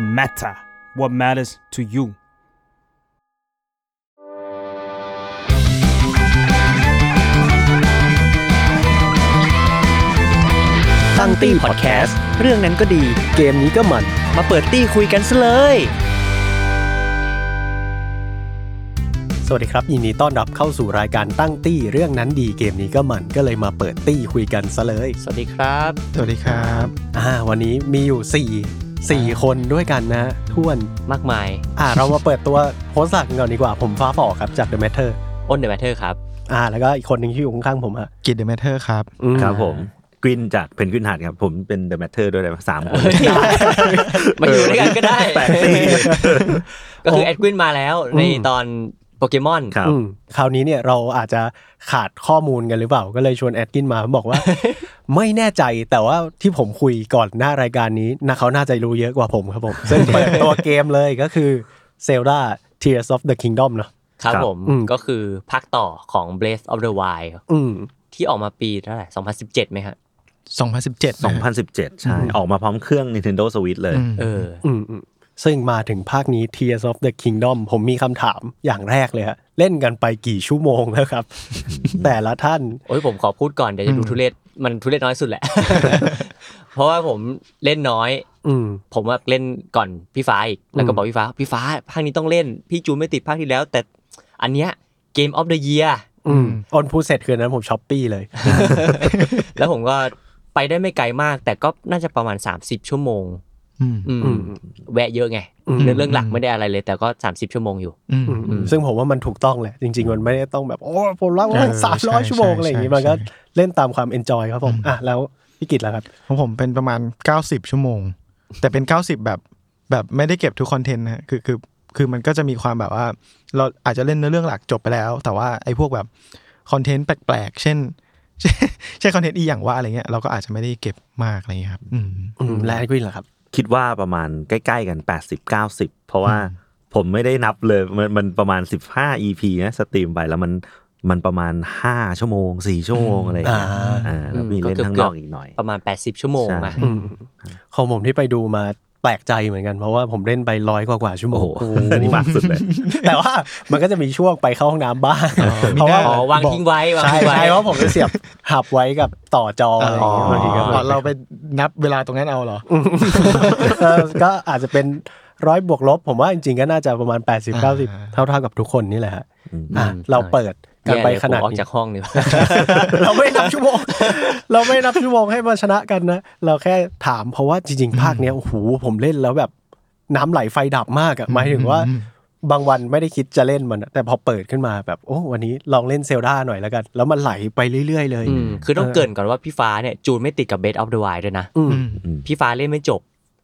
matter what matters to you ตั้งตี้พอดแคสต์เรื่องนั้นก็ดี เกมนี้ก็มัน มาเปิดตี้คุยกันซะเลย สวัสดีครับ ยินดีต้อนรับเข้าสู่รายการตั้งตี้เรื่องนั้นดีเกมนี้ก็มันก็เลยมาเปิดตี้คุยกันซะเลย สวัสดีครับ สวัสดีครับ อ่าวันนี้มีอยู่สี่สี่คนด้วยกันนะท้วน มากมาย อ่าเรามาเปิดตัวโฮสต์หลักกันก่อนดีกว่าผมฟ้าฝอครับจาก The Matter อ้นเดอะแมทเทอร์ ครับ อ่า แล้วก็อีกคนหนึ่งที่อยู่ข้างๆผมอะ กิดเดอะแมทเทอร์ครับ อื ครับผมกรินจากเพนกวินหัดครับ ผมเป็นเดอะแมทเทอร์ด้วยเลยสามคน มาอยู่ด้วยกันก็ได้ แปลกดี ก็คือแอดกวินมาแล้วในตอนโปเกมอน ครับ อืมคราวนี้เนี่ยเราอาจจะขาดข้อมูลกันหรือเปล่า ก็เลยชวนแอดกินมาบอกว่า ไม่แน่ใจแต่ว่าที่ผมคุยก่อนหน้ารายการนี้นะเขาน่าจะรู้เยอะกว่าผมครับผม ซึ่งเปิดตัวเกมเลยก็คือ Zelda Tears of the Kingdom เนอะ ครับ ครับ ผม อืม ก็คือภาคต่อของ Blaze of the Wild อืม ที่ออกมาปีเท่าไหร่ 2017ไหมฮะ 2017 2017 ใช่ ออกมาพร้อมเครื่อง Nintendo Switch เลย เออ อืมอืมซึ่งมาถึงภาคนี้ Tears of the Kingdom ผมมีคำถามอย่างแรกเลยฮะเล่นกันไปกี่ชั่วโมงแล้ว ครับ แต่ละท่าน โอ้ยผมขอพูดก่อน เดี๋ยวจะดูทุเรศมันทุเรศน้อยสุดแหละ เพราะว่าผมเล่นน้อย อืม ผมว่าเล่นก่อนพี่ฟ้าอีก แล้วก็ อืม บอกพี่ฟ้า พี่ฟ้าภาคนี้ต้องเล่น พี่จูนไม่ติดภาคที่แล้ว แต่อันเนี้ยเกมออฟเดอะเยีย อืมออนพูดเสร็จคืนนั้นผมช้อปปี้เลย แล้วผมก็ไปได้ไม่ไกลมาก แต่ก็น่าจะประมาณ 30 ชั่วโมง อืม อืม อืม แวะเยอะไง อืม เรื่องเรื่องหลักไม่ได้อะไรเลย แต่ก็ 30 ชั่วโมงอยู่ อืม อืมซึ่งผมว่ามันถูกต้องแหละ จริง ๆ มันไม่ได้ต้องแบบ โอ้ผมรับว่า เออ สามร้อย ใช่ ชั่วโมงอะไรอย่างงี้ ใช่ มันก็ ใช่ เล่นตามความเอนจอยครับผม อ่ะ แล้วพี่กิตล่ะครับ ของผมเป็นประมาณ 90 ชั่วโมง แต่เป็น 90 แบบแบบไม่ได้เก็บทุกคอนเทนต์นะฮะคือคือคือมันก็จะมีความแบบว่า เราอาจจะเล่นเนื้อเรื่องหลักจบไปแล้ว แต่ว่าไอ้พวกแบบคอนเทนต์แปลกๆ เช่น ใช่คอนเทนต์อีอย่างว่าอะไรเงี้ยเราก็อาจจะไม่ได้เก็บมากอะไรเงี้ยครับ อืม อืมและไอ้กุ้ยล่ะครับ คิดว่าประมาณใกล้ ๆ กัน 80-90 เพราะว่าผมไม่ได้นับเลยมันมันประมาณ 15 EP นะสตรีมไปแล้วมันมันประมาณ 5 ชั่วโมง 4 ชั่วโมงอะไรอย่างเงี้ย อ่า อ่าแล้วมีเล่น ก็ ทั้าง เกื น อบๆ อกอีกหน่อย ประมาณ 80 ชั่วโมง ใช่ มา อืมของผมที่ไปดูมาแปลกใจเหมือนกัน เพราะว่าผมเล่นไปร้อยกว่ากว่าชั่วโม โอ้ ง โห อันนี้มากสุดเลย แต่ว่ามันก็จะมีช่วงไปเข้าห้องน้ำบ้าง เพราะว่า อ๋อวาง บอก ทิ้งไว้วาง ใช่ ทิ้งไว้ ใช่เพราะผมจะเสียบหับไว้กับต่อจออะไรอย่างเงี้ยบางทีก็ อ๋อเราไปนับเวลาตรงนั้นเอาเหรอ เออ ก็อาจจะเป็นร้อยบวกลบ ผมว่าจริงๆก็น่าจะประมาณ 80 90 เท่าๆกับทุกคนนี่แหละฮะอ่ะเราเปิดกัน แย่ ไป เลย ขนาด ผมออก นี้ จากห้องนี่ เราไม่นับชั่วโมง เราไม่นับชั่วโมงให้มาชนะกันนะ เราแค่ถามเพราะว่าจริงๆ ภาคเนี้ยโอ้โหผมเล่นแล้วแบบน้ำไหลไฟดับมากอะหมายถึงว่า บางวันไม่ได้คิดจะเล่นมันอะแต่พอเปิดขึ้นมาแบบโอ้วันนี้ลองเล่นเซลดาหน่อยแล้วกัน แล้วมันไหลไปเรื่อย ๆ เลย อืมคือต้องเกรินก่อนว่าพี่ฟ้าเนี่ยจูนไม่ติดกับเบสออฟเดอะไวด้วยนะ อืม พี่ฟ้าเล่นไม่จบ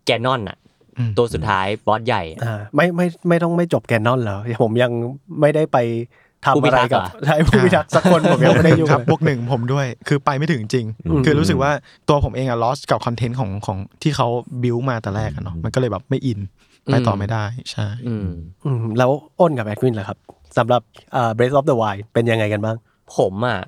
แกนนอนอ่ะ อืม ตัวสุดท้ายบอสใหญ่อะ อ่าไม่ไม่ไม่ต้องไม่จบแกนนอนแล้ว ผมยังไม่ได้ไปทำ ผู้พิ อะไร ทักษ์ กับ เหรอ ใช่ ผู้พิทักษ์สักคนผมยังไม่ได้ยุ่ง ครับ เลย บวกหนึ่งผมด้วยคือไปไม่ถึงจริง อืม คือรู้สึกว่าตัวผมเองอะลอสกับคอนเทนต์ของของที่เขาบิวมาแต่แรกอะเนาะมันก็เลยแบบไม่อิน ไปต่อไม่ได้ใช่ อืม อืมแล้วอ้นกับแอดวินล่ะครับสำหรับอ่า Breath of the Wild เป็นยังไงกันบ้าง ผมอ่ะ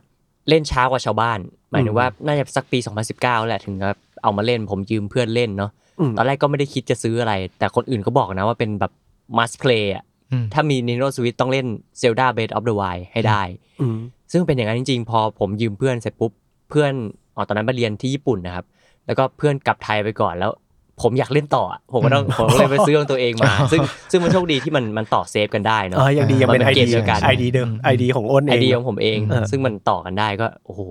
เล่นช้ากว่าชาวบ้าน หมายถึงว่าน่าจะสักปี 2019 แหละถึงจะเอามาเล่นผมยืมเพื่อนเล่นเนาะ อืม ตอนแรกก็ไม่ได้คิดจะซื้ออะไร แต่คนอื่นก็บอกนะว่าเป็นแบบ must play อ่ะ อืม ถ้ามี Nintendo Switch ต้องเล่น Zelda Breath of the Wild ให้ได้ อืม ซึ่งเป็นอย่างนั้นจริงๆ พอผมยืมเพื่อนเสร็จปุ๊บ เพื่อนอ๋อตอนนั้นไปเรียนที่ญี่ปุ่นนะครับ แล้วก็เพื่อนกลับไทยไปก่อนแล้ว ผมอยากเล่นต่ออะผมก็ต้องผมก็เลยไปซื้อของตัวเอง มา ซึ่งซึ่งมันโชคดีที่มันมันต่อเซฟกันได้เนาะ อ๋อยังดียังเป็น มั ไอน เป็นเก เดี มเดียวกัน ไอเดีเดิมไอเดียของอ้น ไอ เอง เดียของผมเอง เออ ซึ่งมันต่อกันได้ก็ โอ้โห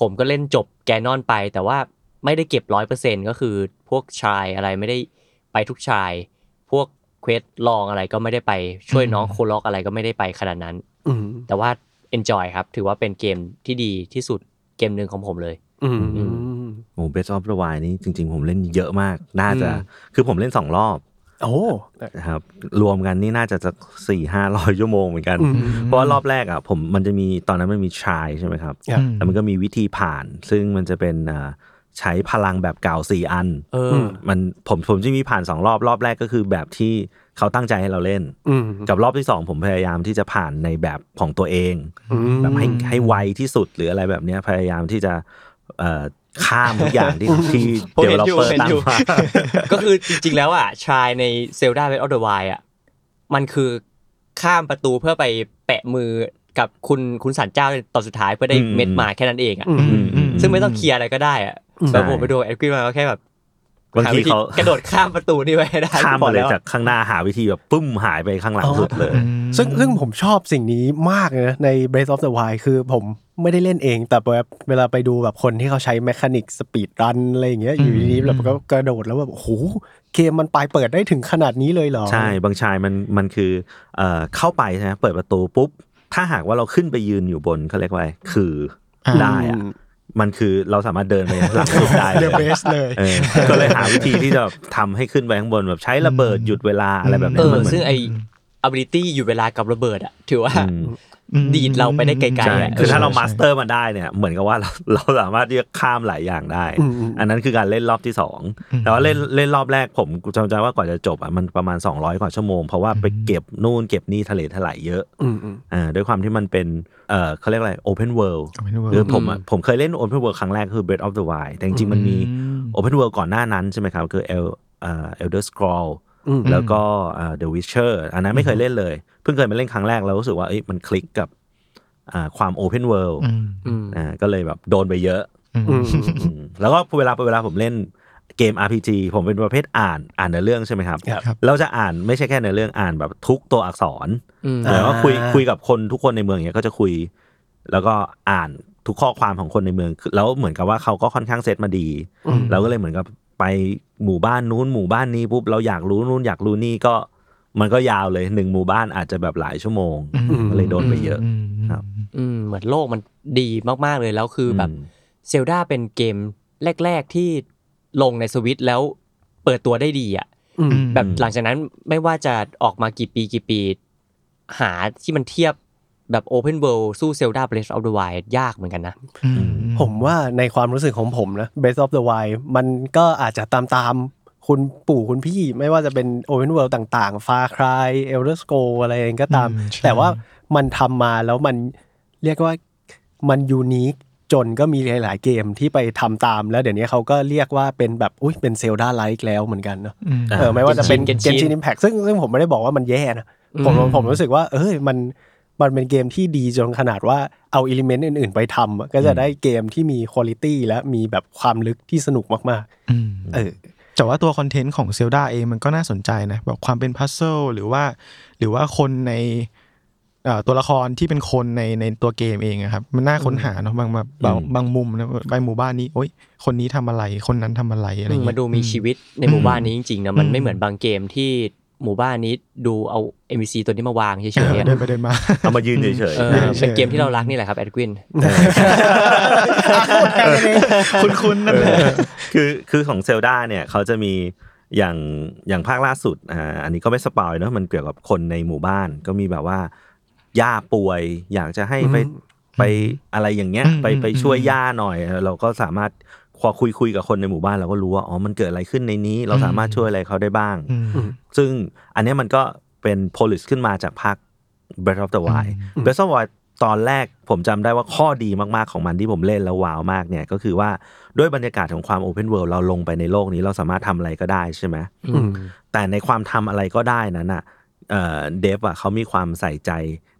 ผมก็เล่นจบแกนนอนไป แต่ว่าไม่ได้เก็บร้อยเปอร์เซ็นก็คือพวกชายอะไรไม่ได้ไปทุกชาย พวกเควสลองอะไรก็ไม่ได้ไปช่วยน้องโคล็อกอะไรก็ไม่ได้ไปขนาดนั้น อืม แต่ว่า enjoy ครับ ถือว่าเป็นเกมที่ดีที่สุดเกมหนึ่งของผมเลย อืม โอ้เบสออฟเดอะไวนี่จริง ๆ ผมเล่นเยอะมาก น่าจะคือผมเล่นสองรอบ โอ้ นะครับรวมกันนี่น่าจะสักสี่ห้าร้อยชั่วโมงเหมือนกัน เพราะว่ารอบแรกอ่ะผมมันจะมีตอนนั้นมันมีชายใช่ไหมครับ ครับ แล้วมันก็มีวิธีผ่าน ซึ่งมันจะเป็นอ่าใช้พลังแบบเก่าสี่อัน เอออ มันผมผมจะมีผ่านสองรอบรอบแรกก็คือแบบที่เขาตั้งใจให้เราเล่น อืม กับรอบที่สองผมพยายามที่จะผ่านในแบบของตัวเอง แบบให้ให้ไวที่สุดหรืออะไรแบบเนี้ยพยายามที่จะเอ่อ ข้ามทุกอย่าง ที่ที่ ผม เดี๋เห็ยวน เรา อยู่ เปิด เห็น ตาม อยู่ มา ก็คือจริงๆแล้วอ่ะชายในเซลดาเวทออเดอร์ไวอ่ะมันคือข้ามประตูเพื่อไปแปะมือกับคุณคุณสันเจ้าตอนสุดท้ายเพื่อได้ อืม เม็ดมาแค่นั้นเองอ่ะ อืม ซึ่งไม่ต้องเคลียร์อะไรก็ได้อ่ะแต่ผมไปดูแอดกรีมาก็แค่แบบ บางทีหเขาวิธีกระโดดข้ามประตูนี่ไว้ ให้ได้ ข้าม พอ มาเลย แว จากข้างหน้าหาวิธีแบบปุ้มหายไปข้างหลังสุดเลย ซึ่งซึ่งผมชอบสิ่งนี้มากเลยนะใน Breath of the Wild คือผมไม่ได้เล่นเอง แต่แบบเวลาไปดูแบบคนที่เขาใช้แมคานิกสปีดรันอะไรอย่างเงี้ยอยู่ดีๆแบบก็กระโดดแล้วแบบโอ้โหเกมมันปลายเปิดได้ถึงขนาดนี้เลยเหรอ ใช่บางชายมันมันคือเอ่อเข้าไปใช่ไหมเปิดประตูปุ๊บ ถ้าหากว่าเราขึ้นไปยืนอยู่บนเขาเรียกว่าอะไรคืออได้อะมันคือเราสามารถเดินไปหลังสุดได้เล เด ย อะเบสเลย เออก็เลยหาวิธีที่จะทำให้ขึ้นไปข้างบนแบบใช้ระเบิดหยุดเวลาอะไรแบบ เอ เนี้อยมันเหมือน ซึ่งไอ ability อยู่เวลากับระเบิดอ่ะ ถือว่า ม ดีดเราไปได้ไกล ใช่ ๆอะ คือถ้าเรา ใช่ มาสเตอร์มันได้เนี่ยเหมือนกับว่าเราเราสามารถที่จะข้ามหลายอย่างได้ อืมอืม อันนั้นคือการเล่นรอบที่สองแต่ว่าเล่นเล่นรอบแรกผมจำใจว่ากว่าจะจบอ่ะมันประมาณ 200 กว่าชั่วโมงเพราะว่าไปเก็บนู่นเก็บนี่ทะเลทลายเยอะ อืมอืม อ่าด้วยความที่มันเป็นเอ่อเขาเรียกอะไร Open World Open World คือผมอะผมเคยเล่น Open World ครั้งแรกคือ Breath of the Wild แต่จริงๆ มันมี Open World ก่อนหน้านั้นใช่ไหมครับ คือ El เอ่อ Elder Scroll อืม แล้วก็เอ่อ The Witcher อันนั้นไม่เคยเล่นเลย เพิ่งเคยมาเล่นครั้งแรกแล้วรู้สึกว่าเอ้ยมันคลิกกับอ่าความ Open World อืม อืม อ่าก็เลยแบบโดนไปเยอะ อืม อืม อืมแล้วก็เวลาเวลาผมเล่นเกม RPG ผมเป็นประเภทอ่านอ่านเนื้อเรื่องใช่ไหมครับ ครับ เราจะอ่านไม่ใช่แค่เนื้อเรื่องอ่านแบบทุกตัวอักษร อืม แต่ว่าคุย อ่า คุยกับคนทุกคนในเมืองเนี้ยก็จะคุย แล้วก็อ่านทุกข้อความของคนในเมืองคือแล้วเหมือนกับว่าเขาก็ค่อนข้างเซตมาดีเราก็เลยเหมือนกับไปหมู่บ้านนู้นหมู่บ้านนี้ปุ๊บเราอยากรู้นู่นอยากรู้นี่ก็มันก็ยาวเลยหนึ่งหมู่บ้านอาจจะแบบหลายชั่วโมงก็เลยโดนไปเยอะ ครับ อืมเหมือนโลกมันดีมากๆเลยแล้วคือแบบ ม เซลดาเป็นเกมแรก ๆ ที่ลงในสวิตแล้วเปิดตัวได้ดีอ่ะ อืม แบบ อืม หลังจากนั้นไม่ว่าจะออกมากี่ปีกี่ปี หาที่มันเทียบแบบ Open World สู้ Zelda Breath of the Wild ยากเหมือนกันนะ อืม ผมว่าในความรู้สึกของผมนะ Best of the Wild มันก็อาจจะตามตามๆคุณปู่คุณพี่ ไม่ว่าจะเป็น Open World ต่างๆ Far Cry Elder Scroll อะไรเองก็ตาม อืมใช่ แต่ว่ามันทำมาแล้วมันเรียกว่ามันยูนิคจนก็มีหลายๆเกมที่ไปทำตาม แล้วเดี๋ยวนี้เขาก็เรียกว่าเป็นแบบ อุ้ยเป็นเซลดาไลท์แล้วเหมือนกันเนอะ อืม เออไม่ว่าจะเป็น Genshin Genshin Impact ซึ่งซึ่งผมไม่ได้บอกว่ามันแย่นะ ผม อืม ผมรู้สึกว่า เอ้ยมันมันเป็นเกมที่ดีจนขนาดว่าเอาอิเลเมนต์อื่น ๆ ไปทำอะก็จะได้เกมที่มีคุณ i t y และมีแบบความลึกที่สนุกมาก อืม ๆ เออ แต่ว่าตัวคอนเทนต์ของเซลดาเองมันก็น่าสนใจนะแบบความเป็นพัซเซิลหรือว่า หรือว่าคนในเอ่อตัวละครที่เป็นคนในในตัวเกมเองอะครับ มันน่าค้นหาเนาะบางแบบบาง อืม บางมุมนะไปหมู่บ้านนี้โอ๊ยคนนี้ทำอะไรคนนั้นทำอะไรอะไรอย่าง มั เงี้ น ย ดูมีชีวิตในหมู่บ้านนี้จริงๆนะ มัน อืม ไม่เหมือนบางเกมที่หมู่บ้านนี้ดูเอา MVC ตัวนี้มาวางเฉย เอ ๆ อ อะ เดินไปเดินมา เอามายืนเฉย เออ ๆนะ เป็นเกมที่เรารักนี่แหละครับแอดกวิน คุ้นๆนั่นแหละ คือคือของเซลดาเนี่ยเขาจะมีอย่างอย่างภาคล่าสุดอ่าอันนี้ก็ไม่สปอยเนอะมันเกี่ยวกับคนในหมู่บ้านก็มีแบบว่าย่าป่วย อยากจะให้ไปไปอะไรอย่างเงี้ย อืม ไป อืม ไปช่วย อืม ย่าหน่อย เราก็สามารถพอคุยคุยกับคนในหมู่บ้านเราก็รู้ว่าอ๋อมันเกิดอะไรขึ้นในนี้ เราสามารถช่วยอะไรเขาได้บ้าง อืม ซึ่งอันเนี้ยมันก็เป็น polish ขึ้นมาจากภาค Breath of the Wild Breath of the Wild ตอนแรกผมจำได้ว่าข้อดีมาก ๆ ของมันที่ผมเล่นแล้วว้าวมากเนี่ยก็คือว่าด้วยบรรยากาศของความ Open World เราลงไปในโลกนี้เราสามารถทำอะไรก็ได้ใช่ไหม แต่ในความทำอะไรก็ได้นั้นอ่ะเอ่อเดฟอ่ะเขามีความใส่ใจ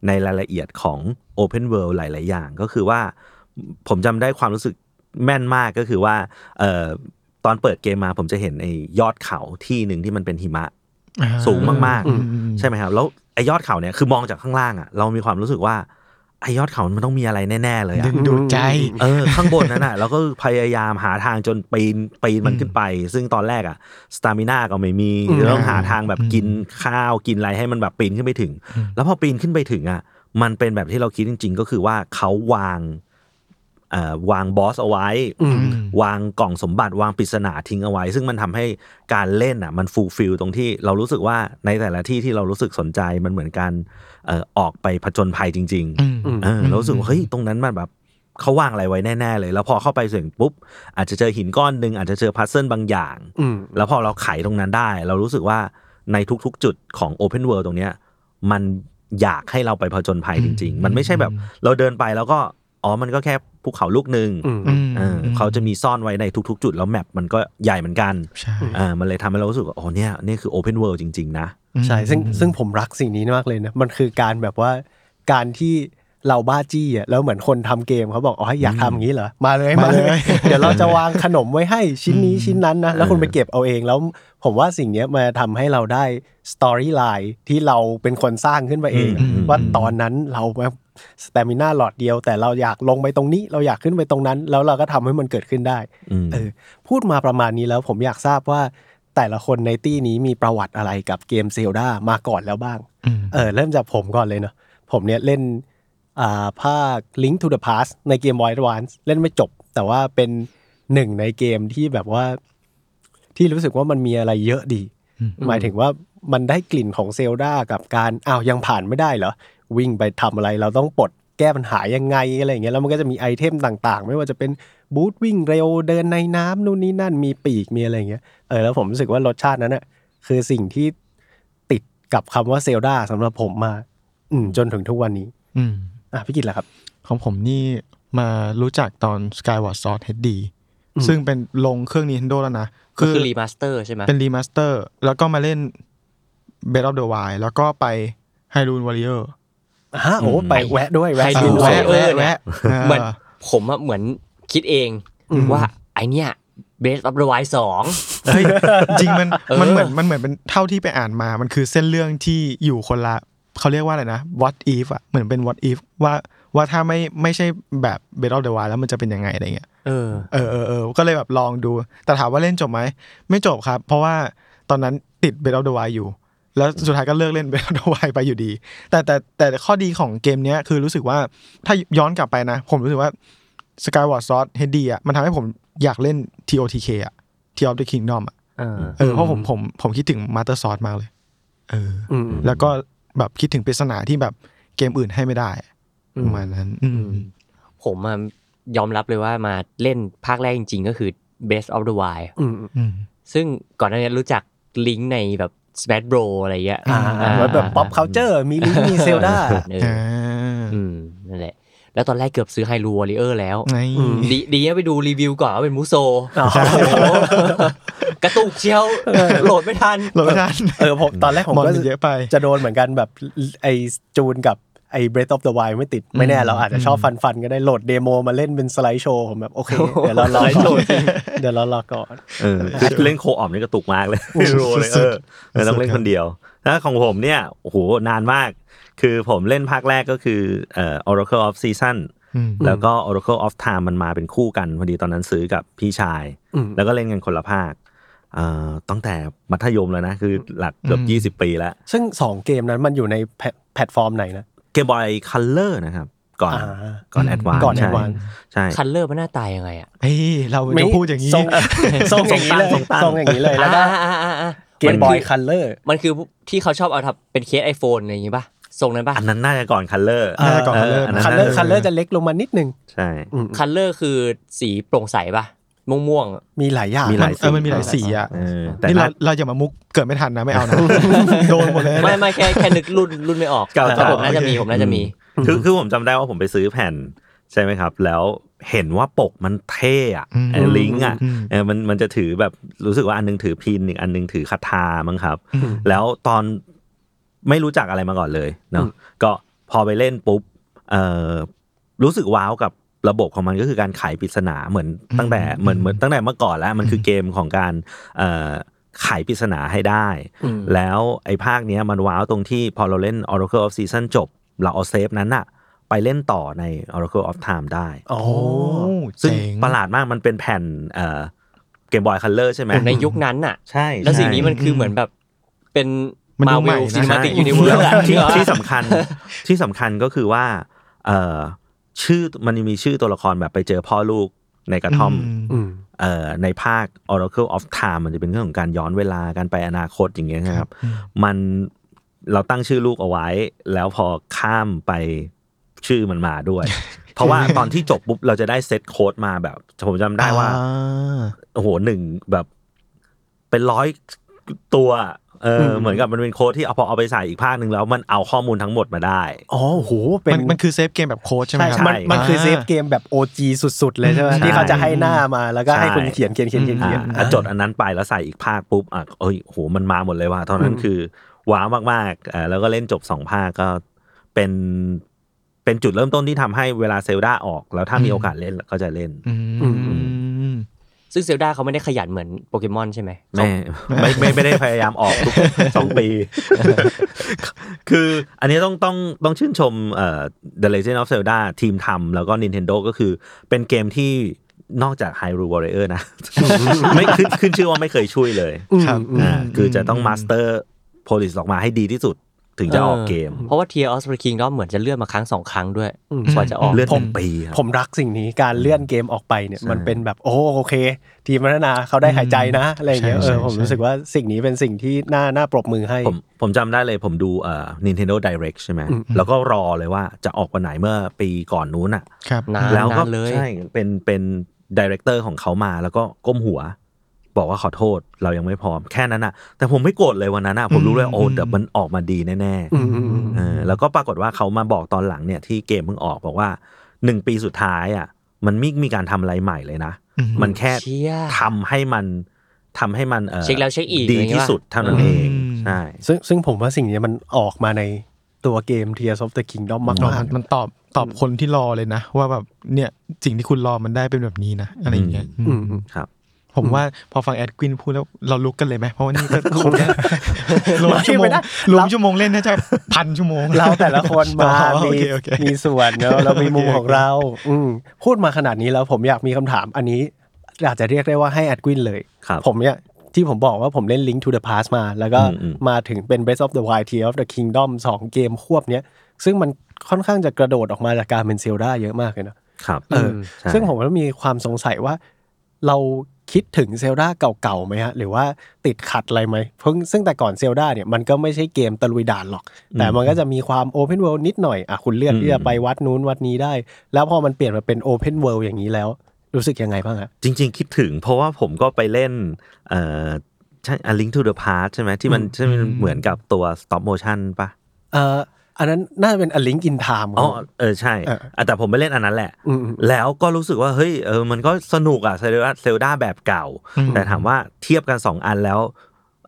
ในรายละเอียดของ Open World หลาย ๆ อย่าง ก็คือว่าผมจำได้ความรู้สึกแม่นมากก็คือว่าเอ่อตอนเปิดเกมมาผมจะเห็นไอ้ยอดเขาที่หนึ่งที่มันเป็นหิมะ สูงมาก อืม ๆ ใช่ไหมครับ แล้วไอยอดเขาเนี่ยคือมองจากข้างล่างอ่ะเรามีความรู้สึกว่าไอยอดเขามันต้องมีอะไรแน่ ๆ เลย ดึ อ่ะ งดูดใจ เออข้างบนนั้นอ่ะเราก็พยายามหาทางจนปีนปีนมันขึ้นไป ซึ่งตอนแรกอ่ะสตามินาก็ไม่มี อืม ต้องหาทางแบบกินข้าวกินอะไรให้มันแบบปีนขึ้นไปถึง แล้วพอปีนขึ้นไปถึงอ่ะมันเป็นแบบที่เราคิดจริง ๆ ก็คือว่าเขาวางเอ่อวางบอสเอาไว้ อืม วางกล่องสมบัติวางปริศนาทิ้งเอาไว้ ซึ่งมันทำให้การเล่นอ่ะมันฟูลฟิลตรงที่เรารู้สึกว่าในแต่ละที่ที่เรารู้สึกสนใจมันเหมือนการเอ่อออกไปผจญภัยจริง ๆ เออเรารู้สึกว่าเฮ้ยตรงนั้นมันแบบเขาวางอะไรไว้แน่ ๆ เลย แล้วพอเข้าไปถึงปุ๊บ อาจจะเจอหินก้อนหนึ่งอาจจะเจอพัซเซิลบางอย่าง อืม แล้วพอเราไขตรงนั้นได้ เรารู้สึกว่าในทุกๆ จุดของ Open World ตรงเนี้ยมันอยากให้เราไปผจญภัยจริง ๆ มันไม่ใช่แบบ เราเดินไปแล้วก็อ๋อมันก็แค่ ภูเขาลูกหนึ่ง อืม อืม เออเขาจะมีซ่อนไว้ในทุก ๆ จุดแล้วแมปมันก็ใหญ่เหมือนกัน ใช่ เออมันเลยทำให้เรารู้สึกว่าโอ้เนี่ยนี่คือโอเพนเวิลด์จริง ๆ นะ ใช่ซึ่งซึ่งผมรักสิ่งนี้มากเลยนะ มันคือการแบบว่าการที่เราบ้าจี้อ่ะแล้วเหมือนคนทำเกมเขาบอกอ๋ออยากทำอย่างนี้เหรอ มาเลยมาเลย เดี๋ยวเราจะวางขนมไว้ให้ชิ้นนี้ชิ้นนั้นนะ แล้วคุณไปเก็บเอาเองแล้วผมว่าสิ่งเนี้ยมาทำให้เราได้สตอรี่ไลน์ที่เราเป็นคนสร้างขึ้นมาเอง อืม ว่าตอนนั้นเราแบบสเตมิน่าหลอดเดียว แต่เราอยากลงไปตรงนี้ เราอยากขึ้นไปตรงนั้น แล้วเราก็ทำให้มันเกิดขึ้นได้ อืม เออพูดมาประมาณนี้แล้วผมอยากทราบว่าแต่ละคนในตี้นี้มีประวัติอะไรกับเกมเซลดามาก่อนแล้วบ้าง ม เออเริ่มจากผมก่อนเลยเนาะผมเนี่ยเล่นอ่าภาค Link to the Past ในเกม Boy Advance เล่นไม่จบ แต่ว่าเป็นหนึ่งในเกมที่แบบว่า ที่รู้สึกว่ามันมีอะไรเยอะดี หมายถึงว่ามันได้กลิ่นของเซลดากับการอ้าวยังผ่านไม่ได้เหรอ วิ่งไปทำอะไรเราต้องปลดแก้ปัญหายังไงอะไรอย่างเงี้ยแล้วมันก็จะมีไอเทมต่างๆ ไม่ว่าจะเป็นบูทวิ่งเร็วเดินในน้ำนู่นนี่นั่นมีปีกมีอะไรอย่างเงี้ยเออแล้วผมรู้สึกว่ารสชาตินั้นน่ะคือสิ่งที่ติดกับคำว่าเซลดาสำหรับผมมาอืมจนถึงทุกวันนี้ อืม อ่ะพี่กิตล่ะครับ ของผมนี่มารู้จักตอน Skyward Sword HD อืม ซึ่งเป็นลงเครื่อง Nintendo แล้วนะ ก็ คือรีมาสเตอร์ใช่ไหม เป็นรีมาสเตอร์ แล้วก็มาเล่น b e t of the Wild แล้วก็ไป Hyrule Warrior ฮะโอ้ไปแวะด้วยแวะ ไฮ ซื้ ดู อด้ ไซ วย เออร์เนี่ย เหมือน อ่า ผมอะเหมือนคิดเอง อืม ว่าไอเนี่ยเบสออฟเดอะไวสอง เฮ้ยจริงมัน เออ มันเหมือนมันเหมือนเป็นเท่าที่ไปอ่านมา มันคือเส้นเรื่องที่อยู่คนละเขาเรียกว่าอะไรนะ what if อ่ะเหมือนเป็น what if ว่าว่าถ้าไม่ไม่ใช่แบบ b e t of the Wild แล้วมันจะเป็นยังไงอะไรเงี้ย เออ เออเออเออก็เลยแบบลองดู แต่ถามว่าเล่นจบไหม ไม่จบครับ เพราะว่าตอนนั้นติด b e t of the Wild อยู่ แล้วสุดท้ายก็เลิกเล่น b e t of the Wild ไปอยู่ดี แต่แต่แต่ข้อดีของเกมเนี้ยคือรู้สึกว่าถ้าย้อนกลับไปนะ ผมรู้สึกว่า Skyward Sword HD อ่ะมันทำให้ผมอยากเล่น TOTK อ่ะ Tears of the Kingdom อ่ะ เออ เออเพราะผมผมผมคิดถึงมาสเตอร์ซอสมากเลย เออ อืม แล้วก็แบบคิดถึงปริศนาที่แบบเกมอื่นให้ไม่ได้ประมาณนั้น อืม ผมอะยอมรับเลยว่ามาเล่นภาคแรกจริง ๆ ก็คือ Best of the Wild อืม อืม ซึ่งก่อนหน้านี้รู้จักลิงก์ในแบบ Smash Bro อะไรเงี้ย อ่า อ่า แล้วแบบป๊อปเคาน์เตอร์มีลิงมีเซลดา เอ อ่า ออืมนั่นแหละ แล้วตอนแรกเกือบซื้อไฮรูวอริเออร์แล้ว ไง อืม ดีดีนะไปดูรีวิวก่อนว่าเป็นมูโซ อ๋อ โอ้โหกระตุกเชียวโหลดไม่ทัน โหลดไม่ทัน เออผมตอนแรกผม มอน ก็ มันเยอะไป จะโดนเหมือนกันแบบไอจูนกับไอ Breath of the Wild ไม่ติด ไม่แน่เราอาจจะชอบฟันฟันๆก็ได้โหลดเดโมมาเล่นเป็นสไลด์โชว์ผมแบบ โอเค เดี๋ยวเรารอ สไลด์โช ก่อว์น จริง เดี๋ยวเรารอก่อน เออคือเล่นโคออมนี่กระตุกมากเลยไม่รู้เลยเออเออต้องเล่นคนเดียวถ้าของผมเนี่ยโอ้โหนานมาก คือผมเล่นภาคแรกก็คือเอ่อ Oracle of Season อืม แล้วก็ Oracle of Time มันมาเป็นคู่กันพอดีตอนนั้นซื้อกับพี่ชาย แล้วก็เล่นกันคนละภาคเอ่อตั้งแต่มัธยมแล้วนะ คือหลักเกือบ อืม ยี่สิบปีแล้ว ซึ่ง 2 เกมนั้นมันอยู่ในแพลตแพลตฟอร์มไหนนะ เกมบอยคัลเลอร์นะครับ ก่อน อ่า ก่อนแอดวาน ก่อน Advance ใช่ คันเลอร์มันหน้าตายยังไงอ่ะ เฮ้ยเราจะพูดอย่างนี้ ทรงทรงอย่างนี้เลยทรงอย่างนี้เลยแล้วก็ อ่าอ่าอ่า เกมบอยคัลเลอร์ มันคือที่เขาชอบเอาทำเป็นเคส iPhone อะไรอย่างงี้ป่ะทรงนั้นป่ะ อันนั้นน่าจะก่อนคัลเลอร์ อ่าก่อน Color อันนั้น คัลเลอ น่า ร์ จะ คัลเลอร์จะเล็กลงมานิดนึง ใช่ อืม คัลเลอร์คือสีโปร่งใสป่ะ ม่วงๆอะ มีหลายอย่าง มีหลาย เออมันมีหลายสีอ่ะ เออแต่ นี่ น่า เราเราอย่ามามุกเกิดไม่ทันนะไม่ เอานะ โดนหมดเลยนะ ไม่ไม่แค่แค่นึกรุ่นรุ่นไม่ออก เก่า แต่ จัง ผมน่าจะมีผมน่าจะมี คือคือผมจำได้ว่าผมไปซื้อแผ่นใช่ไหมครับ แล้วเห็นว่าปกมันเท่อะ อืม ไอ้ลิงก์อะ อืม เออมันมันจะถือแบบรู้สึกว่าอันนึงถือพินอีกอันนึงถือคาถามั้งครับ แล้วตอนไม่รู้จักอะไรมาก่อนเลยเนาะก็พอไปเล่นปุ๊บเออรู้สึกว้าวกับระบบของมันก็คือการไขปริศนาเหมือนตั้งแต่เหมือนเหมือนตั้งแต่เมื่อก่อนแล้วมันคือเกมของการเอ่อไขปริศนาให้ได้ แล้วไอ้ภาคเนี้ยมันว้าวตรงที่พอเราเล่น Oracle of Season จบ เราเอาเซฟนั้นอะไปเล่นต่อใน Oracle of Time ได้ อ๋อ โอ้ ซึ่ง เจ๋ง ประหลาดมากมันเป็นแผ่นเกมบอยคัลเลอร์ใช่ไหม ในยุคนั้นน่ะ ใช่ แล้ว ใช่ สิ่งนี้มันคือเหมือนแบบเป็น มัน มา ดู เว ใหม่ ล นะ ซีนิมาติก ใช่ ยูนิเวิร์ส ที่ที่สำคัญที่สำคัญก็คือว่าเออชื่อมันมีชื่อตัวละครแบบไปเจอพ่อลูกในกระท่อม อืม เอ่อในภาค Oracle of Time มันจะเป็นเรื่องของการย้อนเวลาการไปอนาคตอย่างเงี้ยนะครับ มันเราตั้งชื่อลูกเอาไว้ แล้วพอข้ามไปชื่อมันมา ด้วย เพราะว่าตอนที่จบปุ๊บเราจะได้เซตโค้ดมาแบบผมจำได้ว่า อ่ โอ้โหหนึ่งแบบเป็นร้อยตัว เอออเหมือนกับมันเป็นโค้ดที่เอาพอเอาไปใส่อีกภาคหนึ่งแล้วมันเอาข้อมูลทั้งหมดมาได้ อ๋อโอ้โหเป็น มันมันคือเซฟเกมแบบโค้ดใช่ไหมครับ มันมันคือเซฟเกมแบบ OG สุดๆ เลยใช่ไหม ใช่ ที่เขาจะให้หน้ามาแล้วก็ ใช่ ให้คุณเขียนเขียนเขียนเขียน อ่ะ เขียน อ่ะจดอันนั้นไปแล้วใส่อีกภาคปุ๊บอ่ะเอ้ยโหมันมาหมดเลยว่ะตอนนั้น อืม คือว้าวมากๆอ่ะแล้วก็เล่นจบสองภาคก็เป็นเป็นจุดเริ่มต้นที่ทำให้เวลาเซลดาออก แล้วถ้ามี อืม โอกาสเล่นก็จะเล่น อืม อื ซึ่งเซลดาเขาไม่ได้ขยันเหมือนโปเกมอนใช่ไหม ไม่ไม่ไม่ไม่ได้พยายามออกทุก สองปี คืออันนี้ต้องต้องต้องชื่นชมเอ่อ The Legend of Zelda ทีมทำแล้วก็ Nintendo ก็คือเป็นเกมที่นอกจาก Hyrule Warrior นะ ไม่ขึ้นขึ้นชื่อว่าไม่เคยช่วยเลย ครับ อ่าคือจะต้องมาสเตอร์โพลิสออกมาให้ดีที่สุดถึงจะออกเกม เพราะว่าเทียร์ออสเปอร์คิงก็เหมือนจะเลื่อนมาครั้งสองครั้งด้วย อืม กว่าจะออก เลื่อน ผ เป็ ม นปีครับ ผมรักสิ่งนี้การเลื่อนเกมออกไปเนี่ย ใช่ มันเป็นแบบโอ้โอเค ทีมพัฒนาเขาได้หายใจนะอะไรอย่างเงี้ยเอใช่อใช่ผม ใช่ รู้สึกว่าสิ่งนี้เป็นสิ่งที่น่าน่าปรบมือให้ ผมผมจำได้เลยผมดูเอ่อ Nintendo Direct ใช่ไหม อืม แล้วก็รอเลยว่าจะออกวันไหนเมื่อปีก่อนนู้นอ่ะ ครับ นาน แล้วก็ เลย ใช่เป็นเป็นดีเรคเตอร์ของเขามาแล้วก็ก้มหัว บอกว่าขอโทษเรายังไม่พร้อมแค่นั้นน่ะ แต่ผมไม่โกรธเลยวันนั้นน่ะผมรู้เลย อืม โอ้เดี๋ยวมันออกมาดีแน่ อืมอืมอืม ๆเออแล้วก็ปรากฏว่าเขามาบอกตอนหลังเนี่ยที่เกมเพิ่งออกบอกว่าหนึ่งปีสุดท้ายอ่ะ มันไม่มีการทำอะไรใหม่เลยนะ อืม มันแค่ เชี่ย ทำให้มันทำให้มันอ่อ เช็คแล้วเช็คอีก ดีที่สุดเท่านั้นเอง อืม ใช่ ซึ่งซึ่งผมว่าสิ่งนี้มันออกมาในตัวเกม Tears of the Kingdom มาก มั มาก นมันตอบตอบคนที่รอเลยนะ ว่าแบบเนี่ยสิ่งที่คุณรอมันได้เป็นแบบนี้นะอะไรอย่างเงี้ยอืม ครับ ผมว่าพอฟังแอดกวินพูดแล้วเราลุกกันเลยไหมเพราะว่านี่ก็คงจะรวมชั่วโมงรวมชั่วโมงเล่นน่าจะพันชั่วโมง เราแต่ละคนมา อ๋อโอ มี เคโอเค มีส่วนเนอะเรามีมุม โอเค ของเรา อืมพูดมาขนาดนี้แล้วผมอยากมีคำถามอันนี้ อาจจะเรียกได้ว่าให้แอดกวินเลย ครับ ผมเนี่ยที่ผมบอกว่าผมเล่น Link to the Past มา แล้วก็ อืมอืม มาถึงเป็น Breath of the Wild Tears of the Kingdom สองเกมควบเนี้ยซึ่งมันค่อนข้างจะกระโดดออกมาจากการเป็นเซลดาเยอะมากเลยเนอะ ครับ เออ ใช่ ซึ่งผมก็มีความสงสัยว่า เราคิดถึงเซลดาเก่าๆไหมฮะ หรือว่าติดขัดอะไรไหมเพิ่งซึ่งแต่ก่อนเซลดาเนี่ยมันก็ไม่ใช่เกมตะลุยด่านหรอก แต่มันก็จะมีความโอเพนเวิลด์นิดหน่อย อ่ะ คุณเลื่อนที่จะไปวัดนู้นวัดนี้ได้ แล้วพอมันเปลี่ยนมาเป็นโอเพนเวิลด์อย่างนี้แล้ว รู้สึกยังไงบ้างฮะ จริง ๆ คิดถึงเพราะว่าผมก็ไปเล่นเอ่อใช่ A Link to the Past ใช่ไหมที่มันที่มันเหมือนกับตัว stop motion ปะ เอ่ออันนั้นน่าจะเป็นอลิงกินไทม์ อ๋อเออใช่ เออ อ่ะแต่ผมไปเล่นอันนั้นแหละ อืมอืม แล้วก็รู้สึกว่าเฮ้ยเออมันก็สนุกอะเซลดาเซลดาแบบเก่า อืม แต่ถามว่าเทียบกัน 2 อันแล้ว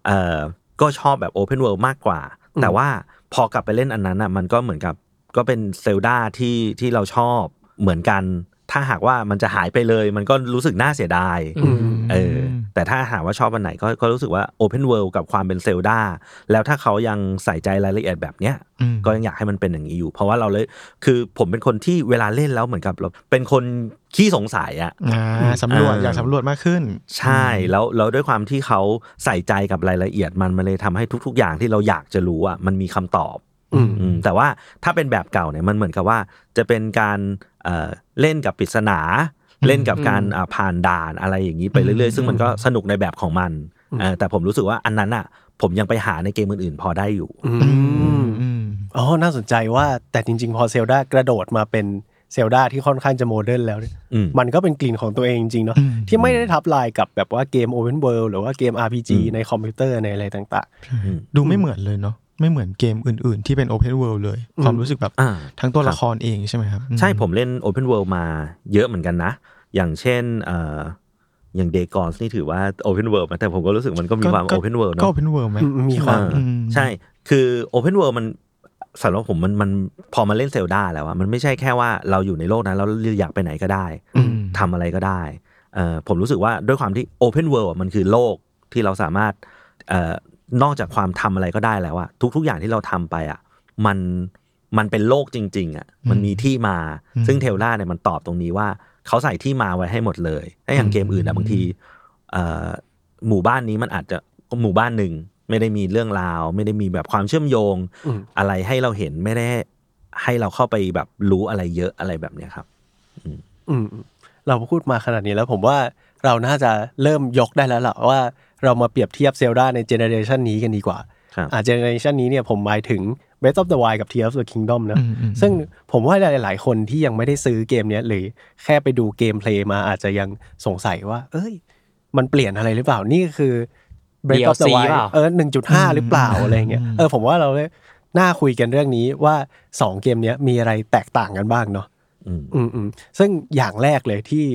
เออก็ชอบแบบ Open World มากกว่า อืม แต่ว่าพอกลับไปเล่นอันนั้นอะมันก็เหมือนกับก็เป็นเซลดาที่ที่เราชอบเหมือนกัน ถ้าหากว่ามันจะหายไปเลย มันก็รู้สึกน่าเสียดาย อืม เออแต่ถ้าถามว่าชอบอันไหนก็ก็รู้สึกว่า Open World กับความเป็นเซลดาแล้วถ้าเขายังใส่ใจรายละเอียดแบบเนี้ย ม ก็ยังอยากให้มันเป็นอย่างนี้อยู่ เพราะว่าเราเลยคือผมเป็นคนที่เวลาเล่นแล้วเหมือนกับเราเป็นคนขี้สงสัยอะ อ่าสำรวจ เออ อ อ ยากสำรวจมากขึ้น ใช่แล้วแล้วด้วยความที่เขาใส่ใจกับรายละเอียดมันมันเลยทำให้ทุก ๆ อย่างที่เราอยากจะรู้อะมันมีคำตอบ อืม อืมแต่ว่าถ้าเป็นแบบเก่าเนี่ยมันเหมือนกับว่าจะเป็นการเอ่อเล่นกับปริศนา เล่นกับการอ่าผ่านด่านอะไรอย่างนี้ไปเรื่อยๆ ซึ่งมันก็สนุกในแบบของมันเอ่อแต่ผมรู้สึกว่าอันนั้นอ่ะ ผมยังไปหาในเกมอื่นๆ พอได้อยู่ อืม อืม อ๋อ น่าสนใจว่าแต่จริง ๆ พอเซลดากระโดดมาเป็นเซลดาที่ค่อนข้างจะโมเดิร์นแล้วเนี่ย อืม มันก็เป็นกลิ่นของตัวเองจริงๆเนาะ อืม ที่ไม่ได้ทับลายกับแบบว่าเกมโอเพนเวิลด์หรือว่าเกม RPG อืม ในคอมพิวเตอร์ในอะไรต่าง ดูไม่เหมือนเลยเนาะไม่เหมือนเกมอื่นๆ ที่เป็น Open World เลย อืม ความรู้สึกแบบ อ่า ทั้งตัว ครับ ละครเองใช่ไหมครับอื ใช่ผมเล่น Open World มาเยอะเหมือนกันนะ อย่างเช่นเอ่ออย่างเดกอนนี่ถือว่า Open World นะแต่ผมก็รู้สึกมันก็มีความ Open World ก็ เนาะ Open World ไหม ๆอืมมีความ เอออ ม ใช่ คือ Open World มันสำหรับผมมันมันพอมาเล่นเซลดาแล้วอะมันไม่ใช่แค่ว่าเราอยู่ในโลกนั้นแล้วเราอยากไปไหนก็ได้ อืม ทำอะไรก็ได้เอ่อผมรู้สึกว่าด้วยความที่ Open World อะมันคือโลกที่เราสามารถเอ่อนอกจากความทำอะไรก็ได้แล้วอะทุก ๆ อย่างที่เราทำไปอะมันมันเป็นโลกจริง ๆอะมันมีที่มา อืม ซึ่งเทลล่าเนี่ยมันตอบตรงนี้ว่าเขาใส่ที่มาไว้ให้หมดเลยถ้าอย่างเกมอื่นอะบางทีเอ่อ หมู่บ้านนี้มันอาจจะหมู่บ้านหนึ่งไม่ได้มีเรื่องราว ไม่ได้มีแบบความเชื่อมโยง อืม อะไรให้เราเห็นไม่ได้ให้เราเข้าไปแบบรู้อะไรเยอะอะไรแบบเนี้ยครับ อืมเราพูดมาขนาดนี้แล้วผมว่าเราน่าจะเริ่มยกได้แล้วล่ะว่าเรามาเปรียบเทียบเซลดาในเจเนอเรชันนี้กันดีกว่า ครับ อ่าเจเนอเรชันนี้เนี่ยผมหมายถึง Breath of the Wild กับ Tears of the Kingdom นะ อืมอืม ซึ่งผมว่าหลาย ๆ คนที่ยังไม่ได้ซื้อเกมเนี้ยหรือแค่ไปดูเกมเพลย์มาอาจจะยังสงสัยว่า เอ้ย มันเปลี่ยนอะไรหรือเปล่านี่คือ Breath of the DLC Wild เปล่า เออหนึ่งจุดห้าหรือเปล่าอะไรเงี้ย อืม เออผมว่าเราเลยน่าคุยกันเรื่องนี้ว่าสองเกมเนี้ยมีอะไรแตกต่างกันบ้างเนาะ อืม อืมอืมซึ่งอย่างแรกเลยที่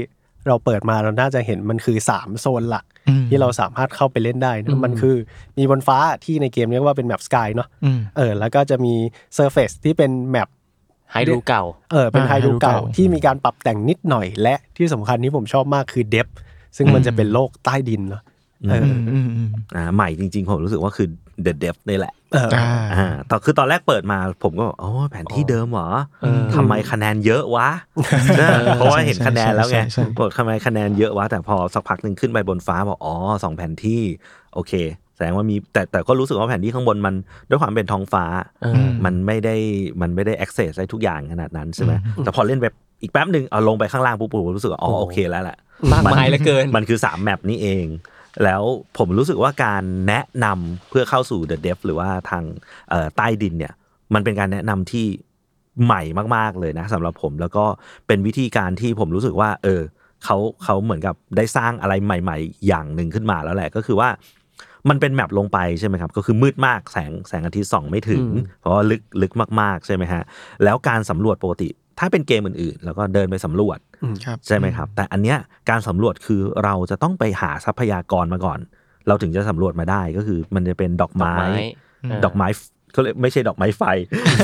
เราเปิดมาเราน่าจะเห็นมันคือสามโซนหลัก อืม ที่เราสามารถเข้าไปเล่นได้ อื นะ ม มันคือมีบนฟ้าที่ในเกมเรียกว่าเป็นแมปสกายเนาะ อืม เออแล้วก็จะมีเซอร์เฟซที่เป็นแมป ไฮดูเก่า เออเป็น อ่า ไฮดูเก่า ไฮดูเก่า ที่มีการปรับแต่งนิดหน่อยและที่สำคัญที่ผมชอบมากคือเดฟซึ่งมัน อืม จะเป็นโลกใต้ดินเนาะเออ อืมอืมอืม อ่าใหม่จริงๆ ผมรู้สึกว่าคือ The Depth นี่แหละ เออ อ่า อ่าตอนคือตอนแรกเปิดมาผมก็บอกอ๋อแผนที่เดิมเหรอ เออ ทำไมคะแนนเยอะวะ นะเพราะว่าเห็นคะแนนแล้วไง ใช่ใช่ใช่ บอกทำไมคะแนนเยอะวะ แต่พอสักพักหนึ่งขึ้นไปบนฟ้าบอกอ๋อสองแผนที่ โอเค แสดงว่ามีแต่แต่ก็รู้สึกว่าแผนที่ข้างบนมันด้วยความเป็นท้องฟ้า เออ มันไม่ได้มันไม่ได้ access ได้ทุกอย่างขนาดนั้นใช่ไหมแต่พอเล่นไปอีกแป๊บหนึ่งเอาลงไปข้างล่างปุ๊บผมรู้สึกว่าอ๋อโอเคแล้วแหละ มากมายเหลือเกิน มันคือ 3 แมปนี้เอง แล้วผมรู้สึกว่าการแนะนำเพื่อเข้าสู่ The d e v หรือว่าทางเอ่อใต้ดินเนี่ย มันเป็นการแนะนำที่ใหม่มาก ๆ เลยนะสำหรับผมแล้วก็เป็นวิธีการที่ผมรู้สึกว่า เออเขาเขาเหมือนกับได้สร้างอะไรใหม่ ๆ อย่างหนึ่งขึ้นมาแล้วแหละก็คือว่า มันเป็นแมปลงไปใช่ไหมครับ ก็คือมืดมากแสงแสงอาทิตย์ส่องไม่ถึง อืม เพราะว่าลึกลึกมากๆใช่ไหมฮะแล้วการสำรวจปกติ ถ้าเป็นเกมอื่นๆ แล้วก็เดินไปสำรวจ ครับ ใช่ไหมครับ แต่อันเนี้ยการสำรวจคือเราจะต้องไปหาทรัพยากรมาก่อน เราถึงจะสำรวจมาได้ก็คือมันจะเป็นดอก ดอก ไม้ ไม้ ดอกไม้ฟเขาเรียกไม่ใช่ดอกไม้ไฟ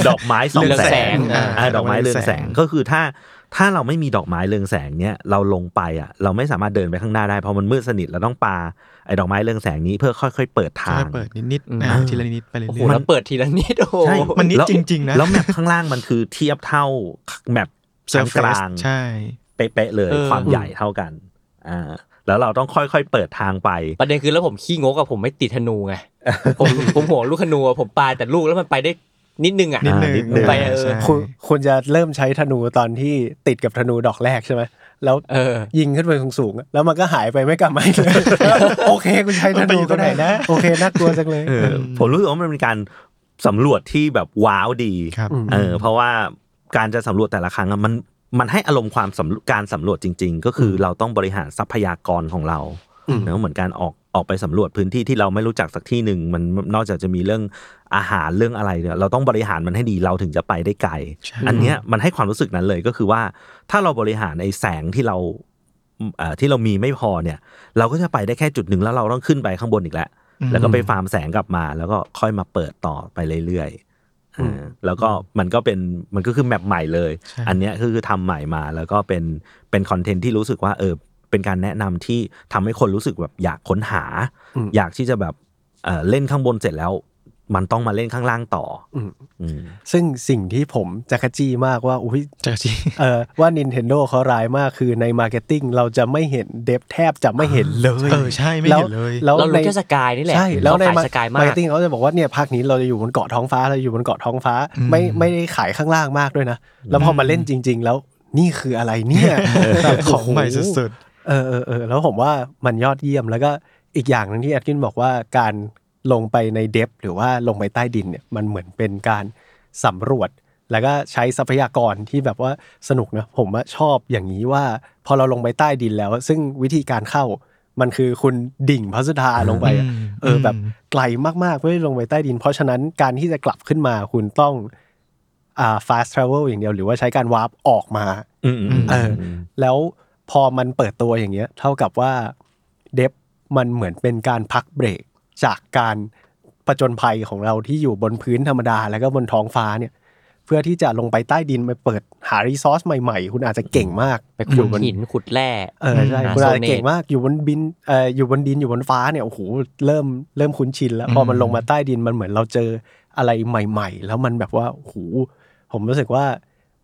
ดอกไม้สอง เรือง แส แสง ง อ่า อ่าดอกไม้เรืองแสงก็คือถ้าถ้าเราไม่มีดอกไม้เรืองแสงเนี้ยเราลงไปอ่ะเราไม่สามารถเดินไปข้างหน้าได้เพราะมันมืดสนิทเราต้องปาไอ้ดอกไม้เรืองแสงนี้เพื่อค่อย ๆ เปิดทา ค่ ง อยๆเปิดนิดนิดๆ อืม อ่าทีละนิดไปเรื่ โอ้โห อย แล้วเปิดทีละนิดโอ้โห ใช่ มันนิด แล้ว จริงๆนะ แล้วแมปข้างล่างมันคือเทียบเท่าแมป ๆ ทาง surface กลาง ใช่ เป๊ะๆเลย เออ ความใหญ่เท่ากัน อ่า แล้วเราต้องค่อยๆเปิดทางไป ประเด็นคือแล้วผมขี้งกอะผมไม่ติดธนูไง ผมผมห่วงลูกธนูอะผมปาแต่ลูกแล้วมันไปได้นิดนึงอะ นิดนึง นิดนึง ไปเออ ใช่ คุณคุณจะเริ่มใช้ธนูตอนที่ติดกับธนูดอกแรกใช่ไหมแล้ว เออ ยิงขึ้นไปสูงๆแล้วมันก็หายไปไม่กลับมาอีกเลย โอเคคุณใช้ธนูก็ได้นะ โอเคน่ากลัวจังเลย เออผมรู้สึกว่ามันเป็นการสำรวจที่แบบว้าวดี ครับ อืม เออเพราะว่าการจะสำรวจแต่ละครั้งอะมันมันให้อารมณ์ความสำรวจการสำรวจจริง ๆ ก็คือเราต้องบริหารทรัพยากรของเรา อืม เนอะเหมือนการออกออกไปสำรวจพื้นที่ที่เราไม่รู้จักสักที่หนึ่งมันนอกจากจะมีเรื่องอาหารเรื่องอะไรเนี่ยเราต้องบริหารมันให้ดีเราถึงจะไปได้ไกล ใช่ อันเนี้ยมันให้ความรู้สึกนั้นเลยก็คือว่า ถ้าเราบริหารไอ้แสงที่เราเอ่อที่เรามีไม่พอเนี่ย เราก็จะไปได้แค่จุดหนึ่งแล้วเราต้องขึ้นไปข้างบนอีกแล้ว อืม แล้วก็ไปฟาร์มแสงกลับมา แล้วก็ค่อยมาเปิดต่อไปเรื่อยๆอ่าแล้วก็มันก็เป็นมันก็คือแมปใหม่เลย ใช่ อันเนี้ยก็คือทำใหม่มาแล้วก็เป็นเป็นคอนเทนต์ที่รู้สึกว่าเออเป็นการแนะนำที่ทำให้คนรู้สึกแบบอยากค้นหา อืม อยากที่จะแบบเอ่อเล่นข้างบนเสร็จแล้ว มันต้องมาเล่นข้างล่างต่ออ ม อืม ซึ่งสิ่งที่ผมจะขจี้มากว่าอุ้ย เจอจริง เออว่า Nintendo เขาร้ายมากคือในมาร์เก็ตติ้งเราจะไม่เห็นเดฟแทบจะไม่เห็นเลย เออใช่ไม่เห็นเลย แล้ว เรา ใน รู้แค่สกายนี่แหละ ใช่แล้วใน เราขาย มา สกายมาก ร์เก็ตติ้งเขาจะบอกว่าเนี่ยภาคนี้เราจะอยู่บนเกาะท้องฟ้าเราอยู่บนเกาะท้องฟ้า ไม่ไม่ได้ขายข้างล่างมากด้วยนะ แล้วพอมาเล่นจริง ๆ แล้วนี่คืออะไรเนี่ย แบบของใหม่สุด ๆเออเออเออแล้วผมว่ามันยอดเยี่ยมแล้วก็อีกอย่างหนึ่งที่แอดกินบอกว่าการลงไปในเดฟหรือว่าลงไปใต้ดินเนี่ยมันเหมือนเป็นการสำรวจ แล้วก็ใช้ทรัพยากรที่แบบว่าสนุกนะผมว่าชอบอย่างนี้ว่า พอเราลงไปใต้ดินแล้ว ซึ่งวิธีการเข้ามันคือคุณดิ่งพัสดาลงไปอะ อืม เอออ ม แบบไกลมากๆเพื่อที่ลงไปใต้ดิน เพราะฉะนั้นการที่จะกลับขึ้นมาคุณต้องอ่า fast travel อย่างเดียวหรือว่าใช้การวาร์ปออกมา อืมอืม เอ อื อ ม แล้วพอมันเปิดตัวอย่างเงี้ย เท่ากับว่าเดฟมันเหมือนเป็นการพักเบรก จากการประจนภัยของเราที่อยู่บนพื้นธรรมดา แล้วก็บนท้องฟ้าเนี่ย เพื่อที่จะลงไปใต้ดินไปเปิดหารีซอสใหม่ๆ คุณอาจจะเก่งมาก ไป อ ขุ ยู่ ด บน หินขุดแร่ เออใช่ หา คุณอาจ โซ จะ เนต เก่งมากอยู่บนบินเอ่ออยู่บนดินอยู่บนฟ้าเนี่ยโอ้โหเริ่มเริ่มคุ้นชินแล้วพอมันลงมาใต้ดินมันเหมือนเราเจออะไรใหม่ ๆ แล้วมันแบบว่าโอ้โหผมรู้สึกว่า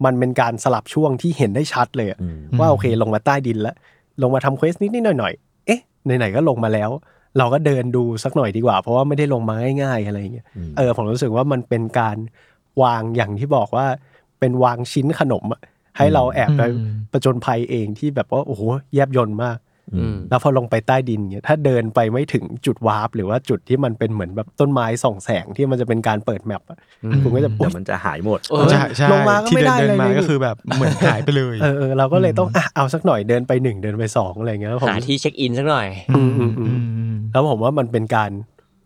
มันเป็นการสลับช่วงที่เห็นได้ชัดเลยอะ อืม ว่าโอเคลงมาใต้ดินแล้ว ลงมาทำเควสนิดนิดหน่อยหน่อยๆเอ๊ะไหนๆก็ลงมาแล้ว เราก็เดินดูสักหน่อยดีกว่า เพราะว่าไม่ได้ลงมาง่ายๆอะไรอย่างเงี้ย อืม เออผมรู้สึกว่ามันเป็นการวางอย่างที่บอกว่า เป็นวางชิ้นขนมอะให้เราแอบไป อืม ประจนภัยเองที่แบบว่าโอ้โหแยบยนต์มาก อื อื ม ม แล้วพอลงไปใต้ดินเนี่ยถ้าเดินไปไม่ถึงจุดวาร์ปหรือว่าจุดที่มันเป็นเหมือนแบบต้นไม้ส่องแสงที่มันจะเป็นการเปิดแมปอะ อืม คุณก็จะ แต่ โอ๊ย มันจะหายหมด เออ ใช่ใช่ ลงมาก็ ที่ ไม่ได้เดิน เลย เดินมา นี่ ก็คือแบบเหมือนหายไปเลย เออเออเราก็เลยต้องอ่ะเอาสักหน่อยเดินไปหนึ่งเดินไปสองอะไรอย่างเงี้ยแล้วผม หาที่เช็คอินสักหน่อย อืมอืมอืม อืม แล้วผมว่ามันเป็นการ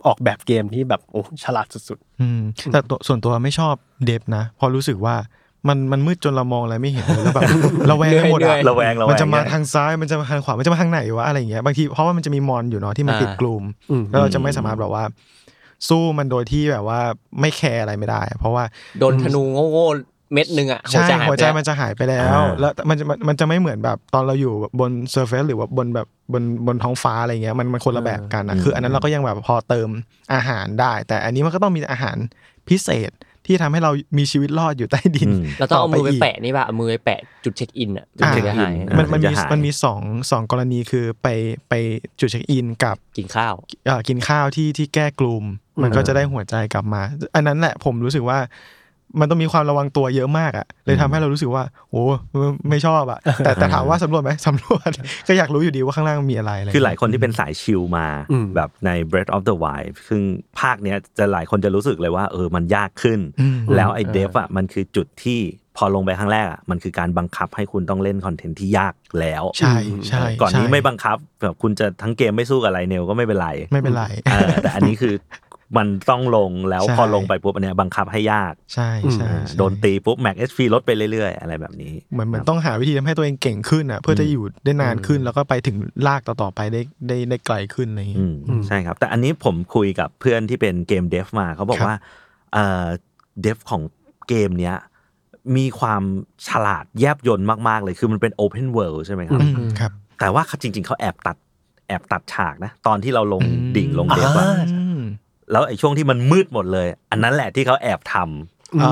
ออกแบบเกมที่แบบโอ้ฉลาดสุด อืมแต่ตัวส่วนตัวไม่ชอบเดฟนะเพอรู้สึกว่ามันมันมืดจนเรามองอะไรไม่เห็นเลยแล้วแบบ ระแวงไปหมด เหนื่ออะย ระแวงระแวง มันจะมา เนี่ย ทางซ้ายมันจะมาทางขวามันจะมาทางไหนวะอะไรอย่างเงี้ยบางทีเพราะว่ามันจะมีมอนอยู่เนาะที่มัน อ่า ติดกลุ่ม อืม แล้วเราจะไม่สามารถแบบว่า สู้มันโดยที่แบบว่าไม่แคร์อะไรไม่ได้อะเพราะว่า โดนธนูโง่ๆเม็ดหนึ่งอ่ะหัว ใช่ ใจหาย หัว ไป ใจ แล้ว มันจะหายไปแล้ว อ่า แล้วมันจะมันจะไม่เหมือนแบบตอนเราอยู่แบบบนเซอร์เฟซหรือว่าบนแบบบนบนท้องฟ้าอะไรเงี้ยมันมันคนละแบบกันนะคืออันนั้นเราก็ยังแบบพอเติมอาหารได้ แต่อันนี้มันก็ต้องมีอาหารพิเศษที่ทำให้เรามีชีวิตรอดอยู่ใต้ดิน อืม เราต้องเอามือไป ก แปะนี่ป่ะเอามือไปแปะจุดเช็คอินอ่ะจุด อ่า เช็คอินหาย อ่ามั มันมันมี จะหาย มันมีสองสองกรณีคือไปไปจุดเช็คอินกับ กินข้าว เอ่อกินข้าวที่ที่แก้กลุ่มมันก็จะได้หัวใจกลับมา อันนั้นแหละผมรู้สึกว่า มันต้องมีความระวังตัวเยอะมากอะเลยทำให้เรารู้สึกว่า โอ้ไม่ไม่ชอบอะแต่แต่ถามว่าสำรวจไหม สำรวจ ก็อยากรู้อยู่ดีว่าข้างล่างมีอะไระไร คือหลายคนที่เป็นสายชิลมา อืม แบบใน Breath of the Wild ซึ่งภาคเนี้ยจะหลายคนจะรู้สึกเลยว่าเออมันยากขึ้น อืม แล้วไอ้เดฟอ่ะมันคือจุดที่พอลงไปครั้งแรกอ่ะมันคือการบังคับให้คุณต้องเล่นคอนเทนต์ที่ยากแล้ว ใช่ใช่ ก่อนนี้ ใช่ ไม่บังคับแบบคุณจะทั้งเกมไม่สู้กับอะไรเนวก็ไม่เป็นไร ไม่เป็นไร เออแต่อันนี้คือมันต้องลงแล้ว ใช่ พอลงไปปุ๊บอันเนี้ยบังคับให้ยาก ใช่ใช่ เออ ใช่ โดนตีปุ๊บแม็กเอสฟีลดไปเรื่อยๆ อะไรแบบนี้ เหมือนเหมือนต้องหาวิธีทำให้ตัวเองเก่งขึ้นอะเพื่อจะอยู่ได้นานขึ้น แล้วก็ไปถึงลากต่อๆไปได้ได้ได้ไกลขึ้นอะไรอย่างเงี้ย อืมใช่ครับ แต่อันนี้ผมคุยกับเพื่อนที่เป็นเกมเดฟมาเขาบอก ครับ ว่าเอ่อเดฟของเกมเนี้ยมีความฉลาดแยบยนต์มาก ๆ เลยคือมันเป็นโอเพนเวิลด์ใช่ไหมครับ อืมครับ แต่ว่าจริง ๆ เขาแอบตัดแอบตัดฉากนะ ตอนที่เราลง อืม ดิ่งลงเดฟอะ อ่า อืม แล้วไอ้ช่วงที่มันมืดหมดเลย อันนั้นแหละที่เขาแอบทำ ๆอื อ๋อ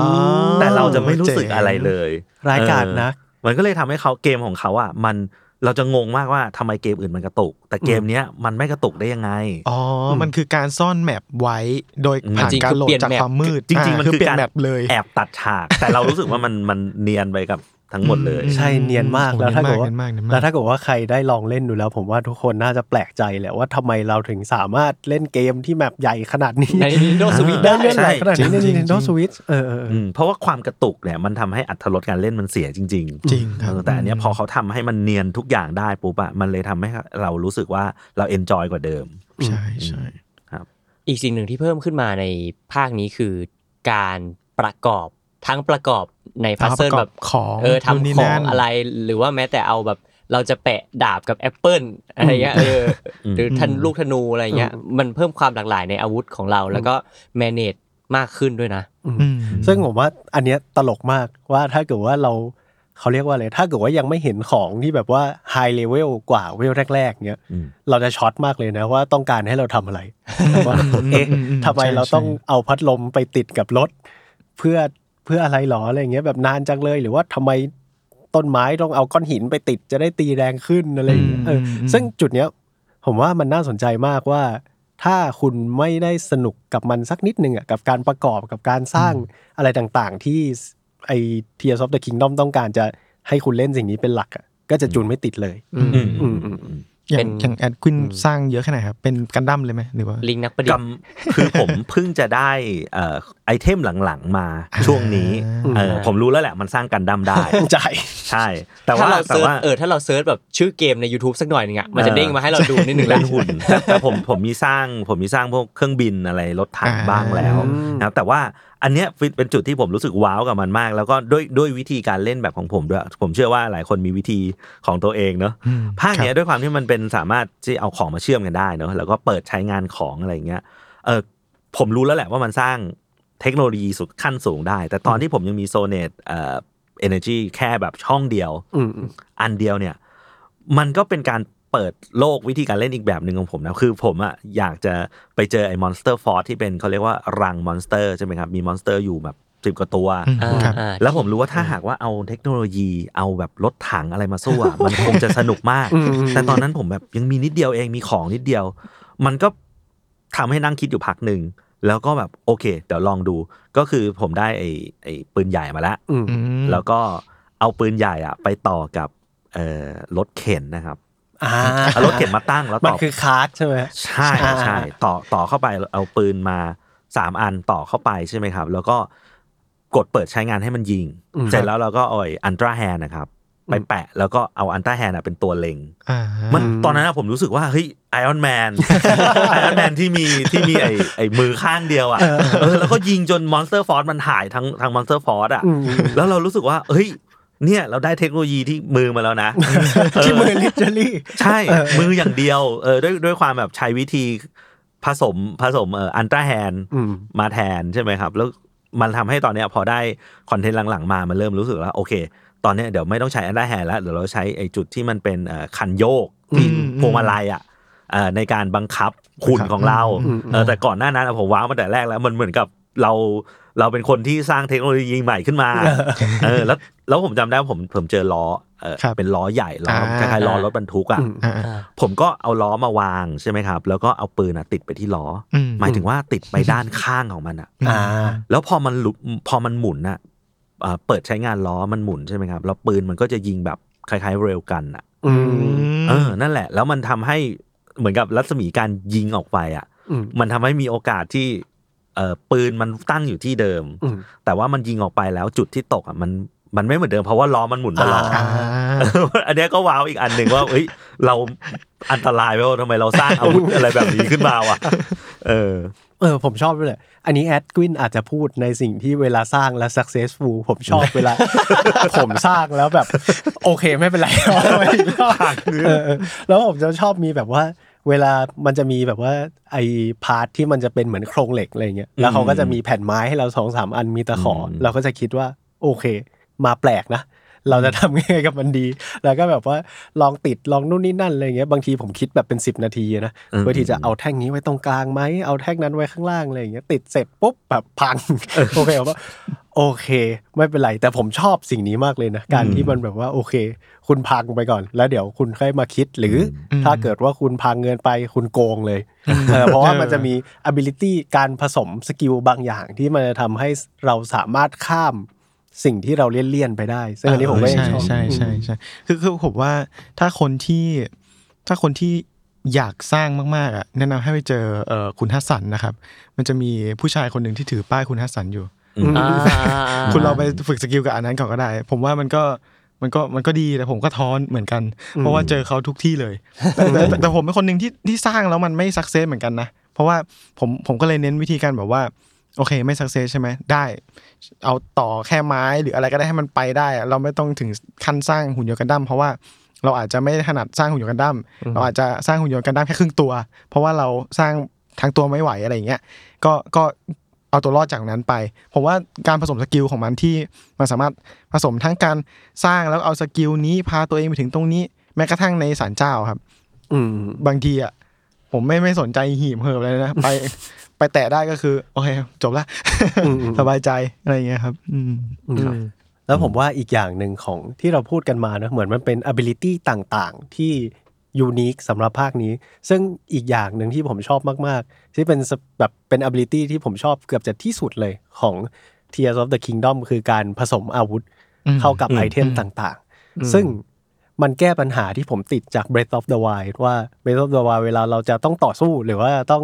ม แต่เราจะไม่รู้สึกอะไรเลย ร้ายกาจนะ เออมันก็เลยทำให้เขาเกมของเขาอ่ะมันเราจะงงมากว่าทำไมเกมอื่นมันกระตุก แต่เกมเนี้ยมันไม่กระตุกได้ยังไง อ๋ออมันคือการซ่อนแมปไว้โดยผ่าน จริงๆ การ คือ โหลด เปลี่ยน จาก แมป ความมืด จริงๆ า มันคือ เปลี่ย กานร แมปเลย แอบตัดฉาก แต่เรารู้สึกว่ามันมันเนียนไปกับทั้งหมดเลย ใช่เนียนมาก โอ้ แล้วถ้าเกิดว่า เนียนมากเนียนมาก แล้วถ้าเกิดว่าใครได้ลองเล่นดูแล้ว ผมว่าทุกคนน่าจะแปลกใจแหละว่าทำไมเราถึงสามารถเล่นเกมที่แมปใหญ่ขนาดนี้ ในโลกสวิต ได้ ได้ เล่นใหญ่ขนาดนี้ใน จริงๆ Nintendo Switch เออเออเอ อื อ มเพราะว่าความกระตุกเนี่ยมันทำให้อัตรสการเล่นมันเสียจริงๆ จริงครับ เออแต่อันเนี้ยพอเขาทำให้มันเนียนทุกอย่างได้ปุ๊บอะมันเลยทำให้เรารู้สึกว่าเราเอนจอยกว่าเดิม ใช่ใช่ อีกสิ่งหนึ่งที่เพิ่มขึ้นมาในภาคนี้คือ การประกอบทั้งประกอบในพัซเซิล แล้แบวก็ประกอบ ของ เออทำ นู่นนี่ ของ นั่น อะไรหรือว่าแม้แต่เอาแบบเราจะแปะดาบกับแอปเปิลอะไรเงี้ยเอออ ม หรือทันลูกธนูอะไรเงี้ยมันเพิ่มความหลากหลายในอาวุธของเรา แล้วก็แมเนจมากขึ้นด้วยนะ อืม ซึ่งผมว่าอันเนี้ยตลกมากว่าถ้าเกิดว่าเราเขาเรียกว่าอะไรถ้าเกิดว่ายังไม่เห็นของที่แบบว่าไฮเลเวลกว่าเวลแรก ๆเนี้ย อืม เราจะช็อตมากเลยนะว่าต้องการให้เราทำอะไร ว่า อืม เอ๊ะ อืมอืม ทำไม ใช่ เราต้อง ใช่ เอาพัดลมไปติดกับรถ เพื่อเพื่ออะไรหรออะไรอย่างเงี้ยแบบนานจังเลยหรือว่าทำไมต้นไม้ต้องเอาก้อนหินไปติดจะได้ตีแรงขึ้นอะไรอย่างเงี้ยเออ ม ซึ่งจุดเนี้ยผมว่ามันน่าสนใจมากว่า ถ้าคุณไม่ได้สนุกกับมันสักนิดหนึ่งอ่ะกับการประกอบกับการสร้างอะไรต่างๆ ที่ไอเทียซอฟต์เดอะคิงดอมต้องการจะให้คุณเล่นสิ่งนี้เป็นหลักอ่ะก็จะจูนไม่ติดเลย อืม อืมอืม อย่า เป็ ง น อย่างแอดควินสร้างเยอะแค่ไหนครับ เป็นกันดั้มเลยไหมหรือว่า ลิงนักประดิษฐ์ จำคือผมเพิ่งจะได้เอ่อไอเทมหลังๆมาช่วงนี้ อ่า เออผมรู้แล้วแหละมันสร้างกันดั้มได้ ใจ ใช่ แต่ ถ้า ว่า เรา แต่ เซิร์ช ว่า เออถ้าเราเซิร์ชแบบชื่อเกมใน YouTube สักหน่อยหนึงอ่ะมันจะเด้งมาให้เราดูนิดนึงแห เป็ ละ นหุ่นแต่แต่ผม ผมมีสร้างผมมีสร้างพวกเครื่องบินอะไรรถถัง อ่า บ้างแล้ว อืม นะครับแต่ว่าอันเนี้ยเป็นจุดที่ผมรู้สึกว้าวกับมันมาก แล้วก็ด้วยด้วยวิธีการเล่นแบบของผมด้วย ผมเชื่อว่าหลายคนมีวิธีของตัวเองเนอะ อืม ภาคเนี้ยด้วยความที่มันเป็นสามารถที่เอาของมาเชื่อมกันได้เนอะแล้วก็เปิดใช้งานของอะไรอย่างเงี้ยเออผมรู้แล้วแหละว่ามันสร้างเทคโนโลยีสุดขั้นสูงได้ แต่ตอนที่ผมยังมีโซเนตเอ่อเอเนจีแค่แบบช่องเดียว อืมอืม อันเดียวเนี่ยมันก็เป็นการเปิดโลกวิธีการเล่นอีกแบบหนึ่งของผมนะคือผมอะอยากจะไปเจอไอ้มอนสเตอร์ฟอร์ที่เป็นเขาเรียกว่ารังมอนสเตอร์ใช่ไหมครับ มีมอนสเตอร์อยู่แบบสิบกว่าตัว อืมครับ อ่า แล้วผมรู้ว่าถ้าหากว่าเอาเทคโนโลยีเอาแบบรถถังอะไรมาสู้อะมันคงจะสนุกมาก อืม แต่ตอนนั้นผมแบบยังมีนิดเดียวเองมีของนิดเดียว มันก็ทำให้นั่งคิดอยู่พักหนึ่งแล้วก็แบบโอเค เดี๋ยวลองดูก็คือผมได้ไอ้ไอ้ปืนใหญ่มาแล้ว อืม อืม แล้วก็เอาปืนใหญ่อะไปต่อกับเอ่อรถเข็นนะครับ อ่า เอารถเข็นมาตั้งแล้ว มัน ต่อ คือคาร์ดใช่ไหม ใช่ อ่า ใช่ต่อต่อเข้าไปเอาปืนมาสามอันต่อเข้าไปใช่ไหมครับ แล้วก็กดเปิดใช้งานให้มันยิง เสร็จแล้วเราก็เอาไอยอันตราแฮนะครับ ไปแปะ แล้วก็เอาอันต้าแฮนเป็นตัวเล็ง อ่า มันตอนนั้นอะผมรู้สึกว่าเฮ้ยไอออนแม นไอออนแมนที่มีที่มีไอไอมือข้างเดียวอะเออแล้วก็ยิงจนมอนสเตอร์ฟอร์มันหายทั้งทั้งมอนสเตอร์ฟอร์อะ อืม แล้วเรารู้สึกว่าเฮ้ยเนี่ยเราได้เทคโนโลยีที่มือมาแล้วนะ ที่มือลิเจอรี่ ใช่มืออย่างเดียวเออด้วยด้วยความแบบใช้วิธีผสมผสมเอ่ออันตราแฮน อืม มาแทนใช่ไหมครับ แล้วมันทำให้ตอนเนี้ยพอได้คอนเทนต์หลังๆ มามันเริ่มรู้สึกแล้ว โอเค ตอนเนี้ยเดี๋ยวไม่ต้องใช้อันตราแฮนแล้วเดี๋ยวเราใช้ไอ้จุดที่มันเป็นเอ่อคันโยกที่พวงมาลัยอ่ะเอ่อในการบังคับหุ่นของเราเออแต่ก่อนหน้านั้นอะผมว้าวมาแต่แรกแล้วมันเหมือนกับเราเราเป็นคนที่สร้างเทคโนโลยีใหม่ขึ้น มาเออแล้วแล้วผมจำได้ว่าผมผมเจอล้อเออเป็นล้อใหญ่ล้อคล้ายๆล้อรถบรรทุกอ่ะ อืม อ่า อ่า ผมก็เอาล้อมาวางใช่ไหมครับ แล้วก็เอาปืนอะติดไปที่ล้ออ อืม หมายถึงว่าติดไปด้านข้างของมันอะ อ่า แล้วพอมันหลุพอมันหมุนอะเอ่อเปิดใช้งานล้อมันหมุนใช่ไหมครับแล้วปืนมันก็จะยิงแบบคล้ายๆเรลกันอะ อืม เออนั่นแหละ แล้วมันทำให้เหมือนกับรัศมีการยิงออกไปอะ อืม มันทำให้มีโอกาสที่เอ่อปืนมันตั้งอยู่ที่เดิม อืม แต่ว่ามันยิงออกไปแล้วจุดที่ตกอะมันมันไม่เหมือนเดิมเพราะว่าล้อมันหมุนตลอด อ่า เออ อันเนี้ยก็ว้าวอีกอันหนึ่งว่าเอ้ยเราอันตรายไปว่าทำไมเราสร้างอาวุธอะไรแบบนี้ขึ้นมาวะเออ เออ ผมชอบด้วยแหละอันนี้แอดกวินอาจจะพูดในสิ่งที่เวลาสร้างและ successful ผมชอบเวลา ผมสร้างแล้วแบบ โอเคไม่เป็นไรเอาไว้อีกรอบ เออเออแล้วผมจะชอบมีแบบว่า เวลามันจะมีแบบว่าไอ้พาร์ทที่มันจะเป็นเหมือนโครงเหล็กอะไรเงี้ยแล้วเขาก็จะมีแผ่นไม้ให้เราสองสามอันมีตะขออ ม เราก็จะคิดว่า โอเค มาแปลกนะ เราจะทำยังไงกับมันดี แล้วก็แบบว่าลองติดลองนู่นนี่นั่นอะไรเงี้ยบางทีผมคิดแบบเป็น 10 นาทีนะ อืม เพื่อที่จะเอาแท่งนี้ไว้ตรงกลางไหมเอาแท่งนั้นไว้ข้างล่างอะไรเงี้ยติดเสร็จปุ๊บแบบพัง โอเคผมว่าโอเค ไม่เป็นไร แต่ผมชอบสิ่งนี้มากเลยนะ การที่มันแบบว่าโอเค คุณพังไปก่อน แล้วเดี๋ยวคุณค่อยมาคิดหรืออ ม ถ้าเกิดว่าคุณพังเงินไปคุณโกงเลยเออเพราะว่ามันจะมี ability การผสมสกิลบางอย่างที่มันจะทำให้เราสามารถข้ามสิ่งที่เราเลี่ยนๆไปได้ซึ่งอันนี้ผมก็ยัง ใช่ ชอบ ใช่ใช่ใช่คือคือผมว่าถ้าคนที่ถ้าคนที่อยากสร้างมากๆอ่ะแนะนำให้ไปเจอเอ่อคุณฮัสสันนะครับ มันจะมีผู้ชายคนหนึ่งที่ถือป้ายคุณฮัสสันอยู่ อ่า คุณเราไปฝึกสกิลกับอันนั้นก่อนก็ได้ ผมว่ามันก็มันก็มันก็ดีแต่ผมก็ท้อนเหมือนกัน เพราะว่าเจอเขาทุกที่เลยแต่แต่แต่แต่ผมเป็นคนหนึ่งที่ที่สร้างแล้วมันไม่สักเซสเหมือนกันนะ เพราะว่าผมผมก็เลยเน้นวิธีการแบบว่าโอเคไม่สักเซสใช่ไหมได้ เอาต่อแค่ไม้หรืออะไรก็ได้ให้มันไปได้อะเราไม่ต้องถึงขั้นสร้างหุ่นยนต์กันดั้มเพราะว่าเราอาจจะไม่ถนัดสร้างหุ่นยนต์กันดั้มเราอาจจะสร้างหุ่นยนต์กันดั้มแค่ครึ่งตัว เพราะว่าเราสร้างทั้งตัวไม่ไหวอะไรอย่างเงี้ย ก็ก็เอาตัวรอดจากนั้นไป ผมว่าการผสมสกิลของมันที่มันสามารถผสมทั้งการสร้างแล้วเอาสกิลนี้พาตัวเองไปถึงตรงนี้ แม้กระทั่งในศาลเจ้าครับ อืม บางทีอ่ะผมไม่ไม่สนใจหีบเหิบเลยนะ ไปไปแตะได้ก็คือ โอเค จบละ อืมอืม สบายใจอะไรอย่างเงี้ยครับ อืม ครับแล้วผมว่าอีกอย่างหนึ่งของที่เราพูดกันมานะเหมือนมันเป็น ability ต่างๆ ที่ยูนิคสำหรับภาคนี้ ซึ่งอีกอย่างหนึ่งที่ผมชอบมากๆ ที่เป็นสเปแบบเป็น ability ที่ผมชอบเกือบจะที่สุดเลยของ Tears of the Kingdom คือการผสมอาวุธเข้ากับไอเทมต่างๆ ซึ่งมันแก้ปัญหาที่ผมติดจาก Breath of the Wild ว่า Breath of the Wild เวลาเราจะต้องต่อสู้หรือว่าต้อง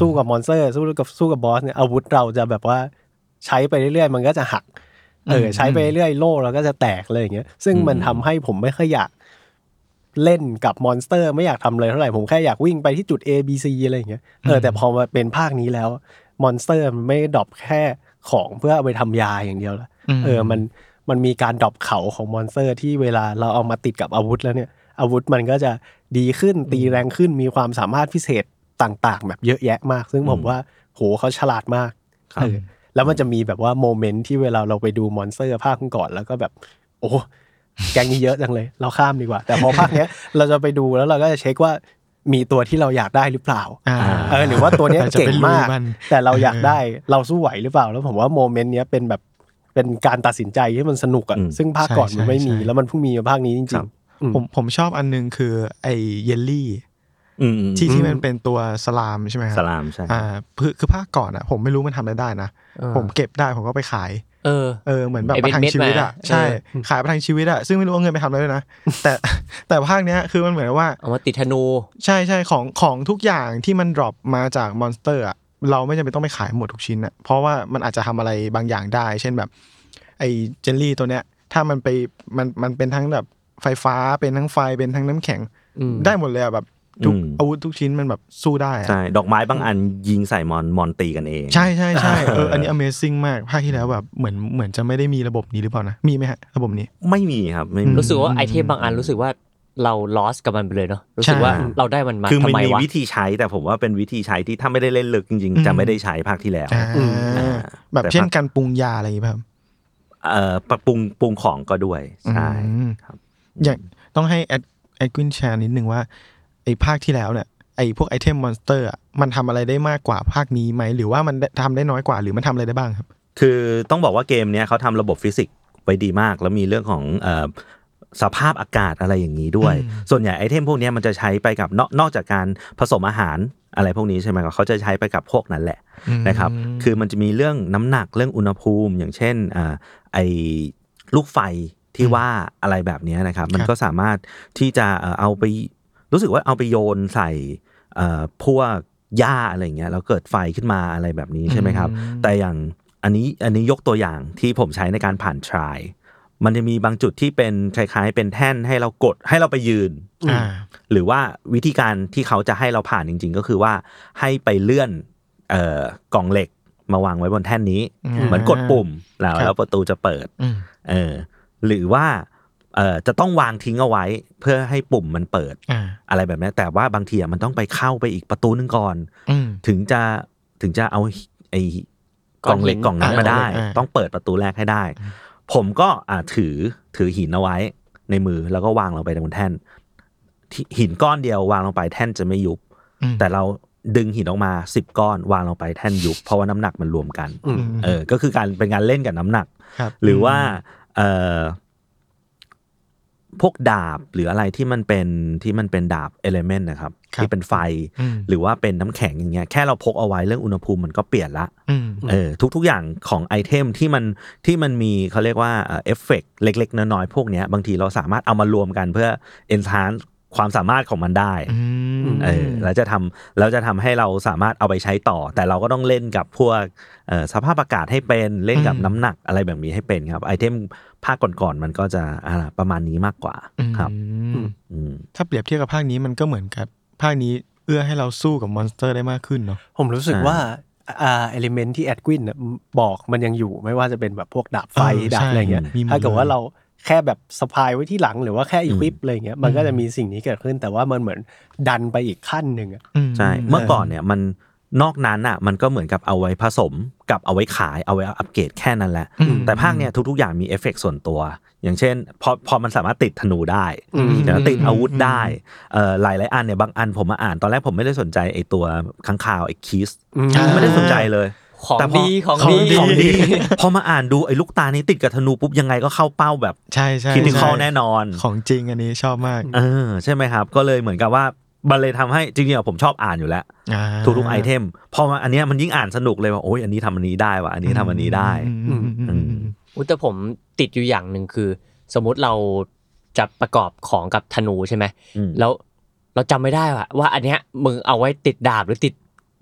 สู้กับมอนสเตอร์สู้กับสู้กับบอสเนี่ยอาวุธเราจะแบบว่าใช้ไปเรื่อยๆ มันก็จะหัก เออใช้ไปเรื่อยโล่เราก็จะแตกเลยอย่างเงี้ยซึ่งมันทำให้ผมไม่ค่อยอยากเล่นกับมอนสเตอร์ ไม่อยากทำอะไรเท่าไหร่ ผมแค่อยากวิ่งไปที่จุด A B C อะไรอย่างเงี้ยเออแต่พอมาเป็นภาคนี้แล้ว มอนสเตอร์มันไม่ดรอปแค่ของเพื่อเอาไปทำยาอย่างเดียวละ อืม เออมันมันมีการดรอปเขาของมอนสเตอร์ ที่เวลาเราเอามาติดกับอาวุธแล้วเนี่ย อาวุธมันก็จะดีขึ้นตีแรงขึ้นมีความสามารถพิเศษต่างๆ แบบเยอะแยะมาก ซึ่งผมว่าโหเขาฉลาดมาก ครับ เออแล้วมันจะมีแบบว่าโมเมนต์ที่เวลาเราไปดูมอนสเตอร์ภาคก่อนๆแล้วก็แบบ โอ้แกงนี้เยอะจังเลย เราข้ามดีกว่า แต่พอภาคเนี้ย เราจะไปดูแล้วเราก็จะเช็คว่ามีตัวที่เราอยากได้หรือเปล่า อ่า เออหรือว่าตัวเนี้ย แต่จะ เก่ ไป ง ลุย มาก มัน แต่เราอยาก เออ ได้เราสู้ไหวหรือเปล่า แล้วผมว่าโมเมนต์เนี้ยเป็นแบบเป็นการตัดสินใจที่มันสนุกอ่ะ อืม ซึ่งภาคก่อนมันไม่มี ใช่ใช่ แล้วมันเพิ่งมีมาภาคนี้จริง อืม ผมผมชอบอันหนึงคือไอเยลลี่ อืมอืม ที่ที่มันเป็นตัวสลามใช่ไหมครับ สลามใช่ อ่าคือคือภาคก่อนอ่ะ ผมไม่รู้มันทำอะไรได้นะ ผมเก็บได้ผมก็ไปขาย เออ เออเหมือนแบบ ไอ้ ประทัง เม็ดๆ ชีวิตอ่ะ มา ใช่ เ ขายประทังชีวิตอ่ะซึ่งไม่รู้ว่าเงินไปทำอะไรด้วยนะ แต่ แต่ภาคเนี้ยคือมันเหมือนว่า เอามาติดธนู ใช่ใช่ของของทุกอย่างที่มันดรอปมาจากมอนสเตอร์อ่ะเราไม่จำเป็นต้องไปขายหมดทุกชิ้นอ่ะเพราะว่ามันอาจจะทำอะไรบางอย่างได้ เช่นแบบ ไอ้เจลลี่ตัวเนี้ย ถ้ามันไปมันมันเป็นทั้งแบบ ไฟฟ้าเป็นทั้งไฟเป็นทั้งน้ำแข็ง อืม ได้หมดเลยอะแบบทุก อืม อาวุธทุกชิ้นมันแบบสู้ได้อะ ใช่ดอกไม้บางอันยิงใส่มอนมอนตีกันเอง ใช่ใช่ใช่เอออันนี้ amazing มากภาคที่แล้วแบบเหมือนเหมือนจะไม่ได้มีระบบนี้หรือเปล่านะมีไหมฮะระบบนี้ ไม่มีครับไม่มี รู้สึกว่าไอเทมบางอันรู้สึกว่าเราลอสกับมันไปเลยเนาะรู้สึก ใช่ ว่าเราได้มันมา คือมั ทำ น ไม มี วะ วิธีใช้แต่ผมว่าเป็นวิธีใช้ที่ถ้าไม่ได้เล่นลึกจริงๆ จะไม่ได้ใช้ภาคที่แล้ว อ่า อืม แบบ แต่ เช่นการปรุงยาอะไรอย่างเงี้ยครับ เอ่อปรับปรุงปรุงของก็ด้วยใช่ อืม ครับ อย่างต้องให้แอดแอดกินแชร์นิดนึงว่าไอ้ภาคที่แล้วเนี่ยไอ้พวกไอเทมมอนสเตอร์มันทำอะไรได้มากกว่าภาคนี้ไหมหรือว่ามันทำได้น้อยกว่าหรือมันทำอะไรได้บ้างครับ คือต้องบอกว่าเกมเนี้ยเขาทำระบบฟิสิกส์ไว้ดีมาก แล้วมีเรื่องของเอ่อสภาพอากาศอะไรอย่างนี้ด้วย อืม ส่วนใหญ่ไอเทมพวกเนี้ยมันจะใช้ไปกับนอกนอกจากการผสมอาหารอะไรพวกนี้ใช่ไหมครับเขาจะใช้ไปกับพวกนั้นแหละ นะครับ คือมันจะมีเรื่องน้ำหนักเรื่องอุณหภูมิ อย่างเช่นอาไอลูกไฟที่ว่าอะไรแบบเนี้ยนะครับ มันก็สามารถที่จะเอ่อเอาไปรู้สึกว่าเอาไปโยนใส่เอ่อพวกหญ้าอะไรอย่างเงี้ยแล้วเกิดไฟขึ้นมาอะไรแบบนี้ใช่ไหมครับ อืม แต่อย่างอันนี้อันนี้ยกตัวอย่างที่ผมใช้ในการผ่านทราย มันจะมีบางจุดที่เป็นคล้ายๆ เป็นแท่นให้เรากดให้เราไปยืน อ่า หรือว่าวิธีการที่เขาจะให้เราผ่านจริง ๆ ก็คือว่าให้ไปเลื่อนเอ่อกล่องเหล็กมาวางไว้บนแท่นนี้ อืม เหมือนกดปุ่มแล้ว ครับ แล้วประตูจะเปิด อืม เออหรือว่าเอ่อจะต้องวางทิ้งเอาไว้ เพื่อให้ปุ่มมันเปิด อ่า อะไรแบบนี้แต่ว่าบางทีอะมันต้องไปเข้าไปอีกประตูนึงก่อน อืม ถึงจะถึงจะเอาไอ้ ก้ กล่ อ อนหินงเหล็กกล่องนั้นมาได้ อ่าอ่าอ่า ต้องเปิดประตูแรกให้ได้ ผมก็อ่าถือถือหินเอาไว้ในมือแล้วก็วางลงไปบนแท่นที่หินก้อนเดียววางลงไปแท่นจะไม่ยุบ อืม แต่เราดึงหินออกมาสิบก้อนวางลงไปแท่นยุบ เพราะว่าน้ำหนักมันรวมกัน อืม เออ ก็คือการเป็นการเล่นกับน้ำหนัก ครับ หรือว่าเออพวกดาบหรืออะไรที่มันเป็นที่มันเป็นดาบเอเลเมนต์นะครับ ครับ ที่เป็นไฟ อืม หรือว่าเป็นน้ำแข็งอย่างเงี้ยแค่เราพกเอาไว้เรื่องอุณหภูมิมันก็เปลี่ยนละ อืม เออทุก ๆอย่างของไอเทมที่มันที่มันมีเขาเรียกว่าเอ่อเอฟเฟกต์เล็ก ๆ น้อยๆพวกเนี้ยบางทีเราสามารถเอามารวมกันเพื่อ enhance ความสามารถของมันได้ อืม เออแล้วจะทำแล้วจะทำให้เราสามารถเอาไปใช้ต่อ แต่เราก็ต้องเล่นกับพวกเอ่อสภาพอากาศให้เป็นเล่นกับน้ำหนักอะไรแบบนี้ให้เป็นครับไอเทมภาคก่อนๆมันก็จะอ่าประมาณนี้มากกว่าครับ อืม อืม ถ้าเปรียบเทียบกับภาคนี้มันก็เหมือนกับภาคนี้เอื้อให้เราสู้กับมอนสเตอร์ได้มากขึ้นเนาะ ผมรู้สึก อ่า ว่าอ่าเอลิเมนที่แอดกวินนะบอกมันยังอยู่ไม่ว่าจะเป็นแบบพวกดาบไฟ เออ ดาบ ใช่ อะไรเงี้ย มีหมด ถ้าเกิด เลย ว่าเราแค่แบบสะพายไว้ที่หลังหรือว่าแค่อีควิปอะไรเงี้ยมันก็จะมีสิ่งนี้เกิดขึ้น แต่ว่ามันเหมือนดันไปอีกขั้นหนึ่งอะ อืม ใช่เมื่อก่อนเนี่ยมันนอกนั้นอ่ะมันก็เหมือนกับเอาไว้ผสมกับเอาไว้ขายเอาไว้อัปเกรดแค่นั้นแหละ อืม แต่ภาคเนี่ยทุกๆอย่างมีเอฟเฟกต์ส่วนตัว อย่างเช่นพอพอมันสามารถติดธนูได้ อืม แล้วติด อืม อาวุธได้เอ่อหลายหลายๆอันเนี่ยบางอันผมมาอ่านตอนแรกผมไม่ได้สนใจไอ้ตัวค้างคาวไอ้คีส อ่า ไม่ได้สนใจเลย ของ แต่พอ ดีของ ของ ดี ดี ของดีพอมาอ่านดูไอ้ลูกตานี้ติดกับธนูปุ๊บยังไงก็เข้าเป้าแบบ ใช่ใช่ คิดถึงข้อ ใช่ แน่นอน ของจริงอันนี้ชอบมาก เออใช่ไหมครับ ก็เลยเหมือนกับว่ามันเลยทำให้จริงๆอะผมชอบอ่านอยู่แล้ว อ่า ทุกๆไอเทมพอมาอันเนี้ยมันยิ่งอ่านสนุกเลยว่าโอ้ยอันนี้ทำอันนี้ได้ว่ะอันนี้ทำอันนี้ได้ อืมอืมอืม อุยแต่ผมติดอยู่อย่างหนึ่งคือ สมมติเราจะประกอบของกับธนูใช่ไหม อืม แล้วเราจำไม่ได้ว่าว่าอันเนี้ยมึงเอาไว้ติดดาบหรือติด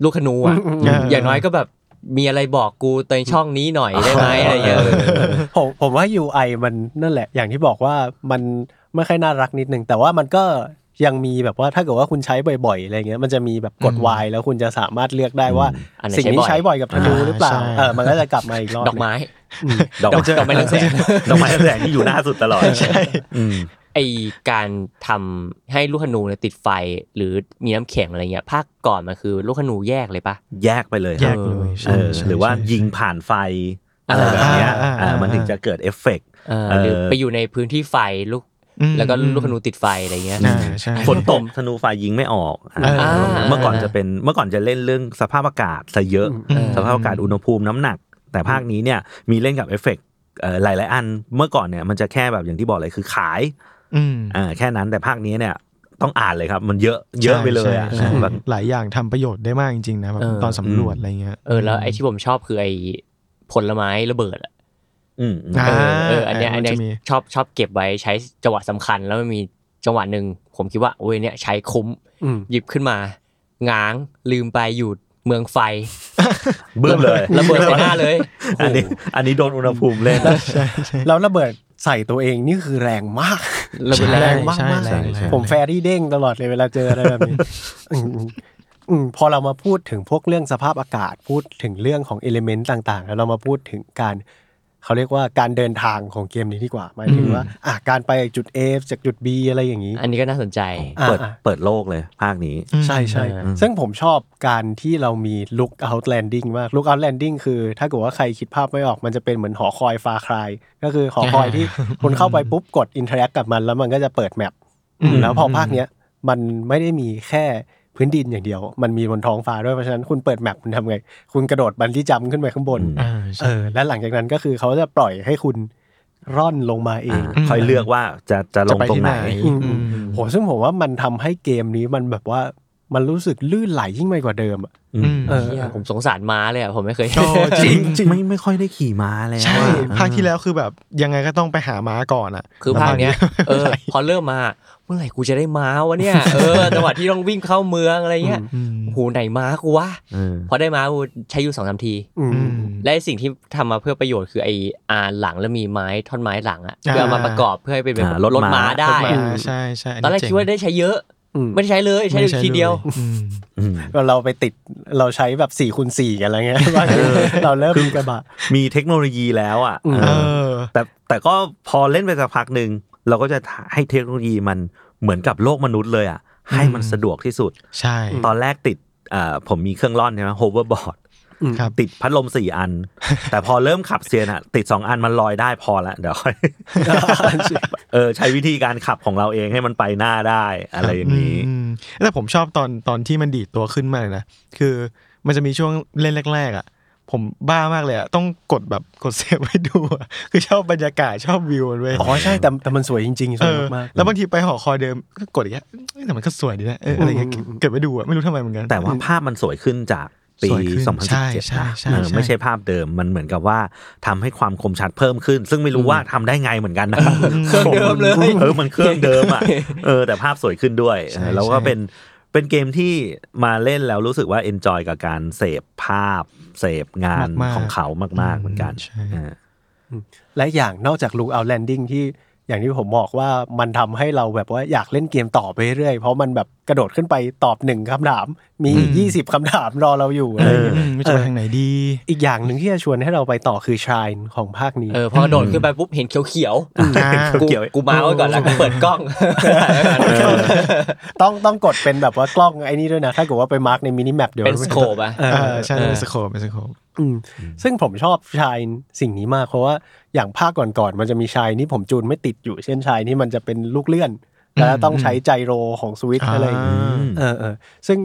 ลูกธนูอ่ะ อืม อืม อย่างน้อยก็แบบมีอะไรบอกกูในช่องนี้หน่อยได้ไหมอะไรอย่างเงี้ยเออ ผมผมว่า UI มันนั่นแหละ อย่างที่บอกว่ามันไม่ค่อยน่ารักนิดนึง แต่ว่ามันก็ยังมีแบบว่าถ้าเกิดว่าคุณใช้บ่อยๆอะไรเงี้ยมันจะมีแบบกด Y แล้วคุณจะสามารถเลือกได้ว่า อันไหน สิ่งนี้ ใช้ ใช้ บ่ บ่ อ อย ยกับธนูหรือเปล่า อ่าใช่ เออมันก็จะกลับมาอีกรอบห ด นึ่ อง กไม้ ดอก ดอกดอกไม้เรืองแสง ดอกไม้เรืองแสงที่อยู่หน้าสุดตลอดใช่ ไอการทำให้ลูกธนูเนี่ยติดไฟหรือมีน้ำแข็งอะไรเงี้ยภาคก่อนมันคือลูกธนูแยกเลยปะ แยกไปเลยค แย รับ กเลยใช่ เออ ใช่ หรือว่า ใช่ ยิงผ่านไฟอะไรแบบเนี้ย อ่าอ่า อ่ามัน อ่า ถึงจะเกิดเอฟเฟกต์ เออหรือ เออ ไปอยู่ในพื้นที่ไฟลูก อืม แล้วก็ลูกธนูติดไฟอะไรเงี้ย อ่าใช่ ฝนตกธนูไฟยิงไม่ออกอ่า เอออ่า เมื่อก่อนจะเป็นเมื่อก่อนจะเล่นเรื่องสภาพอากาศซะเยอะ อืม เออ สภาพอากาศอุณหภูมิน้ำหนัก แต่ภาคนี้เนี่ยมีเล่นกับเอฟเฟกต์เอ่อหลายๆอันเมื่อก่อนเนี่ยมันจะแค่แบบอย่างที่บอกเลยคือขาย อืม อ่าแค่นั้นแต่ภาคนี้เนี่ยต้องอ่านเลยครับ มันเยอะเยอะไปเลยอ่ะ ใช่ใช่ แบบ หลายอย่างทำประโยชน์ได้มากจริงๆนะแบบ เออ ตอนสำรวจอะไรเงี้ย เออแล้วไอที่ผมชอบคือไอผลไม้ระเบิดอะ อืมอืม อ่า เออเอออันเนี้ย อ่า อันเนี้ย มันจะมี ชอบชอบเก็บไว้ใช้จังหวะสำคัญแล้วมันมีจังหวะหนึ่งผมคิดว่าโอ้ยเนี่ยใช้คุ้ม อืม หยิบขึ้นมาง้างลืมไปอยู่เมืองไฟ บึ้มเลย ระเบิดใส่หน้าเลย อันนี้อันนี้โดนอุณหภูมิเล่น ใช่ใช่ แล้วระเบิด ใส่ตัวเองนี่คือแรงมาก ระเบิด ใช่ แรง มาก ใช่ มาก แรงแรง ผมแฟรี่เด้งตลอดเลยเวลาเจออะไรแบบ นี้อืมอืมพอเรามาพูดถึงพวกเรื่องสภาพอากาศพูดถึงเรื่องของเอลิเมนต์ต่างๆ แล้วเรามาพูดถึงการเขาเรียกว่าการเดินทางของเกมนี้ดีกว่าหมายถึงว่าอ่ะการไปจุด A จากจุด B อะไรอย่างนี้ อันนี้ก็น่าสนใจ เปิด อ่า เปิดโลกเลย ภาคนี้ อืม ใช่ใช่ซึ่งผมชอบการที่เรามี look out landing มาก look out landing คือ ถ้าเกิดว่าใครคิดภาพไม่ออกมันจะเป็นเหมือนหอคอยฟาคลาย ก็คือหอคอยที่คุณเข้าไปปุ๊บกด interact กับมัน แล้วมันก็จะเปิดแมปแล้วพอภาคเนี้ยมันไม่ได้มีแค่พื้นดินอย่างเดียว มันมีบนท้องฟ้าด้วย เพราะฉะนั้นคุณเปิดแมปคุณทำไง คุณกระโดดบันที่จำขึ้นไปข้างบน อืม อ่า เอ ใช่ อ และหลังจากนั้นก็คือเขาจะปล่อยให้คุณร่อนลงมาเอง อ่าค่อยเลือกว่าจะจะล จะ ง ไป ตรง ที่ ไห ไห น น อืม อืม โหซึ่งผมว่ามันทำให้เกมนี้มันแบบว่ามันรู้สึกลื่นไหลยิ่งไปกว่าเดิมอะ อืม เออ เหี้ยผมสงสารม้าเลยอ่ะ ผมไม่เคย โอ้จริงจริง ไม่ไม่ค่อยได้ขี่ม้าแล้ว ใช่ อะ ภาคที่แล้วคือแบบยังไงก็ต้องไปหาม้าก่อนอ่ะ คือภาคเนี้ยเออ พอเริ่มมาเมื่อไหร่กูจะได้ม้าวะเนี่ย เออจังหวะที่ต้องวิ่งเข้าเมืองอะไรเงี้ย อืม โอ้โหูไหนม้ากูวะ เออ พอได้ม้ากูใช้อยู่สองสามที อืม อืม และไอ้สิ่งที่ทำมาเพื่อประโยชน์คือไอ้อาหลังแล้วมีไม้ท่อนไม้หลังอะเพื่อเอามาประกอบเพื่อให้เป็นแบบ อ่ารถ รถม้า ม้า ได้ มา อะ ใช่ใช่ ตอนแรกคิดว่าได้ใช้เยอะ อืม ไม่ได้ใช้เลยใช้อยู่ทีเดียว อืม อืม เราไปติดเราใช้แบบ4ี่คูณสี่กันอะไรเงี้ย เราเริ่มมีกระบะ มีเทคโนโลยีแล้วอ่ะ อืม เอ เอ อ อ แต่แต่ก็พอเล่นไปสักพักหนึ่งเราก็จะให้เทคโนโลยีมันเหมือนกับโลกมนุษย์เลยอ่ะ ให้มันสะดวกที่สุด ใช่ ตอนแรกติดอ่าผมมีเครื่องร่อนใช่ไหมโฮเวอร์บอร์ด ครับ ติดพัดลมสี่อัน แต่พอเริ่มขับเซียนอ่ะ ติดสองอันมันลอยได้พอละเดี๋ยว ค่อย เออใช้วิธีการขับของเราเองให้มันไปหน้าได้อะไรอย่างนี้ มแต่ผมชอบตอนตอนที่มันดีดตัวขึ้นมากเลยนะ คือมันจะมีช่วงเล่นแรก ๆ อ่ะ ผมบ้ามากเลยอ่ะ ต้องกดแบบกดเซฟไว้ดูอะ คือชอบบรรยากาศชอบวิวมันเว้ย อ๋อใช่แต่แต่มันสวยจริงๆส เอ วย อ มากๆ แล้วบางทีไปหอคอยเดิมก็กดอย่างเงี้ยเอ้ยแต่มันก็สวยดีนะเอออะไรเงี้ย อืมอืม เก็บไว้ดูอ่ะไม่รู้ทำไมเหมือนกัน แต่ว่าภาพมันสวยขึ้นจากปี สวยขึ้นใช่ใช่ 2017นะ ใช่ เออ ใช่ ไม่ใช่ภาพเดิมมันเหมือนกับว่าทำให้ความคมชัดเพิ่มขึ้น ซึ่งไม่รู้ว่าทำได้ไงเหมือนกันนะ เครื่องเดิมเลย เออมันเครื่องเดิมอ่ะเออแต่ภาพสวยขึ้นด้วยเออแล้วก็เป็นเป็นเกมที่มาเล่นแล้วรู้สึกว่าเอนจอยกับการเสพภาพ เสพงาน มากๆ ของเขามาก ๆเหมือนกัน ใช่ เออ และอย่างนอกจาก Look Out Landing ที่อย่างที่ผมบอกว่ามันทำให้เราแบบว่าอยากเล่นเกมต่อไปเรื่อยๆ เพราะมันแบบกระโดดขึ้นไปตอบหนึ่งคำถาม มี อืม ยี่สิบคำถามรอเราอยู่อะไรอย่างเงี้ย อืมไม่รู้จะไปทางไหนดี อีกอย่างหนึ่งที่จะชวนให้เราไปต่อคือชายของภาคนี้ เออพอโดดขึ้นไปปุ๊บเห็นเขียว อ่า ๆกูกูมาไว้ก่อนแล้วกูเปิดกล้อง ต้องต้องกดเป็นแบบว่ากล้องไอ้นี่ด้วยนะ ถ้าเกิดว่าไปมาร์กในมินิแมปเดี๋ยว เป็นสโคปอะ เอ เอ อ อใช่ เออ เป็นสโคปเป็นสโคป อืมซึ่งผมชอบชายสิ่งนี้มาก เพราะว่าอย่างภาคก่อนๆมันจะมีชายนี่ผมจูนไม่ติดอยู่ เช่นชายนี่มันจะเป็นลูกเลื่อน แล้วต้องใช้ไจโรของสวิตช์อะไรอย่างนี้ อืม เออเออซึ่ง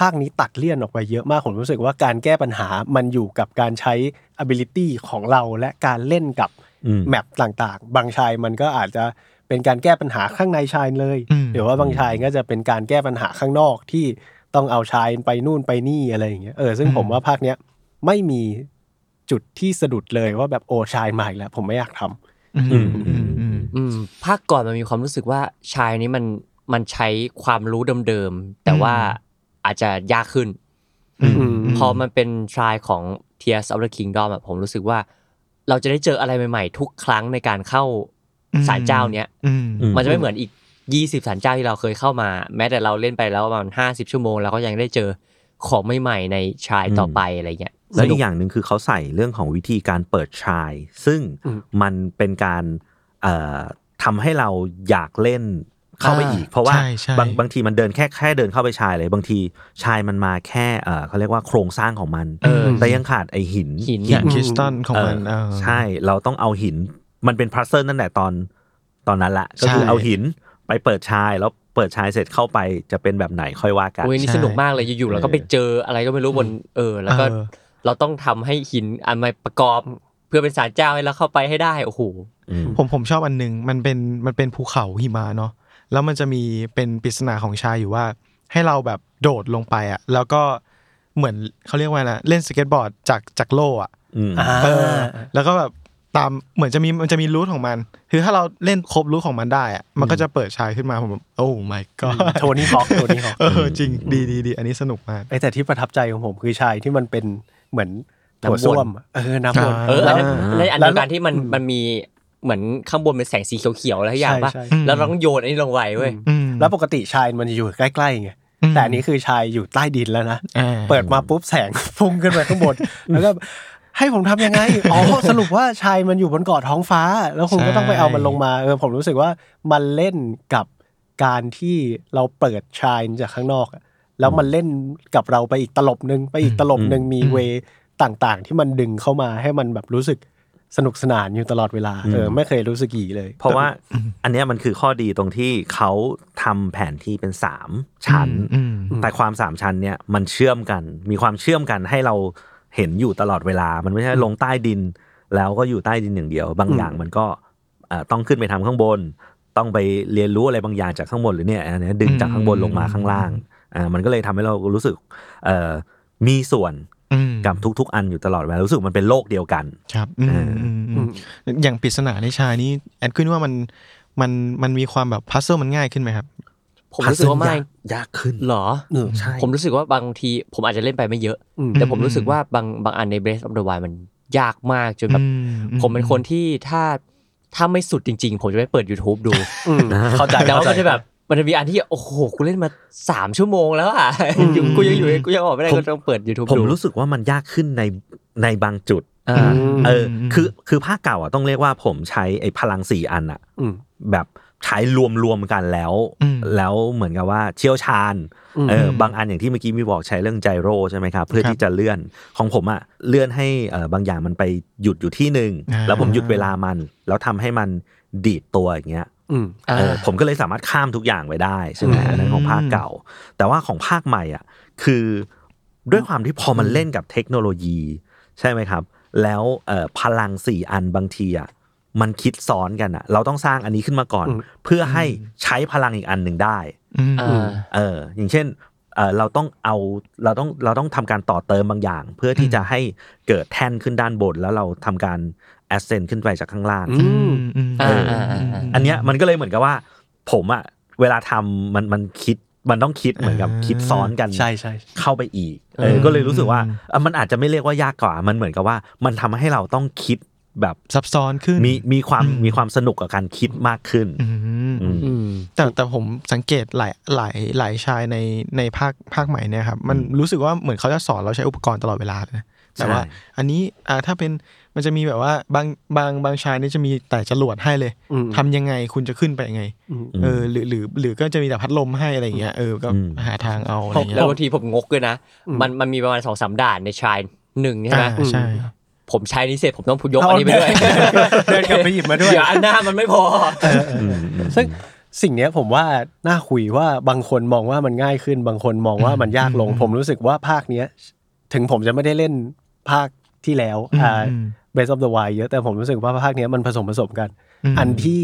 ภาคนี้ตัดเลี่ยนออกไปเยอะมาก ผมรู้สึกว่าการแก้ปัญหามันอยู่กับการใช้ ability ของเราและการเล่นกับ อืม แมปต่างๆ บางชายมันก็อาจจะเป็นการแก้ปัญหาข้างในชายเลย หรือว่าบางชายก็จะเป็นการแก้ปัญหาข้างนอกที่ต้องเอาชายไปนู่นไปนี่อะไรอย่างเงี้ย เออ ซึ่งผมว่าภาคเนี้ยไม่มีจุดที่สะดุดเลยว่าแบบโอชายมาอีกแล้ว ผมไม่อยากทำ อืมอืมอืมอืม อืมภาคก่อนมันมีความรู้สึกว่าชายนี้มันมันใช้ความรู้เดิมๆ แต่ว่าอาจจะยากขึ้น อืม พอมันเป็นทรายของ Tears of the Kingdom อะผมรู้สึกว่า เราจะได้เจออะไรใหม่ๆ ทุกครั้งในการเข้าศาลเจ้าเนี้ย อืม อืม มันจะไม่เหมือนอีก 20ศาลเจ้าที่เราเคยเข้ามา แม้แต่เราเล่นไปแล้วประมาณ50 ชั่วโมงเราก็ยังได้เจอของใหม่ๆในชายต่อไปอะไรเงี้ย แล้ว นุ อีกอย่างหนึ่งคือเขาใส่เรื่องของวิธีการเปิดชาย ซึ่ง อืม มันเป็นการเอ่อทำให้เราอยากเล่นเข้าไปอีก เพราะว่า ใช่ใช่ บางบางทีมันเดินแค่แค่เดินเข้าไปชายเลย บางทีชายมันมาแค่เอ่อเขาเรียกว่าโครงสร้างของมัน เออ แต่ยังขาดไอหิน หิน หินคริสตัลของ เอ มั อน เออ ใช่เราต้องเอาหินมันเป็นพลัสเซอร์นั่นแหละตอนตอนนั้นละก็คือ ใช่ เอาหินไปเปิดชายแล้วเปิดชายเสร็จเข้าไปจะเป็นแบบไหนค่อยว่ากัน โอ้ยนี่ ใช่ สนุกมากเลยอยู่ๆเราก็ไปเจออะไรก็ไม่รู้บนเออ แล้วก็ เออ เราต้องทำให้หินอันมาประกอบเพื่อเป็นสารเจ้าให้เราเข้าไปให้ได้โอ้โห อืม ผมผมชอบอันหนึงมันเป็นมันเป็นภูเขาหิมะเนาะแล้วมันจะมีเป็นปริศนาของชายอยู่ว่า ให้เราแบบโดดลงไปอ่ะ แล้วก็เหมือนเขาเรียกว่าอะไรนะเล่นสเก็ตบอร์ดจากจากโล่อ่ะ อืม เออ แล้วก็แบบตามเหมือนจะมีมันจะมีรูทของมัน คือถ้าเราเล่นครบรูทของมันได้อ่ะมันก็จะเปิดชายขึ้นมาผมแบบโอ้ my god โทนี่ฮอกโทนี่ฮอก เออจริงดีดีดีอันนี้สนุกมาก ไอแต่ที่ประทับใจของผมคือชายที่มันเป็นเหมือนถั่วส้วมอะเออน้ำวน อ่า เออ แล้ อัน ว นั้นและแล้วอันเดียวกันที่มันมันมี เหมือนข้างบนเป็นแสงสีเขียวๆแล้วอย่างปะ ใช่ใช่ แล้วเราต้องโยนอันนี้ลงไปเว้ย อืม แล้วปกติชายมันจะอยู่ใกล้ๆไง อืม แต่อันนี้คือชายอยู่ใต้ดินแล้วนะ อ่า เปิดมาปุ๊บแสง พุ่งขึ้นไปข้างบน แล้วก็ให้ผมทำยังไง อ๋อ สรุปว่าชายมันอยู่บนเกาะท้องฟ้า แล้วคุณก็ต้องไปเอามันลงมาเออผมรู้สึกว่ามันเล่นกับการที่เราเปิดชายจากข้างนอกอะแล้วมันเล่นกับเราไปอีกตลบหนึ่งไปอีกตลบหนึ่งมี อืม เวต่างๆ ที่มันดึงเข้ามาให้มันแบบรู้สึกสนุกสนานอยู่ตลอดเวลาเออไม่เคยรู้สึกหยีเลย เพราะว่าอันเนี้ยมันคือข้อดีตรงที่เขาทำแผนที่เป็นสามชั้น อืม แต่ความสามชั้นเนี่ยมันเชื่อมกัน มีความเชื่อมกันให้เราเห็นอยู่ตลอดเวลา มันไม่ใช่ลงใต้ดิน แล้วก็อยู่ใต้ดินอย่างเดียว บางอย่างมันก็เอ่อต้องขึ้นไปทำข้างบน ต้องไปเรียนรู้อะไรบางอย่างจากข้างบนหรือเนี่ยอันเนี้ยดึงจากข้างบนลงมาข้างล่างอ่ามันก็เลยทำให้เรารู้สึกเอ่อมีส่วน อืม กับทุกๆ อันอยู่ตลอดเวลารู้สึกมันเป็นโลกเดียวกัน ครับอืม เอออื มอืมอย่างปริศนาในชายนี่แอดขึ้นว่ามันมันมันมีความแบบพัซเซิลมันง่ายขึ้นไหมครับ ผมรู้สึกว่าไม่ พัซเซิลยากขึ้น หรอ เออ ใช่ ผมรู้สึกว่าบางทีผมอาจจะเล่นไปไม่เยอะ อืม แต่ผมรู้สึกว่าบางบางอันใน Breath of the Wild มันยากมากจนแบบ อือื ผมเป็นคนที่ถ้าถ้าไม่สุดจริง ๆ ผมจะไม่เปิด YouTube ดู อืมเข้าใจ แต่ว่า เข้าใจ มันจะแบบมันจะมีอันที่โอ้โหกูเล่นมาสามชั่วโมงแล้วอ่ะอยู่กูยังอยู่กูยังออกไม่ได้ ผม ก็ต้องเปิด YouTube ผม ดู รู้สึกว่ามันยากขึ้นในในบางจุด อ่า เออคือคือภาคเก่าอ่ะต้องเรียกว่าผมใช้ไอ้พลังสี่อันอ่ะ อืม แบบใช้รวมรวมๆกันแล้ว อืม แล้วเหมือนกับว่าเชี่ยวชาญ อืม เออบางอันอย่างที่เมื่อกี้มีบอกใช้เรื่องไจโรใช่ไหมครับ เพื่อ ครับ ที่จะเลื่อนของผมอะเลื่อนให้เอ่อบางอย่างมันไปหยุดอยู่ที่หนึ่ง อ่า แล้วผมหยุดเวลามัน แล้วทำให้มันดีดตัวอย่างเงี้ย อืม เออผมก็เลยสามารถข้ามทุกอย่างไปได้ใช่ไหมอันนั้นของภาคเก่า แต่ว่าของภาคใหม่อ่ะคือด้วยความที่พอมันเล่นกับเทคโนโลยี ใช่ไหมครับ แล้วเอ่อพลังสี่อันบางทีอ่ะมันคิดซ้อนกันอ่ะ เราต้องสร้างอันนี้ขึ้นมาก่อน อืม เพื่อให้ใช้พลังอีกอันหนึ่งได้ อืม อ่า เอออย่างเช่นเอ่อเราต้องเอาเราต้องเราต้องทำการต่อเติมบางอย่าง เพื่อที่จะให้เกิดแท่นขึ้นด้านบน แล้วเราทำการแอสเซนขึ้นไปจากข้างล่าง อืม อืม อ่า เ อ่าอ่าอ่า อันเนี้ยมันก็เลยเหมือนกับว่า ผมอ่ะเวลาทำมันมันคิดมันต้องคิดเหมือนกับคิดซ้อนกัน ใช่ใช่ เข้าไปอีกเออก็เลยรู้สึกว่าเอ่อมันอาจจะไม่เรียกว่ายากกว่า มันเหมือนกับว่า มันทำให้เราต้องคิดแบบ ซับซ้อนขึ้น มีมีความ อืม มีความสนุกกับการคิดมากขึ้น อืม อืม อืม แต่แต่ผมสังเกตหลายหลายหลายชายในในภาคภาคใหม่เนี่ยครับ มันรู้สึกว่าเหมือนเขาจะสอนเราใช้อุปกรณ์ตลอดเวลาเลยนะแต่ว่า ใช่ อันนี้อ่าถ้าเป็นมันจะมีแบบว่าบางบางบางชายเนี่ยจะมีแต่จรวดให้เลย อืม ทำยังไงคุณจะขึ้นไปยังไง อืม เออหรือหรือหรือก็จะมีแต่พัดลมให้อะไรอย่างเงี้ยเออก็ อืม หาทางเอาอะไรเงี้ แล้ ยว บางทีผมงกด้วยนะ มันมันมีประมาณสองสามด่านในชายหนึ่งใช่ไหม อ่าใช่ ผมใช้นี้เสร็จผมต้องยกอันนี้ไปด้วย เดินกลับไปหยิบมาด้วย เดี๋ยวอันหน้ามันไม่พอ อืมอืม ซึ่งสิ่งเนี้ยผมว่าน่าคุยว่าบางคนมองว่ามันง่ายขึ้น บางคนมองว่ามันยากลง ผมรู้สึกว่าภาคเนี้ย ถึงผมจะไม่ได้เล่นภาคที่แล้วอ่า อืม Breath of the Wild เยอะแต่ผมรู้สึกว่าภาคเนี้ยมันผสมผสมกัน ม อันที่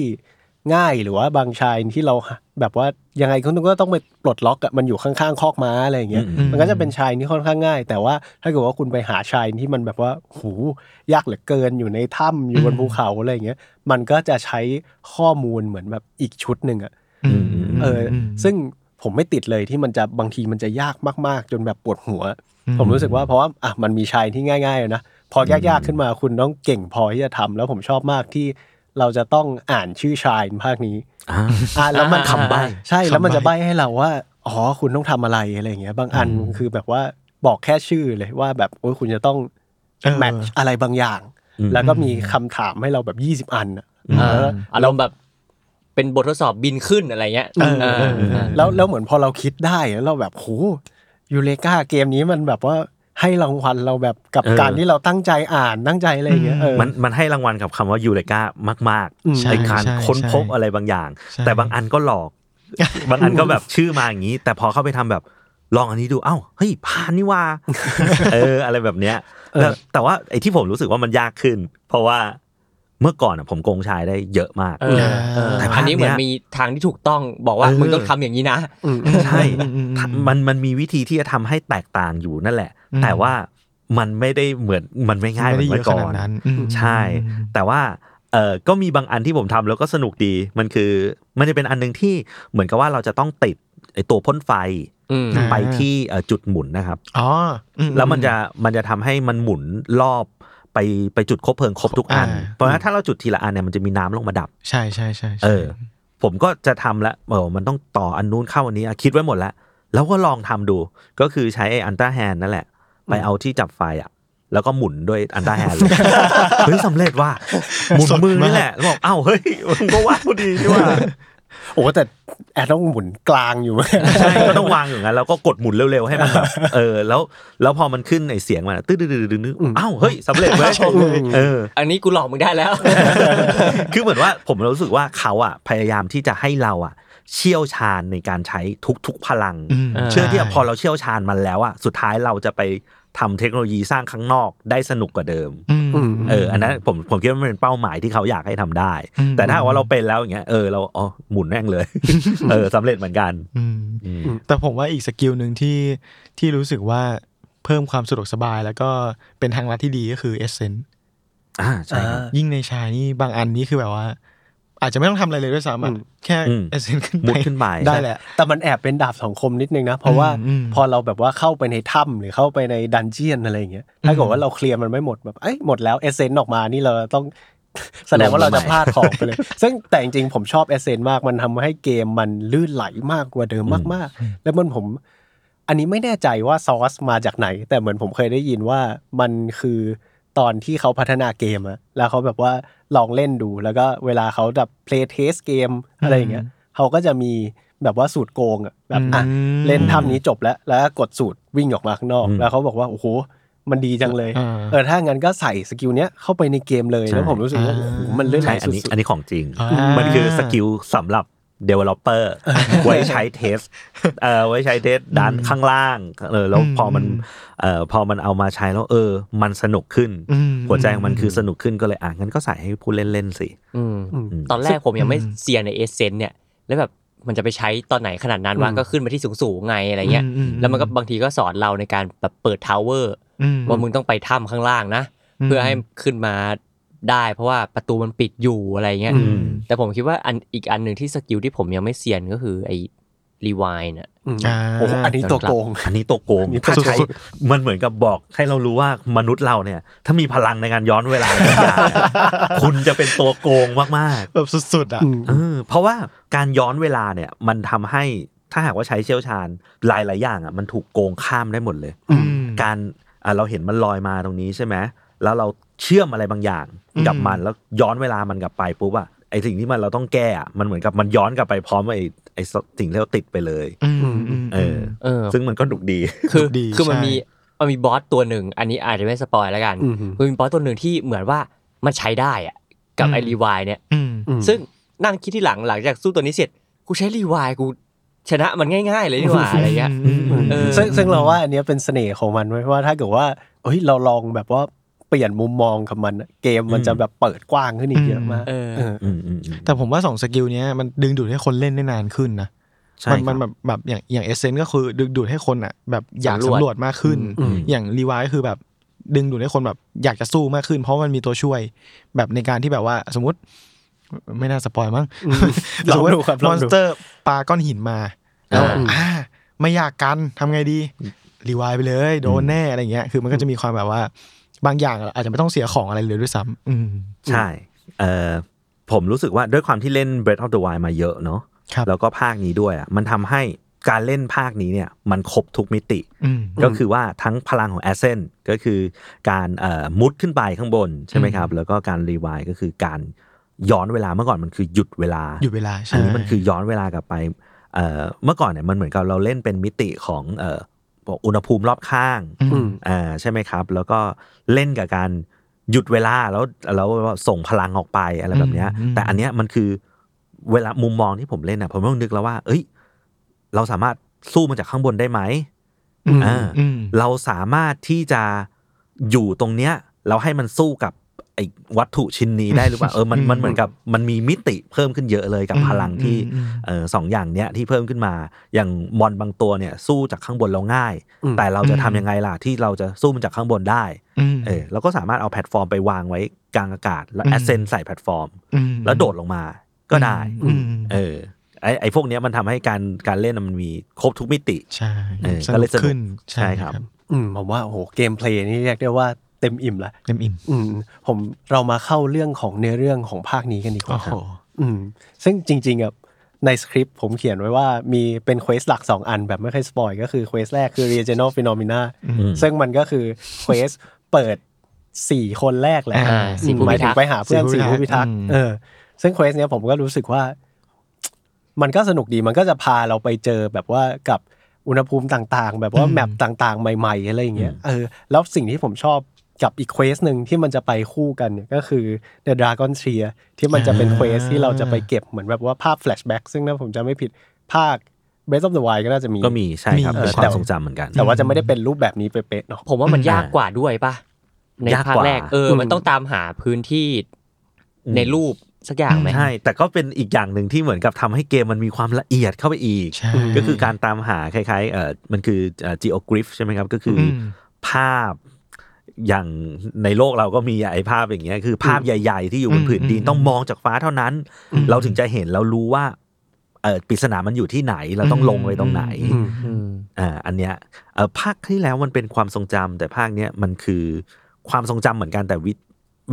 ง่ายหรือว่าบางชายที่เราแบบว่ายังไงก็ต้องไปปลดล็อกอะมันอยู่ข้างๆคอกม้าอะไรอย่างเงี้ย อืม มันก็จะเป็นชายที่ค่อนข้างง่าย แต่ว่าถ้าเกิดว่าคุณไปหาชายที่มันแบบว่าหูยากเหลือเกินอยู่ในถ้ำอยู่บนภูเขาอะไรอย่างเงี้ยมันก็จะใช้ข้อมูลเหมือนแบบอีกชุดหนึ่งอะ อืมอืม เอออ ม ซึ่งผมไม่ติดเลยที่มันจะบางทีมันจะยากมากๆ จนแบบปวดหัว ผมรู้สึกว่าเพราะว่าอ่ะมันมีชายที่ง่ายๆอะนะพอยากๆขึ้นมาคุณต้องเก่งพอที่จะทำแล้วผมชอบมากที่เราจะต้องอ่านชื่อชายภาคนี้ อ่า อ่ะแล้วมัน คำใบ้ ใช่แล้วมัน คำจะใบ้ใบ้ให้เราว่าอ๋อคุณต้องทำอะไรอะไรอย่างเงี้ย บางอันคือแบบว่าบอกแค่ชื่อเลยว่าแบบโอ้ยคุณจะต้อง เออ แมทช์อะไรบางอย่าง อืม แล้วก็มีคำถามให้เราแบบ 20 อันน่ะ อ่าอารมณ์แบบเป็นบททดสอบบินขึ้นอะไรเงี้ย เออ เออเออ แล้วแล้วเหมือนพอเราคิดได้แล้วเราแบบโหยูเลกาเกมนี้มันแบบว่าให้รางวัลเราแบบกับ เออ การที่เราตั้งใจอ่านตั้งใจอะไรอย่างเงี้ยเออ มันมันให้รางวัลกับคำว่ายูเรกามาก อืม ๆไอการ ใช่ใช่ ค้นพบ ใช่ อะไรบางอย่าง ใช่ แต่บางอันก็หลอก บางอันก็ แบบชื่อมาอย่างนี้ แต่พอเข้าไปทำแบบลองอันนี้ดูเอ้าเฮ้ยผ่านนี่ว่า เออ อะไรแบบเนี้ยแล้วแต่ว่าไอ้ที่ผมรู้สึกว่ามันยากขึ้น เพราะว่าเมื่อก่อนอะผมโกงชายได้เยอะมาก เออเออ แต่ภาค อันนี้เหมือน เนี้ย มีทางที่ถูกต้องบอกว่า เออ มึงต้องทำอย่างนี้นะ ใช่ อืมอืมอืม มันมันมีวิธีที่จะทำให้แตกต่างอยู่นั่นแหละ แต่ว่ามันไม่ได้เหมือนมันไม่ง่ายเหมือนเมื่อก่อน อืม ใช่ แต่ว่าเออก็มีบางอันที่ผมทำแล้วก็สนุกดี มันคือมันจะเป็นอันหนึงที่เหมือนกับว่าเราจะต้องติดไอตัวพ่นไฟ อืม อ่า ไปที่เอ่อจุดหมุนนะครับ อ๋ออื แล้วมันจะมันจะทำให้มันหมุนรอบไป ไปไปจุดคบเพลิงครบทุกอัน อ่า เพราะฉะนั้นถ้าเราจุดทีละอันเนี่ยมันจะมีน้ำลงมาดับ ใช่ใช่ใช่ใช่ เออ ผมก็จะทำละเออมันต้องต่ออันนู้นเข้าอันนี้อ่ะคิดไว้หมดแล้ว แล้วก็ลองทำดู ก็คือใช้ไอ้อันต้าแฮนนั่นแหละ ไปเอาที่จับไฟอ่ะ แล้วก็หมุนด้วยอันต้าแฮนเลย เฮ้ยสำเร็จว่ะหมุนมือนี่แหละแล้วบอกอ้าวเฮ้ยมึงก็ว่าพอดีนี่ว่า โอ้แต่แอดต้องหมุนกลางอยู่ ใช่ ก็ต้องวางอย่างนั้นแล้วก็กดหมุนเร็วๆให้ มันแบบเออแล้วแล้วพอมันขึ้นไอเสียงมันอะตื้อดื้อดื้อดื้อดื้ออ้าวเฮ้ยสำเร็จเว้ยเอ อ อันนี้กูหลอกมึงได้แล้ว คือเหมือนว่าผมรู้สึกว่าเขาอ่ะพยายามที่จะให้เราอ่ะ เชี่ยวชาญในการใช้ทุกๆพลัง ม เออ เชื่อที่ ใ พอเราเชี่ยวชาญมันแล้วอ่ะสุดท้ายเราจะไปทำเทคโนโลยีสร้างข้างนอกได้สนุกกว่าเดิม อืม เอออันนั้นผมผมคิดว่ามันเป็นเป้าหมายที่เขาอยากให้ทำได้ อืม แต่ถ้าหากว่าเราเป็นแล้วอย่างเงี้ยเออเราอ๋อหมุนแม่ง เลย เออสำเร็จเหมือนกัน อืม อืม แต่ผมว่าอีกสกิลหนึ่งที่ที่รู้สึกว่าเพิ่มความสะดวกสบายแล้วก็เป็นทางลัดที่ดีก็คือเอเซน อ่าใช่ครับ ยิ่งในชายนี่บางอันนี่คือแบบว่า อาจจะไม่ต้องทำอะไรเลยด้วยซ้ำอือะม แค่ อืม เอเซนขึ้น มุดขึ้นไป ได้แหละ แต่มันแอบเป็นดาบสองคมนิดนึงนะ เพราะว่า อืมอืม พอเราแบบว่าเข้าไปในถ้ำหรือเข้าไปในดันเจียนอะไรอย่างเงี้ยถ้าเกิดว่าเราเคลียร์มันไม่หมดแบบเอ้ยหมดแล้วเอเซนออกมานี่เราต้อง แสดงว่าเราจะพลาดของไปเลย ซึ่งแต่จริงๆผมชอบเอเซนมากมันทำให้เกมมันลื่นไหลมากกว่าเดิมมากๆ แล้วมันผม อันนี้ไม่แน่ใจว่าซอสมาจากไหน แต่เหมือนผมเคยได้ยินว่ามันคือตอนที่เขาพัฒนาเกมอะแล้วเขาแบบว่าลองเล่นดูแล้วก็เวลาเขาแบบ play test เกมอะไรอย่างเงี้ยเขาก็จะมีแบบว่าสูตรโกงอะแบบอ่ะ อืม เล่นทำนี้จบแล้ว แล้วก็กดสูตรวิ่งออกมาข้างนอก อืม แล้วเขาบอกว่าโอ้โหมันดีจังเลย อ่า เออถ้างั้นก็ใส่สกิลเนี้ยเข้าไปในเกมเลย ใช่ แล้วผมรู้สึกว่า อ่า โอ้โหมันเลื่อนไหล ใช่ อัน สุด นี้อันนี้ของจริง อ่ามั มันคือสกิลสำหรับ developer ไว้ใช้เทสเอ่อไว้ใช้เทสด้านข้างล่างเออแล้ว อืม พอมันเอ่อพอมันเอามาใช้แล้วเออ มันสนุกขึ้น อืม หัวใจของมันคือสนุกขึ้นก็เลยอ่ะงั้นก็ใส่ให้ผู้เล่นเล่นๆสิ อืม ๆอืม ตอนแรกผมยังไม่ อืม เซียนในเอเซนเนี่ย แล้วแบบมันจะไปใช้ตอนไหนขนาดนั้นวะ อืม ก็ขึ้นมาที่สูงๆไงอะไรเงี้ย อื แล้วมันก็บางทีก็สอนเราในการแบบเปิดทาวเวอร์ อืม ว่ามึงต้องไปถ้ำข้างล่างนะ อืม เพื่อให้ขึ้นมาได้ เพราะว่าประตูมันปิดอยู่อะไรเงี้ย อืม แต่ผมคิดว่าอันอีกอันหนึ่งที่สกิลที่ผมยังไม่เซียนก็คือไอ้รีวายน่ะ อืม อ่า โอ้โหอันนี้ตัวโกง อันนี้ตัวโกง อันนี้ตัว ถ้าใช้มันเหมือนกับบอกให้เรารู้ว่ามนุษย์เราเนี่ย ถ้ามีพลังในการย้อนเวลาในการคุณจะเป็นตัวโกงมากๆ แบบสุดๆอ่ะ อืม เออเพราะว่าการย้อนเวลาเนี่ยมันทำให้ถ้าหากว่าใช้เชี่ยวชาญหลาย ๆ อย่างอ่ะมันถูกโกงข้ามได้หมดเลย อืม การอ่ะเราเห็นมันลอยมาตรงนี้ใช่ไหมแล้วเราเชื่อมอะไรบางอย่างกับมันแล้วย้อนเวลามันกลับไปปุ๊บอ่ะไอสิ่งที่มันเราต้องแก้อ่ะมันเหมือนกับมันย้อนกลับไปพร้อมไอไอสิ่งที่เราติดไปเลย อืมมม เออ เออ ซึ่งมันก็ดุกดี คือ ดี คือมัน ใช่ มีมันมีบอสตัวหนึ่ง อันนี้อาจจะไม่สปอยแล้วกัน อือหือ มันมีบอสตัวหนึ่งที่เหมือนว่ามันใช้ได้อะกับไอรีวายเนี่ย อืม อืม ซึ่งนั่งคิดที่หลังหลังจากสู้ตัวนี้เสร็จ กูใช้รีวายกูชนะมันง่าย ๆ เลยนี่หว่า อะไรเงี้ย เออ ซึ่งซึ่งเราว่าอันเนี้ยเป็นเสน่ห์ของมันไว้ยว่าถ้าเกิดว่าเฮ้ยเราลองแบบว่าเปลี่ยนมุมมองกับมันอะเกมมันจะแบบเปิดกว้างขึ้นอีกเยอะมาก เออ เออ อืมอืมอืม แต่ผมว่าสองสกิลเนี้ยมันดึงดูดให้คนเล่นได้นานขึ้นนะ ใช่ มัน ค มั รั น บ แบบแบบอย่างอย่างเอเซนก็คือดึงดูดให้คนอ่ะแบบอยาก สำรวจ สำรวจมากขึ้น อืม อย่างรีวายก็คือแบบดึงดูดให้คนแบบอยากจะสู้มากขึ้น เพราะมันมีตัวช่วย แบบในการที่แบบว่าสมมติ ไม่น่าสปอย มั้ง อืมลองดูครับล ม อ อง น ดู สเตอร์ปาก้อนหินมาแล้ว อ่า อ่าไม่อยากกันทำไงดีรีวายไปเลยโดนแน่อะไรเงี้ยคือมันก็จะมีความแบบว่าบางอย่างอาจจะไม่ต้องเสียของอะไรเลยด้วยซ้ำอืม ใช่เออผมรู้สึกว่าด้วยความที่เล่น Breath of the Wild มาเยอะเนาะ ครับ แล้วก็ภาคนี้ด้วยอ่ะ มันทำให้การเล่นภาคนี้เนี่ยมันครบทุกมิติ อืม ก็คือว่าทั้งพลังของแอสเซนก็คือการเอ่อมุดขึ้นไปข้างบนใช่ไหมครับ แล้วก็การรีวายก็คือการย้อนเวลาเมื่อก่อนมันคือหยุดเวลา หยุดเวลา อั ใช่ นนี้มันคือย้อนเวลากลับไปเอ่อเมื่อก่อนเนี่ยมันเหมือนกับเราเล่นเป็นมิติของเอ่ออุณหภูมิรอบข้าง อืม อ่าใช่ไหมครับ แล้วก็เล่นกับการหยุดเวลาแล้วแล้วส่งพลังออกไปอะไรแบบเนี้ย อืมอืม แต่อันเนี้ยมันคือเวลามุมมองที่ผมเล่นอ่ะผมต้องนึกแล้วว่า เอ้ย เราสามารถสู้มันจากข้างบนได้ไหม ม อ่า อืม เราสามารถที่จะอยู่ตรงเนี้ยแล้วให้มันสู้กับไอ้วัตถุชิ้นนี้ได้หรือเปล่าเออมันมันเหมือนกับมันมีมิติเพิ่มขึ้นเยอะเลยกับ อืม พลังที่ อืมอืม เออสองอย่างเนี้ยที่เพิ่มขึ้นมาอย่างมอนบางตัวเนี่ยสู้จากข้างบนเราง่าย อืม แต่เราจะทำยังไงล่ะที่เราจะสู้มันจากข้างบนได้ อืม เออเราก็สามารถเอาแพลตฟอร์มไปวางไว้กลางอากาศ แล้ว อืม แอสเซนใส่แพลตฟอร์ม อืม แล้วโดดลงมาก็ได้ อืม เออไอ้ไอ้พวกเนี้ยมันทำให้การการเล่นน่ะมันมีครบทุกมิติ ใช่ เออก็เลยสนุก ขึ้น ใช่ครับ อืมผมว่าโอ้โหเกมเพลย์นี่เรียกได้ว่า เต็มอิ่มแล้ว เต็มอิ่ม อืม ผมเรามาเข้าเรื่องของเนื้อเรื่องของภาคนี้กันดีกว่าครับ อืมซึ่งจริงๆอ่ะในสคริปต์ผมเขียนไว้ว่ามีเป็นเควสหลัก 2 อันแบบไม่ค่อยสปอยก็คือเควสแรกคือ regional phenomena ซึ่งมันก็คือเควสเปิด 4 คนแรกแหละ อ่าสี่ผู้ หมาย พิทั ถึง กษ์ ไปหาเพื่อนสี่ผู้พิทักษ์เออซึ่งเควสเนี้ยผมก็รู้สึกว่า มันก็สนุกดีมันก็จะพาเราไปเจอแบบว่ากับอุณหภูมิต่างๆ แบบว่าแมปต่างๆ ใหม่ ๆ อะไรอย่างเงี้ยเออแล้วสิ่งที่ผมชอบกับอีกเควสหนึ่งที่มันจะไปคู่กันเนี่ยก็คือ The Dragon t r e e ที่มันจะเป็นเควสที่เราจะไปเก็บเหมือนแบบว่าภาพแฟลชแบ็กซึ่งถ้าผมจะไม่ผิดภาค Breath of the Wild ก็น่าจะมี ก็มีใช่ครับ มี เป็น เออ ควา แต่ มทรงจำเหมือนกัน แต่ว่าจะไม่ได้เป็นรูปแบบนี้เป๊ะๆเนาะ ผมว่ามันยากกว่าด้วยป่ะ ใน ยาก ภาค กว่า แรกเอออ ม มันต้องตามหาพื้นที่ในรูปสักอย่างไหม ใช่ แต่ก็เป็นอีกอย่างหนึ่งที่เหมือนกับทำให้เกมมันมีความละเอียดเข้าไปอีก ใช่ ก็คือการตามหาคล้ายๆเออมันคือเอ่อ geoglyph ใช่ไหมครับ ก็คืออ ม ภาพอย่างในโลกเราก็มีไอ้ภาพอย่างเงี้ยคือภาพใหญ่ๆ ที่อยู่บนผืนดินต้องมองจากฟ้าเท่านั้น เราถึงจะเห็นเรารู้ว่าเออปริศนามันอยู่ที่ไหนเราต้องลงไปตรงไหน อืม อ่าอันเนี้ยเออภาคที่แล้วมันเป็นความทรงจำแต่ภาคเนี้ยมันคือความทรงจำเหมือนกันแต่วิ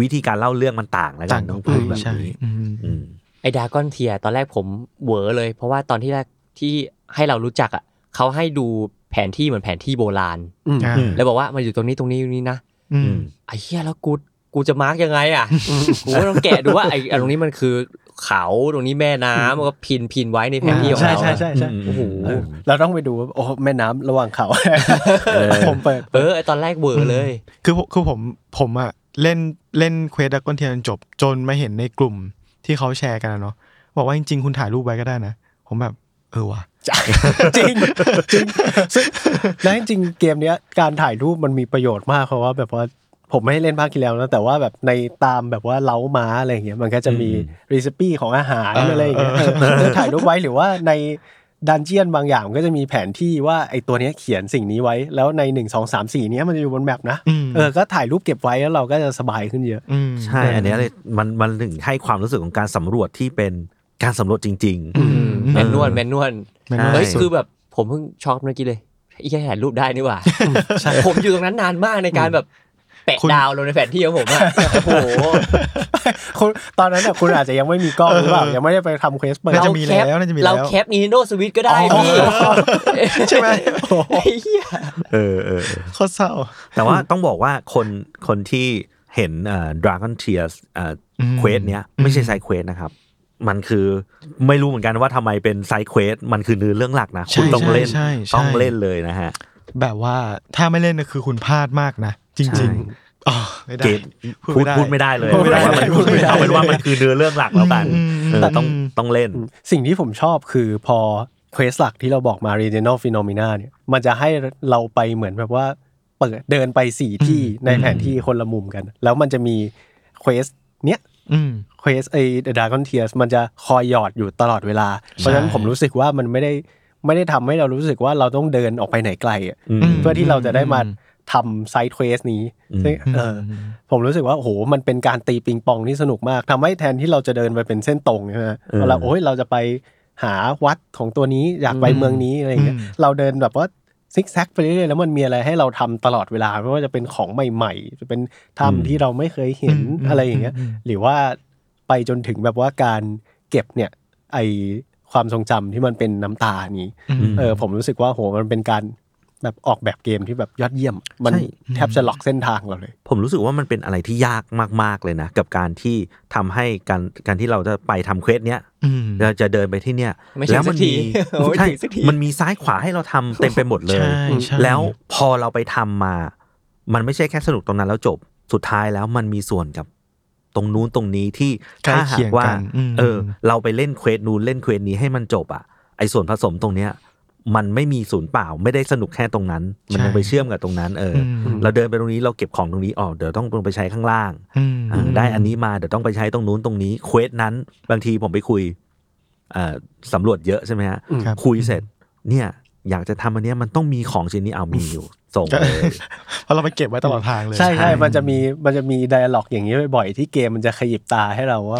วิธีการเล่าเรื่องมันต่างแล้วกั ต่าน ง น้อง ไป พูดแบบ ใช่ นี้ อืม อืม ไอ้ดากอนเทียตอนแรกผมเหวอเลย เพราะว่าตอนที่แรกที่ให้เรารู้จักอ่ะเขาให้ดูแผนที่เหมือนแผนที่โบราณ อ่า อืม แล้วบอกว่ามันอยู่ตรงนี้ตรงนี้ตรงนี้นะ อืม ไอ้เหี้ยแล้วกูกูจะมาร์กยังไงอ่ะกูก็ต้องแกะดูว่าไอ้อันตรงนี้มันคือเขาตรงนี้แม่น้ำมันก็พินพินไว้ในแผนที่ของ ใช่ เรา ใช่ อะ ใช่ใช่ โอ้โห เออเราต้องไปดูว่าโอ้แม่น้ำระหว่างเขาผมเปิด เออไอ้ตอนแรกเหวอเลย คือผมคือผมผมอะเล่นเล่นเควสดักก้นเทียนจบจนมาเห็นในกลุ่มที่เขาแชร์กันอะเนาะบอกว่าจริง ๆ คุณถ่ายรูปไว้ก็ได้นะ ผมแบบเออว่ะ จริงจริงซึ่งแล้วจริงๆเกมเนี้ยการถ่ายรูปมันมีประโยชน์มากเพราะว่าแบบว่าผมไม่ได้เล่นภาคที่แล้วนะแต่ว่าแบบในตามแบบว่าเล้าม้าอะไรอย่างเงี้ยมันก็จะมีรีซิปี้ของอาหาร เอออ อะไรอย่างเงี้ย เออ เออถ่ายรูปไว้หรือว่าในดันเจียนบางอย่างมันก็จะมีแผนที่ว่าไอตัวเนี้ยเขียนสิ่งนี้ไว้ แล้วในหนึ่งสองสามสี่เนี้ยมันจะอยู่บนแมปนะ อืม เออก็ถ่ายรูปเก็บไว้แล้วเราก็จะสบายขึ้นเยอะ ม ใช่ อันเนี้ยเลยมันมันถึงให้ความรู้สึกของการสำรวจที่เป็นการสำรวจจริง อืม แมนนวลแมนนวล แมนนวล เฮ้ย ใช่ คือแบบผมเพิ่งช็อกเมื่อกี้เลยไอ้แค่ถ่ายรูปได้นี่หว่า ผมอยู่ตรงนั้นนานมากในการแบบแปะ คุณ ดาวลงในแผนที่ของผมอะโอ้โห คุณตอนนั้นน่ะคุณอาจจะยังไม่มีกล้องหรือเปล่ายังไม่ได้ไปทำเควสเปิด น่าจะมีแล้วน่าจะมีแล้ว เราแคป Nintendo Switch ก็ได้พี่ ใช่ไหม ไอ้เหี้ย ๆ เออเออ โคตรเศร้า แต่ว่าต้องบอกว่าคนคนที่เห็นเอ่อ Dragon Tears เอ่ออ ม เควสเนี้ยไม่ใช่ไซด์เควสนะครับ มันคือไม่รู้เหมือนกันว่าทำไมเป็นไซด์เควสมันคือเนื้อเรื่องหลักนะ ใช่ คุณต้องเล่น ใช่ใช่ ต้องเล่นเลยนะฮะ แบบว่าถ้าไม่เล่นนะคือคุณพลาดมากนะ จ ใช่ ริงๆอ๋อไม่ได้ เกมพูดพูดไม่ได้เลย พูดไม่ได้ แต่ว่ามัน พูดไม่ได้ เอาเป็นว่ามันคือเนื้อเรื่องหลักแล้วกันเออต้องต้องเล่น สิ่งที่ผมชอบคือพอเควสหลักที่เราบอกมา regional phenomena เนี่ย มันจะให้เราไปเหมือนแบบว่าเปิดเดินไปสี่ที่ในแผนที่คนละมุมกัน แล้วมันจะมีเควสเนี้ย อืม เควสไอ้ The Dragon Tears มันจะคอยหยอดอยู่ตลอดเวลา เพราะฉะนั้นผมรู้สึกว่ามันไม่ได้ไม่ได้ทำให้เรารู้สึกว่าเราต้องเดินออกไปไหนไกลอะ อืม เพื่อที่เราจะได้มา อืม ทำไซ e ์เควสนี้ อืม ซึ่งเออ ผมรู้สึกว่าโอ้โหมันเป็นการตีปิงปองที่สนุกมากทำให้แทนที่เราจะเดินไปเป็นเส้นตรงใช่ไหม เออ เราโอ้ยเราจะไปหาวัดของตัวนี้อยากไปเมืองนี้อะไรอย่างเงี้ย อืม เราเดินแบบว่าซิกแซกไปเรื่อยๆแล้วมันมีอะไรให้เราทำตลอดเวลาไม่ว่าจะเป็นของใหม่ๆจะเป็นถ้ำที่เราไม่เคยเห็นอะไรอย่างเงี้ย หรือว่าไปจนถึงแบบว่าการเก็บเนี่ยไอความทรงจำที่มันเป็นน้ำตานี้ อืม เออผมรู้สึกว่าโหมันเป็นการแบบออกแบบเกมที่แบบยอดเยี่ยม มัน ใช่ แทบจะล็อกเส้นทางเราเลย ผมรู้สึกว่ามันเป็นอะไรที่ยากมาก ๆ เลยนะ กับการที่ทำให้การการที่เราจะไปทำเควสเนี้ย อืม เราจะเดินไปที่เนี่ย ไม่ถึงสักทีโอ้ย ใช่ ถึงสักที มันมีซ้ายขวาให้เราทำเต็มไปหมดเลย ใช่ใช่ แล้วพอเราไปทำมา มันไม่ใช่แค่สนุกตรงนั้นแล้วจบสุดท้ายแล้วมันมีส่วนกับตรงนู้นตรงนี้ที่ ใกล้ ถ้า เคี หาย ก ง ว่า กันอืม เออ เราไปเล่นเควสนู้นเล่นเควสนี้ให้มันจบอ่ะไอ้ส่วนผสมตรงเนี้ย มันไม่มีศูนย์เปล่าไม่ได้สนุกแค่ตรงนั้น มันยังไปเชื่อมกับตรงนั้น เอออ ม เราเดินไปตรงนี้เราเก็บของตรงนี้ออกเดี๋ยวต้องลงไปใช้ข้างล่าง ม อ่าได้อันนี้มาเดี๋ยวต้องไปใช้ตรงนู้นตรงนี้เควสนั้น บางทีผมไปคุยเอ่อสำรวจเยอะใช่ไหมฮะ อืม ครับ คุยเสร็จ เนี่ย อยากจะทำอันเนี้ยมันต้องมีของชิ้นนี้เอามีอยู่ ส่งเลย เพราะเราไปเก็บไว้ตลอดทางเลย ใช่ใช่ มันจะมี มันจะมีไดอะล็อกอย่างนี้บ่อยๆ ที่เกมมันจะขยิบตาให้เรา ว่า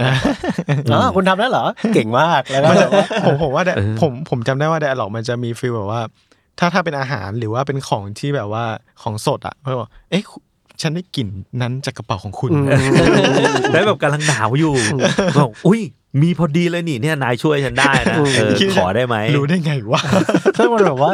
แบบว่าอ๋อคุณทำแล้วเหรอ เก่งมาก แล้วก็ มัน แบ จะ บว่า ผมผมว่าได้ เออ ผมผมจำได้ว่าไดอะล็อกมันจะมีฟีลแบบว่า ถ้าถ้าเป็นอาหารหรือว่าเป็นของที่แบบว่าของสดอ่ะเขาบอกเอ๊ะ ฉันได้กลิ่นนั้นจากกระเป๋าของคุณ อื ม แล้วแบบกำลังหนาวอยู่บอกอุ้ยมีพอดีเลยนี่เนี่ยนายช่วยฉันได้นะเออ คิดว่า ขอได้ไหม รู้ได้ไงวะ ซึ่งมันแบบว่า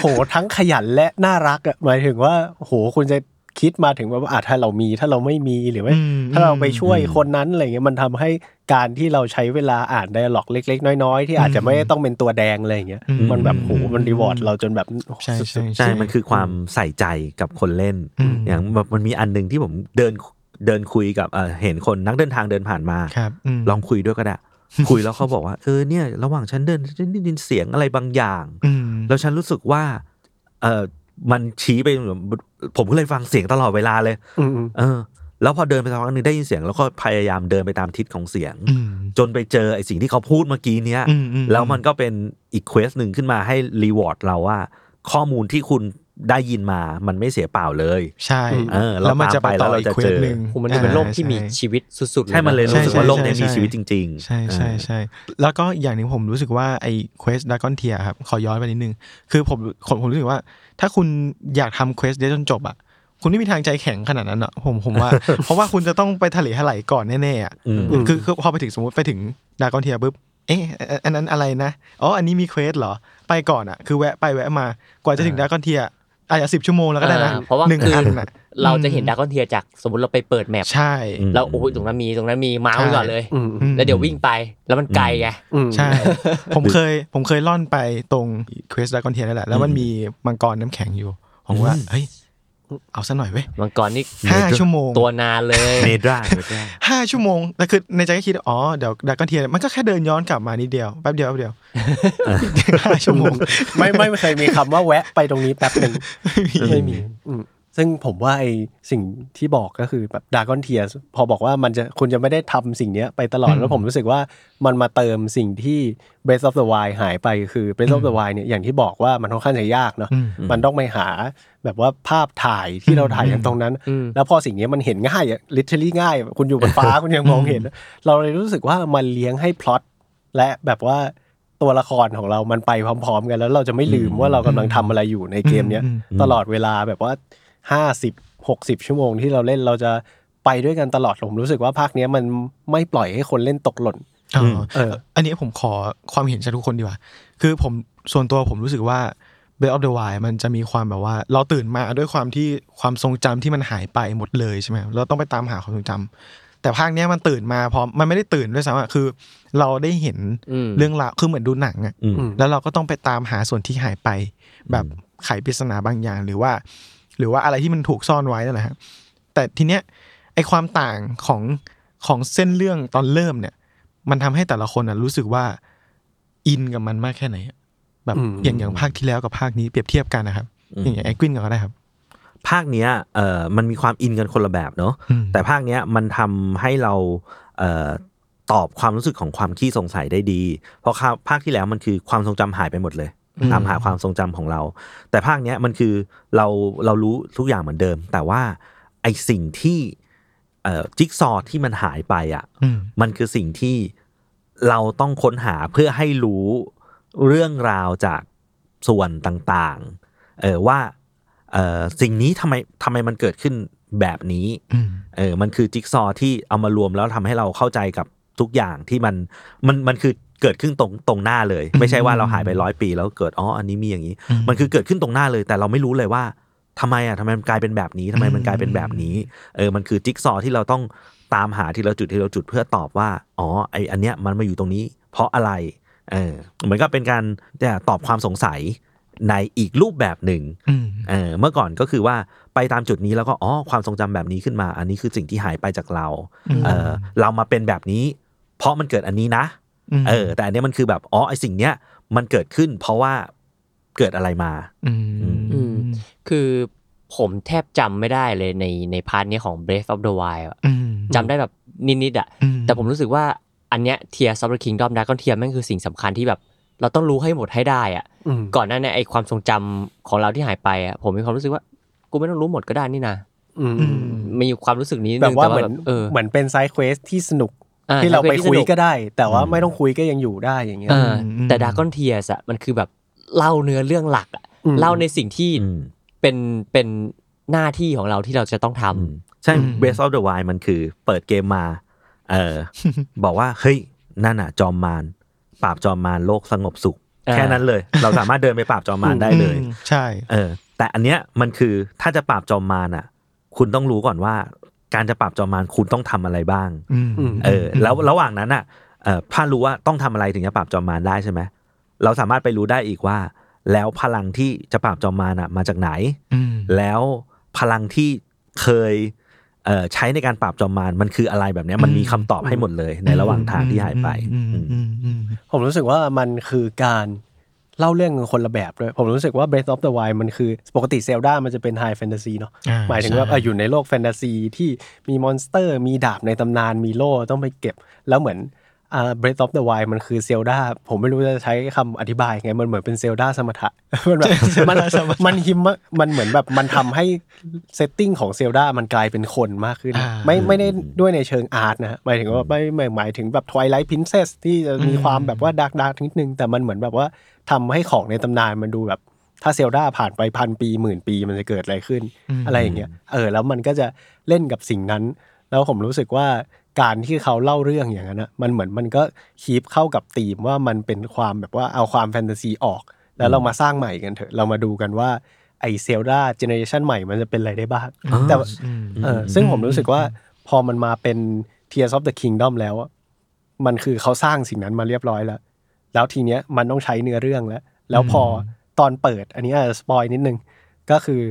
โหทั้งขยันและน่ารักอะหมายถึงว่าโหคุณจะคิดมาถึงว่าอ่ะถ้าเรามีถ้าเราไม่มีหรือว่า อืม ถ้าเราไปช่วย อืม คนนั้นอะไรเงี้ยมันทำให้การที่เราใช้เวลาอ่านไดอะล็อกเล็ก ๆ น้อย ๆ ที่อาจจะไม่ได้ต้องเป็นตัวแดงอะไรเงี้ย อื มันแบบโหมันรีวอร์ดเราจนแบบ ใช่ใช่ ใช่ มันคือความใส่ใจกับคนเล่น อืม อย่างแบบมันมีอันหนึ่งที่ผมเดินเดินคุยกับเอ่อเห็นคนนักเดินทางเดินผ่านมา ครับม ลองคุยด้วยก็ได้ คุยแล้วเขาบอกว่าเออเนี่ยระหว่างฉันเดินฉันได้ยินเสียงอะไรบางอย่าง อืม แล้วฉันรู้สึกว่าเออมันชี้ไปเหมือนผมก็เลยฟังเสียงตลอดเวลาเลย อืมอืม เออ แล้วพอเดินไปสักพักหนึ่งได้ยินเสียง แล้วก็พยายามเดินไปตามทิศของเสียง อืม จนไปเจอไอ้สิ่งที่เขาพูดเมื่อกี้เนี้ย อืมอืม แล้วมันก็เป็นอีกเควสหนึ่งขึ้นมาให้รีวอร์ดเราว่า ข้อมูลที่คุณได้ยินมามันไม่เสียเปล่าเลย ใช่ อืม เออเรา แล้วมันจะไปต่อ ตามไปแล้วเรา อีก จะ เคว เจ ส อ หนึ่ง โหมันดูเป็นโลกที่มี อ่า ชีวิตสุดๆเลย ใช่มันเลย ใช่ รู้สึกว่าโลกเนี้ย ใช่ มี ใช่ ชีวิตจริง ๆ ใช่ใช่ เออ ใช่แล้วก็อย่างหนึ่งผมรู้สึกว่าไอ้ Quest Dragon Tier ครับ ขอย้อนไปนิดนึง คือผมผมผมรู้สึกว่า ถ้าคุณอยากทำ Quest เนี้ยจนจบอ่ะ คุณไม่มีทางใจแข็งขนาดนั้นอ่ะผม ผมว่า เพราะว่าคุณจะต้องไปทะเลทลายก่อนแน่ๆอ่ะ อืม คือคือพอไปถึงสมมติไปถึงดากอนเทียปุ๊บเอ๊ะอันอันนั้นอะไรนะอ๋ออันนี้มีเควสเหรอไปก่อนอ่ะคือแวะไปแวะมากว่าจะถึงดากอนเทียอาจจะสิบชั่วโมงแล้วก็ได้นะ อ่าเพราะว่า หนึ่ง คือ อันน่ะ เราจะเห็นดาร์กอนเทียจากสมมติเราไปเปิดแมป ใช่ อืม แล้วโอ้ยตรงนั้นมีตรงนั้นมีมาไว้ก่อนเลย อืมอืม แล้วเดี๋ยววิ่งไปแล้วมันไกลไง อืม ใช่ ผมเคยผมเคยล่อนไปตรงเควสดากอนเทียนั่นแหละ แล้วมันมีมังกรน้ำแข็งอยู่ ผมว่า เฮ้ย เอาซะหน่อยเว้ย มังกรนี่ ห้าชั่วโมง ตัวนานเลย เนดรา ห้าชั่วโมงแต่คือในใจก็คิด อ๋อ เดี๋ยวดากอนเทียมันก็แค่เดินย้อนกลับมานิดเดียว แป๊บเดียวแป๊บเดี ยวห้าชั่วโมง ไม่ไม่เคยมีคำว่าแวะไปตรงนี้แป๊บหนึ่งไม่มีอืมซึ่งผมว่าไอสิ่งที่บอกก็คือแบบดากอนเทียพอบอกว่ามันจะคุณจะไม่ได้ทำสิ่งเนี้ยไปตลอด อืม แล้วผมรู้สึกว่ามันมาเติมสิ่งที่ Breath of the Wild หายไปคือ Breath of the Wild เนี่ยอย่างที่บอกว่ามันค่อนข้างจะยากเนาะ อืม มันต้องไปหาแบบว่าภาพถ่ายที่เราถ่ายกันตรงนั้น อืม แล้วพอสิ่งนี้มันเห็นง่ายอะ literally ง่าย คุณอยู่บนฟ้า คุณยังมองเห็น เราเลยรู้สึกว่ามันเลี้ยงให้พล็อตและแบบว่าตัวละครของเรามันไปพร้อม ๆ กันแล้วเราจะไม่ลืมว่าเรากำลังทำอะไรอยู่ในเกมเนี้ย อืม ตลอดเวลาแบบว่าห้าสิบหกสิบชั่วโมงที่เราเล่นเราจะไปด้วยกันตลอดผมรู้สึกว่าภาคเนี้ยมันไม่ปล่อยให้คนเล่นตกหล่น อ๋อ เออ อันนี้ผมขอความเห็นจากทุกคนดีกว่า คือผมส่วนตัวผมรู้สึกว่า Breath of the Wild มันจะมีความแบบว่า เราตื่นมาด้วยความที่ความทรงจำที่มันหายไปหมดเลยใช่ไหมครับเราต้องไปตามหาความทรงจำแต่ภาคเนี้ยมันตื่นมาพร้อมมันไม่ได้ตื่นด้วยซ้ำอะคือ เราได้เห็น อืม เรื่องราวคือเหมือนดูหนังอะ อืม แล้วเราก็ต้องไปตามหาส่วนที่หายไป แบบไขปริศนาบางอย่างหรือว่า หรือว่าอะไรที่มันถูกซ่อนไว้นั่นแหละฮะแต่ทีเนี้ยไอความต่างของของเส้นเรื่องตอนเริ่มเนี่ย มันทำให้แต่ละคนน่ะรู้สึกว่าอินกับมันมากแค่ไหนอะแบบ อืม อย่างอย่างภาคที่แล้วกับภาคนี้เปรียบเทียบกันนะครับ อืม อย่างอย่างไอ้กวินก็ได้ครับ ภาคเนี้ยเอ่อมันมีความอินกันคนละแบบเนาะ อืม แต่ภาคเนี้ยมันทำให้เราเอ่อตอบความรู้สึกของความขี้สงสัยได้ดี เพราะภาคที่แล้วมันคือความทรงจำหายไปหมดเลย ตามหาความทรงจำของเรา แต่ภาคเนี้ยมันคือเราเรารู้ทุกอย่างเหมือนเดิม แต่ว่าไอสิ่งที่เอ่อจิ๊กซอว์ที่มันหายไปอ่ะ อืม มันคือสิ่งที่เราต้องค้นหาเพื่อให้รู้เรื่องราวจากส่วนต่างๆ เออว่าเออสิ่งนี้ทำไมทำไมมันเกิดขึ้นแบบนี้ อืม เออ มันคือจิ๊กซอว์ที่เอามารวมแล้วทำให้เราเข้าใจกับทุกอย่างที่มันมันมันคือเกิดขึ้นตรงตรงหน้าเลย ไม่ใช่ว่าเราหายไปร้อยปีแล้วเกิดอ๋ออันนี้มีอย่างนี้ อืม มันคือเกิดขึ้นตรงหน้าเลย แต่เราไม่รู้เลยว่าทำไมอ่ะทำไมมันกลายเป็นแบบนี้ทำไมมันกลายเป็นแบบนี้ เออ มันคือจิ๊กซอว์ที่เราต้องตามหาทีละจุดทีละจุดเพื่อตอบว่าอ๋อไออันเนี้ยมันมาอยู่ตรงนี้ เพราะอะไร เออเหมือนกับเป็นการเนี่ยตอบความสงสัยในอีกรูปแบบหนึ่ง อืม เออเมื่อก่อนก็คือว่าไปตามจุดนี้แล้วก็อ๋อความทรงจำแบบนี้ขึ้นมา อันนี้คือสิ่งที่หายไปจากเรา อืม เออเรามาเป็นแบบนี้ เพราะมันเกิดอันนี้นะ ม เออ แต่อันเนี้ยมันคือแบบอ๋อไอสิ่งเนี้ยมันเกิดขึ้น เพราะว่าเกิดอะไรมา ม อืม คือผมแทบจำไม่ได้เลยในในพาร์ทเนี้ยของ Breath of the Wild อะ อืม จำได้แบบนิดๆอ่ะ อืม แต่ผมรู้สึกว่าอันเนี้ยเทียร์ซับเบอร์คิงดอมดาก้อนเทียแม่งคือสิ่งสำคัญที่แบบ เราต้องรู้ให้หมดให้ได้อ่ะ อืม ก่อนหน้าเนี้ไอความทรงจำของเราที่หายไปอ่ะผมมีความรู้สึกว่า กูไม่ต้องรู้หมดก็ได้นี่นะ อืม มีอยู่ความรู้สึกนี้นิด แบบนึง ว่า แต่ เห ว่า มือ แบ น บเออ เหมือนเป็นไซด์เควสที่สนุก อ่ ที่เราไปคุยก็ สนุ ได้ แต่ว่าไม่ต้องคุยก็ยังอยู่ได้อย่างเงี้ย เออ ม แต่ดาก้อนเทียสอ่ะมันคือแบบเล่าเนื้อเรื่องหลักอ่ะ อืม เล่าในสิ่งที่ อืม เป็นเป็น หน้าที่ของเราที่เราจะต้องทำ ใช่ อืม Breath of the Wild มันคือเปิดเกมมา เออ บอกว่า เฮ้ย นั่นน่ะ จอมมารปราบจอมมารโลกสงบสุข อ่า แค่นั้นเลย เราสามารถเดินไปปราบจอมมารได้เลย อืมใช่ เออ แต่อันเนี้ยมันคือถ้าจะปราบจอมมารอ่ะ คุณต้องรู้ก่อนว่า การจะปราบจอมมารคุณต้องทำอะไรบ้าง อืม อืม เออ แล้วระหว่างนั้นอ่ะ เออถ้ารู้ว่าต้องทำอะไรถึงจะปราบจอมมารได้ใช่ไหมเราสามารถไปรู้ได้อีกว่า แล้วพลังที่จะปราบจอมมารอ่ะ มาจากไหน อืม แล้วพลังที่เคยเอ่อใช้ในการปราบจอมมารมันคืออะไรแบบเนี้ยมันมีคำตอบให้หมดเลยในระหว่างทางที่หายไป อืม อืม อืมอืมอืม ผมรู้สึกว่ามันคือการเล่าเรื่องคนละแบบด้วยผมรู้สึกว่า Breath of the Wild มันคือ ปกติเซลดามันจะเป็น High Fantasy เนาะ อ่า หมายถึงว่า ใช่ เอออยู่ในโลกแฟนตาซีที่มีมอนสเตอร์ มีดาบในตำนานมีโล่ต้องไปเก็บ แล้วเหมือนอ่า Breath of the Wild มันคือเซลดาผมไม่รู้จะใช้คำอธิบายไง มันเหมือนเป็นเซลดาสมถะ มันแบบมันมันหิมะมันเหมือนแบบมันทำให้เซตติ้งของเซลดามันกลายเป็นคนมากขึ้น อ่า ไม่ไม่ได้ด้วยในเชิงอาร์ตนะฮะหมายถึงว่าไม่ไม่หมายถึงแบบ Twilight Princess ที่จะ มีความแบบว่าดาร์กดาร์กนิดนึง แต่มันเหมือนแบบว่าทำให้ของในตำนานมันดูแบบ ถ้าเซลดาผ่านไปพันปีหมื่นปีมันจะเกิดอะไรขึ้น อืม อะไรอย่างเงี้ยเออแล้วมันก็จะเล่นกับสิ่งนั้น แล้วผมรู้สึกว่าการที่เขาเล่าเรื่องอย่างนั้นนะมันเหมือนมันก็คีบเข้ากับธีมว่ามันเป็นความแบบว่าเอาความแฟนตาซีออก แล้วเรามาสร้างใหม่กันเถอะเรามาดูกันว่าไอเซลดาเจเนอเรชันใหม่มันจะเป็นอะไรได้บ้างแต่ อืม เออซึ่งผมรู้สึกว่าพอมันมาเป็น Tears of the Kingdom แล้วอะมันคือเขาสร้างสิ่งนั้นมาเรียบร้อยแล้ว แล้วทีเนี้ยมันต้องใช้เนื้อเรื่องแล้ว แล้วพอตอนเปิด อันนี้อาจจะสปอยนิดนึง ก็คือ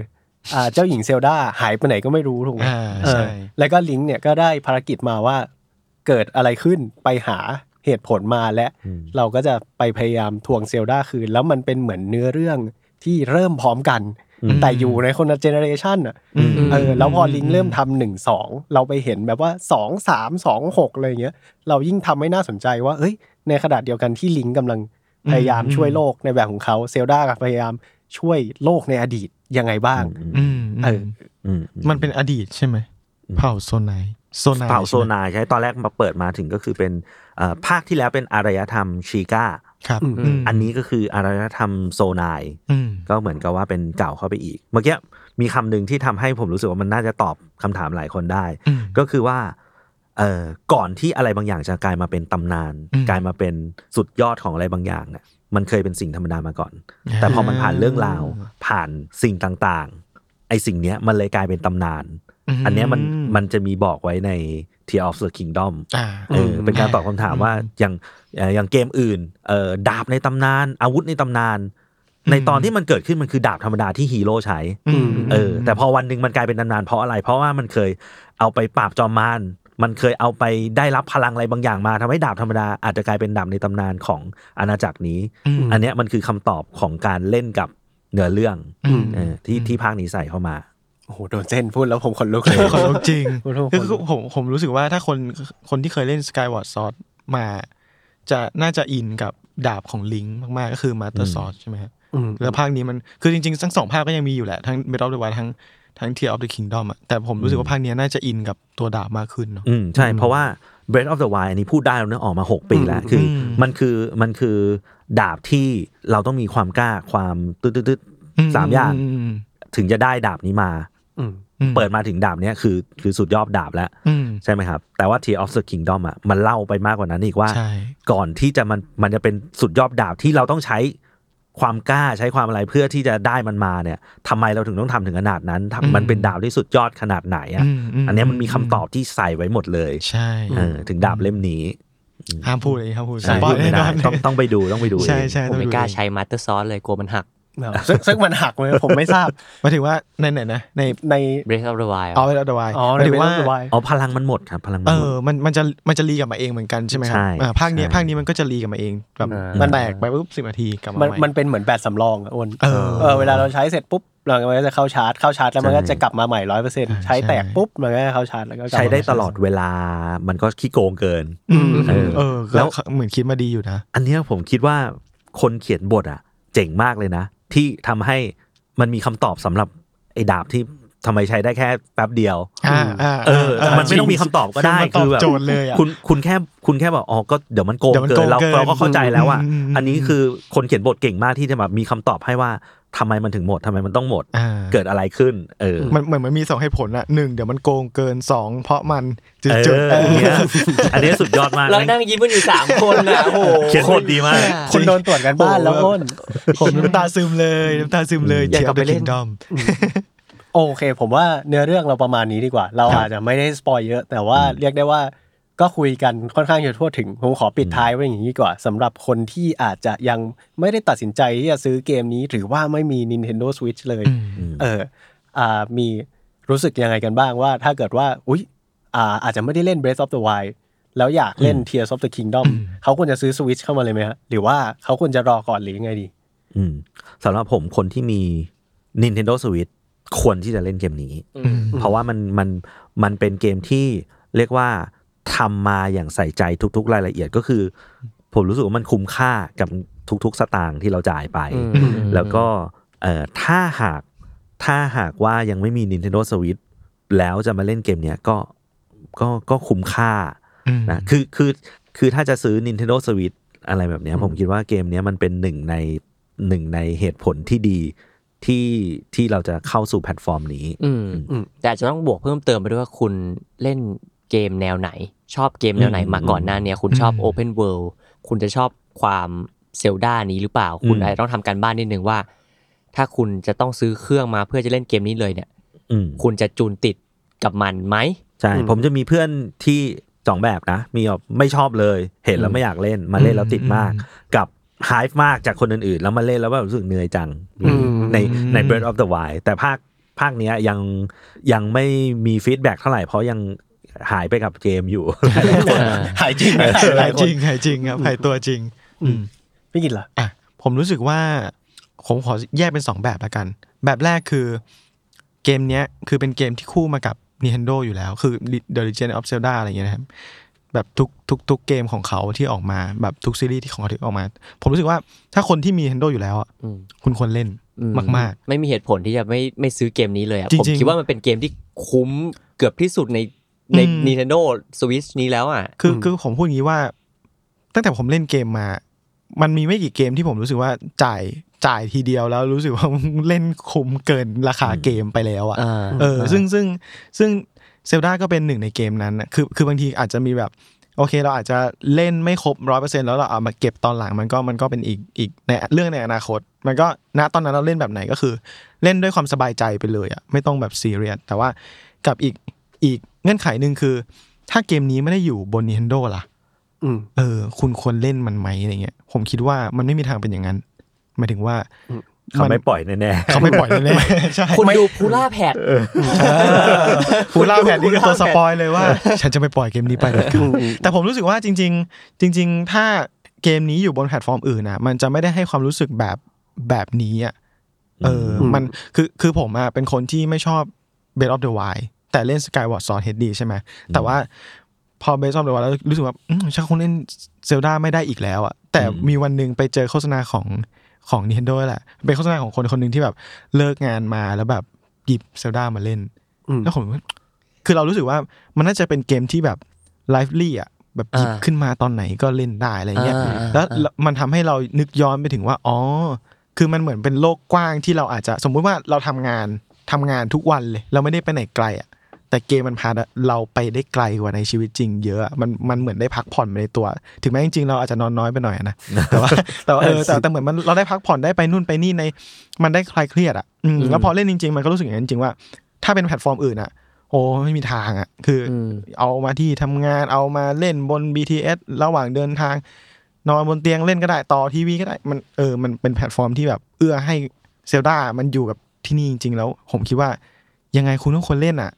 อ่าเจ้าหญิงเซลดาหายไปไหนก็ไม่รู้ถูกไหม อ่า เอ ใช่ อแล้วก็ลิงก์เนี่ยก็ได้ภารกิจมาว่าเกิดอะไรขึ้นไปหาเหตุผลมาและ เราก็จะไปพยายามทวงเซลดาคืน แล้วมันเป็นเหมือนเนื้อเรื่องที่เริ่มพร้อมกัน แต่อยู่ในคนละเจเนอเรชันอ่ะ ม เออแล้วพอ อืม ลิงก์เริ่มทำหนึ่งสองเราไปเห็นแบบว่าสองสามสองหกอะไรอย่างเงี้ยเรายิ่งทำให้น่าสนใจว่าเอ้ย ในขณะเดียวกันที่ลิงก์กำลังพยายาม อืม ช่วยโลกในแบบของเขาเซลดาก็พยายามช่วยโลกในอดีตยังไงบ้าง อืม เออ มันเป็นอดีตใช่ไหม เผ่าโซนไหนโซนไหน เผ่าโซ ใช่ไหม นายใช่ตอนแรกมาเปิดมาถึงก็คือเป็นเอ่อภาคที่แล้วเป็นอารยธรรมชีกา ครับ อืม ม อันนี้ก็คืออารยธรรมโซนาย อืม ก็เหมือนกับว่าเป็นเก่าเข้าไปอีก เมื่อกี้มีคำหนึ่งที่ทำให้ผมรู้สึกว่ามันน่าจะตอบคำถามหลายคนได้ อืม ก็คือว่าเอ่อก่อนที่อะไรบางอย่างจะกลายมาเป็นตำนาน อืม กลายมาเป็นสุดยอดของอะไรบางอย่างเนี่ยมันเคยเป็นสิ่งธรรมดามาก่อน แต่พอมันผ่านเรื่องราวผ่านสิ่งต่างๆ ไอสิ่งเนี้ยมันเลยกลายเป็นตำนาน อันเนี้ยมันมันจะมีบอกไว้ใน Tear of the Kingdom อ่า เออเป็นการตอบคำถาม ว่าอย่างเอ่ออย่างเกมอื่นเอ่อดาบในตำนาน อาวุธในตำนาน อืม ในตอนที่มันเกิดขึ้นมันคือดาบธรรมดาที่ฮีโร่ใช้ ม เออแต่พอวันหนึ่งมันกลายเป็นตำนานเพราะอะไร เพราะว่ามันเคยเอาไปปราบจอมมารมันเคยเอาไปได้รับพลังอะไรบางอย่างมาทำให้ดาบธรรมดาอาจจะกลายเป็นดาบในตำนานของอาณาจักรนี้ ม อันเนี้ยมันคือคำตอบของการเล่นกับเนื้อเรื่อง อืม เออที่ที่ภาคนี้ใส่เข้ามา โอ้โหโดนเส้นพูดแล้วผมขนลุกเลย ขนลุกจริง ขนลุก คือ ขนลุก ผมผมรู้สึกว่าถ้าคนคนที่เคยเล่น Skyward Sword มา จะน่าจะอินกับดาบของลิงก์มากๆ ก็คือ Master Sword ใช่ไหมครับ อืม แล้วภาคนี้มันคือจริงๆ ทั้งสองภาคก็ยังมีอยู่แหละ ทั้ง Breath of the Wild ทั้งทั้ง Tear of the Kingdom อะแต่ผมรู้สึกว่าภาคเนี้ยน่าจะอินกับตัวดาบมากขึ้นเนาะ อืมใช่เพราะว่า Breath of the Wild อันนี้พูดได้แล้วเนอะออกมา 6 ปีแล้วคืออ ม มันคือมันคือดาบที่เราต้องมีความกล้าความตึ๊ดตึ๊ดๆๆสามอย่าง ม ถึงจะได้ดาบนี้มา อืม อืม เปิดมาถึงดาบเนี้ยคือคือสุดยอดดาบแล้ว อืม ใช่ไหมครับ แต่ว่า Tear of the Kingdom อ่ะมันเล่าไปมากกว่านั้นอีกว่า ใช่ ก่อนที่จะมันมันจะเป็นสุดยอดดาบที่เราต้องใช้ความกล้าใช้ความอะไรเพื่อที่จะได้มันมาเนี่ยทำไมเราถึงต้องทำถึงขนาดนั้นทำ อืม มันเป็นดาบที่สุดยอดขนาดไหนอ่ะ มม อันเนี้ยมันมีคำตอบที่ใส่ไว้หมดเลย ใช่ เออถึงดาบเล่มนี้ ห้ามพูดเลยห้ามพูด ใช่ ปล่ พู อ ด ย ไม่ได้ แน่นน ต้องต้องไปดูต้องไปดู ใช่ เอง ใช่ ผม ต้อง ไม่ ดู กล้าใช้มาสเตอร์ซอสเลยกลัวมันหัก เอาซึ่งซึ่งมันหักเลยผมไม่ทราบ หมายถึงว่าในไหนนะใน ใน Breath of the Wild เอาไปแล้วดวาย อ๋อ ห ใน มายถึ เว ง ลา ว่า สบาย อ๋อพลังมันหมดครับพลังมั เอน หมด อ มัน มันจะ มันจะรีกลับมาเองเหมือนกันใช่ไหมครั ใช่ บอ่าภาคเนี้ย ใช่ ภาคนี้มันก็จะรีกลับมาเอง แบบ อ่ามั มันแตกไปปุ๊บสิบนาทีกลับมา มัน ใหม่ มันเป็นเหมือนแบตสำรองอะอ้น เออ เออเวลาเราใช้เสร็จปุ๊บเราก็จะเข้าชาร์จเข้าชาร์จแล้วมันก็จะกลับมาใหม่ร้อยเปอร์เซ็นต์ใช้แตกปุ๊บมันก็จะเข้าชาร์จแล้วก็กลับมา ใช้ได้ ม่ ตลอดเวลามันก็ขี้โกงเกิน อืม เออ เออ แล้ แล้ว วเหมือนคิดมาดีอยู่นะ อันเนี้ยผมคิดว่าคนเขียนบทอ่ะ เจ๋งมากเลยนะ ที่ทำให้มันมีคำตอบสำหรับไอ้ดาบที่ ทำไมใช้ได้แค่แป๊บเดียว อ่าอ่า เออแต่มันไม่ต้องมีคำตอบก็ได้ มันต คือ อ แบบ บ โจทย์เลยอ่ะ คุณคุณแค่คุณแค่บอกอ๋อก็เดี๋ยวมันโกง เดี๋ยวมันโกเกิน ง เรา เกิน เราก็เข้าใจแล้วอ่ะ อืมอืมอืม อันนี้คือคนเขียนบทเก่งมากที่จะแบบมีคำตอบให้ว่าทำไมมันถึงหมดทำไมมันต้องหมด อ่า เกิดอะไรขึ้น เออ มันเหมือนมันมีสองให้ผลอ่ะหนึ่งเดี๋ยวมันโกงเกินสองเพราะมันจุด เออ จุดๆเออ อย่างเงี้ยอันเนี้ยสุดยอดมาก เรานั่งยิ้มกันอยู่สามคนนะโอ้โห เขียนโคตรดีมาก คุณโดนตรวจกันบ้านแล้วอ้น ผมน้ำตาซึมเลยน้ำตาซึมเลย อยาก เชีย กลับ ร์ไป ไป เล่ เล่ น น ดอม โอเค ผมว่าเนื้อเรื่องเราประมาณนี้ดีกว่า เราอาจจะไม่ได้สปอยเยอะ แต่ว่าเรียกได้ว่าก็คุยกันค่อนข้างจะทั่วถึง ผมขอปิดท้ายไว้อย่างนี้ดีกว่าสำหรับคนที่อาจจะยังไม่ได้ตัดสินใจที่จะซื้อเกมนี้ หรือว่าไม่มี Nintendo Switch เลย เอออ่ามีรู้สึกยังไงกันบ้างว่า ถ้าเกิดว่า อุ๊ยอ่าอาจจะไม่ได้เล่น Breath of the Wild แล้วอยากเล่น Tears of the Kingdom เขาควรจะซื้อ Switch เข้ามาเลยไหมฮะหรือว่าเขาควรจะรอก่อนหรือยังไงดี อืมสำหรับผมคนที่มี Nintendo Switch ควรที่จะเล่นเกมนี้ อืม เพราะว่ามันมันมันเป็นเกมที่เรียกว่าทำมาอย่างใส่ใจทุกๆ รายละเอียดก็คือ ผมรู้สึกว่ามันคุ้มค่ากับทุกๆ สตางค์ที่เราจ่ายไป แล้วก็เอ่อถ้าหากถ้าหากว่ายังไม่มี Nintendo Switch แล้วจะมาเล่นเกมเนี้ยก็ก็ก็คุ้มค่า นะคือคือคือถ้าจะซื้อ Nintendo Switch อะไรแบบเนี้ยผมคิดว่าเกมเนี้ยมันเป็นหนึ่งในหนึ่งในเหตุผลที่ดีที่ที่เราจะเข้าสู่แพลตฟอร์มนี้ อืม อืม แต่อาจจะต้องบวกเพิ่มเติมไปด้วยว่าคุณเล่นเกมแนวไหน ชอบเกมแนวไหน อืม มาก่อนหน้าเนี่ยคุณชอบ Open World คุณจะชอบความเซลดานี้หรือเปล่า คุณ อืม อาจจะต้องทำการบ้านนิดนึงว่า ถ้าคุณจะต้องซื้อเครื่องมาเพื่อจะเล่นเกมนี้เลยเนี่ย อืม คุณจะจูนติดกับมันไหม ใช่ผมจะมีเพื่อนที่สองแบบนะ มีแบบไม่ชอบเลย เห็นแล้วไม่อยากเล่นมาเล่นแล้วติดมาก กับหายมากจากคนอื่นๆ แล้วมาเล่นแล้วแบบรู้สึกเหนื่อยจัง อืม ในใน Breath of the Wild แต่ภาคภาคเนี้ยยังยังไม่มีฟีดแบ็กเท่าไหร่เพราะยังหายไปกับเกมอยู่ หายจริงไหมหา หาย ย จ จ ริ ริ ง งหายจริงครับหายตัวจริง อืม พี่กินเหรอ อ่ะผมรู้สึกว่าผมขอแยกเป็นสองแบบละกัน แบบแรกคือเกมเนี้ยคือเป็นเกมที่คู่มากับ Nintendo อยู่แล้ว คือ The Legend of Zelda อะไรอย่างเงี้ยนะครับ แบบทุกทุกทุกเกมของเขาที่ออกมา แบบทุกซีรีส์ที่ของเขาที่ออกมา ผมรู้สึกว่าถ้าคนที่มี Nintendo อยู่แล้วอ่ะ อืม คุณควรเล่น อื มาก ไม่มีเหตุผลที่จะไม่ไม่ซื้อเกมนี้เลยอะ จริงผๆมคิดว่ามันเป็นเกมที่คุ้มเกือบที่สุดในใน อืม Nintendo Switch นี้แล้วอ่ะ ๆ คือคือผมพูดอย่างนี้ว่า ตั้งแต่ผมเล่นเกมมา มันมีไม่กี่เกมที่ผมรู้สึกว่าจ่ายจ่ายทีเดียวแล้วรู้สึกว่า เล่นคุ้มเกินราคาเกมไปแล้วอ่ะ อ่า เออซึ่งซึ่งซึ่งเซลดาก็เป็นหนึ่งในเกมนั้นน่ะคือคือบางทีอาจจะมีแบบ โอเคเราอาจจะเล่นไม่ครบร้อยเปอร์เซ็นต์แล้วเราเอามาเก็บตอนหลังมันก็มันก็เป็นอีกอีกในเรื่องในอนาคต มันก็ณตอนนั้นเราเล่นแบบไหนก็คือ เล่นด้วยความสบายใจไปเลยอ่ะไม่ต้องแบบซีเรียสแต่ว่ากับอีกอีกเงื่อนไขหนึ่งคือ ถ้าเกมนี้ไม่ได้อยู่บน Nintendo ล่ะ อืม เออ คุณควรเล่นมันไหมอะไรเงี้ยผมคิดว่ามันไม่มีทางเป็นอย่างนั้นหมายถึงว่า เขาไม่ปล่อยแน่ เขาไม่ปล่อยแน่ ๆใช่ คุณดูพูล่าแพด พูดเล่าแผ่นนี้คือตัวสปอยเลยว่า ฉันจะไม่ปล่อยเกมนี้ไปเลยครับแต่ผมรู้สึกว่าจริง ๆ จริง ๆ ถ้าเกมนี้อยู่บนแพลตฟอร์มอื่นนะมันจะไม่ได้ให้ความรู้สึกแบบแบบนี้อ่ะเอออ ม มันคือคือผมอ่ะเป็นคนที่ไม่ชอบ b a t of the Wild แต่เล่น Skyward Sword HD ใช่ไหมแต่ว่าพอ b a t of the Wild แล้วรู้สึกว่าอืมฉันคงเล่น Zelda ไม่ได้อีกแล้วอ่ะแต่มีวันหนึ่งไปเจอโฆษณาของของ Nintendo แหละเป็นโฆษณาของคนคนหนึ่งที่แบบเลิกงานมาแล้วแบบหยิบ Zelda มาเล่น อืม แล้วผมว่าคือเรารู้สึกว่ามันน่าจะเป็นเกมที่แบบไลฟ์ลี่อ่ะแบบหยิบ อ่า ขึ้นมาตอนไหนก็เล่นได้อะไรเงี้ย อ่าอ่า แล้ว อ่า มันทำให้เรานึกย้อนไปถึงว่า อ๋อ คือมันเหมือนเป็นโลกกว้างที่เราอาจจะสมมุติว่าเราทำงานทำงานทุกวันเลย เราไม่ได้ไปไหนไกลอ่ะแต่เกมมันพาเราไปได้ไกลกว่าในชีวิตจริงเยอะอะมันมันเหมือนได้พักผ่อนไปในตัว ถึงแม้จริงๆเราอาจจะนอนน้อยไปหน่อยนะแต่ ว่าแต่ว่าเออแต่แต่เหมือนมันเราได้พักผ่อนได้ไปนู่นไปนี่ใน มันได้คลายเครียดอ่ะอืม อืม แล้วพอเล่นจริง ๆ มันก็รู้สึกอย่างนั้นจริงๆว่า ถ้าเป็นแพลตฟอร์มอื่นอ่ะ โอ้ไม่มีทางอ่ะ คืออเอามาที่ทำงานเอามาเล่นบน BTS ระหว่างเดินทาง นอนบนเตียงเล่นก็ได้ต่อทีวีก็ได้มันเออมันเป็นแพลตฟอร์มที่แบบ เอื้อให้เซลดามันอยู่กับที่นี่จริง ๆ แล้ว ผมคิดว่า ยังไงคุณต้องควรเล่นอ่ะ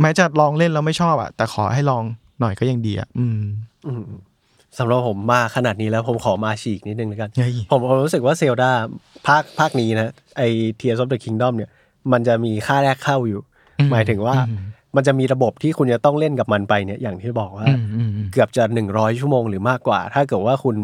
แม้จะลองเล่นแล้วไม่ชอบอ่ะ แต่ขอให้ลองหน่อยก็ยังดีอ่ะอืม อืมสำหรับผมมาขนาดนี้แล้วผมขอมาฉีกนิดนึงแล้วกัน เฮ้ย ผมผมรู้สึกว่าเซลดาภาคภาคนี้นะไอเทียร์ซอฟเดอะคิงดอมเนี่ย มันจะมีค่าแรกเข้าอยู่ หมายถึงว่า มันจะมีระบบที่คุณจะต้องเล่นกับมันไปเนี่ยอย่างที่บอกว่า อืมอืมอืม เกือบจะหนึ่งร้อยชั่วโมงหรือมากกว่า ถ้าเกิดว่าคุณ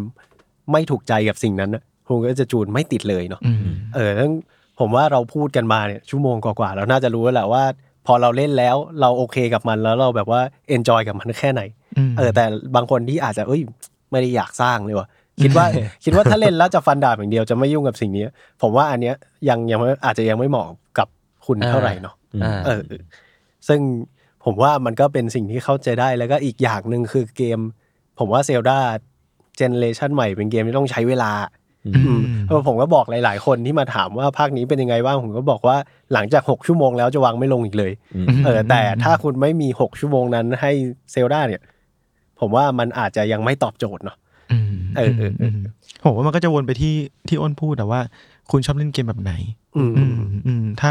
ไม่ถูกใจกับสิ่งนั้นนะคุณก็จะจูนไม่ติดเลยเนาะ อืม เออทั้ง ผมว่าเราพูดกันมาเนี่ยชั่วโมงกว่าๆเราน่าจะรู้แล้วแหละว่า พอเราเล่นแล้วเราโอเคกับมันแล้วเราแบบว่าเอนจอยกับมันแค่ไหน ม เออแต่บางคนที่อาจจะเอ้ยไม่ได้อยากสร้างเลยว่ะคิดว่า คิดว่าถ้าเล่นแล้วจะฟันดาบอย่างเดียวจะไม่ยุ่งกับสิ่งนี้ ผมว่าอันเนี้ยยังยังไม่อาจจะยังไม่เหมาะกับคุณเท่าไหร่เนาะ อ่า เออซึ่งผมว่ามันก็เป็นสิ่งที่เข้าใจได้แล้วก็อีกอย่างหนึ่งคือเกม ผมว่าเซลดาเจเนเรชันใหม่เป็นเกมที่ต้องใช้เวลา อืมเออผมก็บอกหลาย ๆ คนที่มาถามว่าภาคนี้เป็นยังไงบ้างผมก็บอกว่าหลังจาก 6 ชั่วโมงแล้วจะวางไม่ลงอีกเลย เออแต่ถ้าคุณไม่มี 6 ชั่วโมงนั้นให้เซลดาเนี่ย ผมว่ามันอาจจะยังไม่ตอบโจทย์เนาะ อืม เออเออเออ มผมว่ามันก็จะวนไปที่ที่อ้นพูดแต่ว่า คุณชอบเล่นเกมแบบไหน อืม อืมอืมถ้า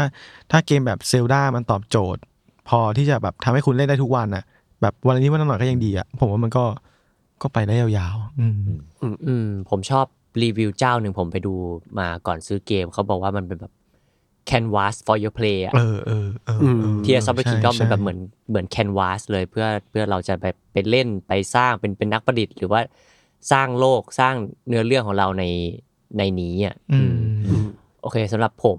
ถ้าเกมแบบเซลดามันตอบโจทย์ พอที่จะแบบทำให้คุณเล่นได้ทุกวันอ่ะ แบบวันนี้วันละหน่อยก็ยังดีอ่ะ ผมว่ามันก็ก็ไปได้ยาวๆ อืม อืมผมชอบรีวิวเจ้าหนึ่งผมไปดูมาก่อนซื้อเกม เขาบอกว่ามันเป็นแบบ canvas for your play อะ เออเออเออเออ ที่ซับเบิลคิงดอม ใช่ เป็นแบบเหมือนเหมือนแคนวาสเลยเพื่อเพื่อเราจะไปไปเล่นไปสร้างเป็นเป็นนักประดิษฐ์ หรือว่าสร้างโลกสร้างเนื้อเรื่องของเราในในนี้อ่ะ อืม โอเคสำหรับผม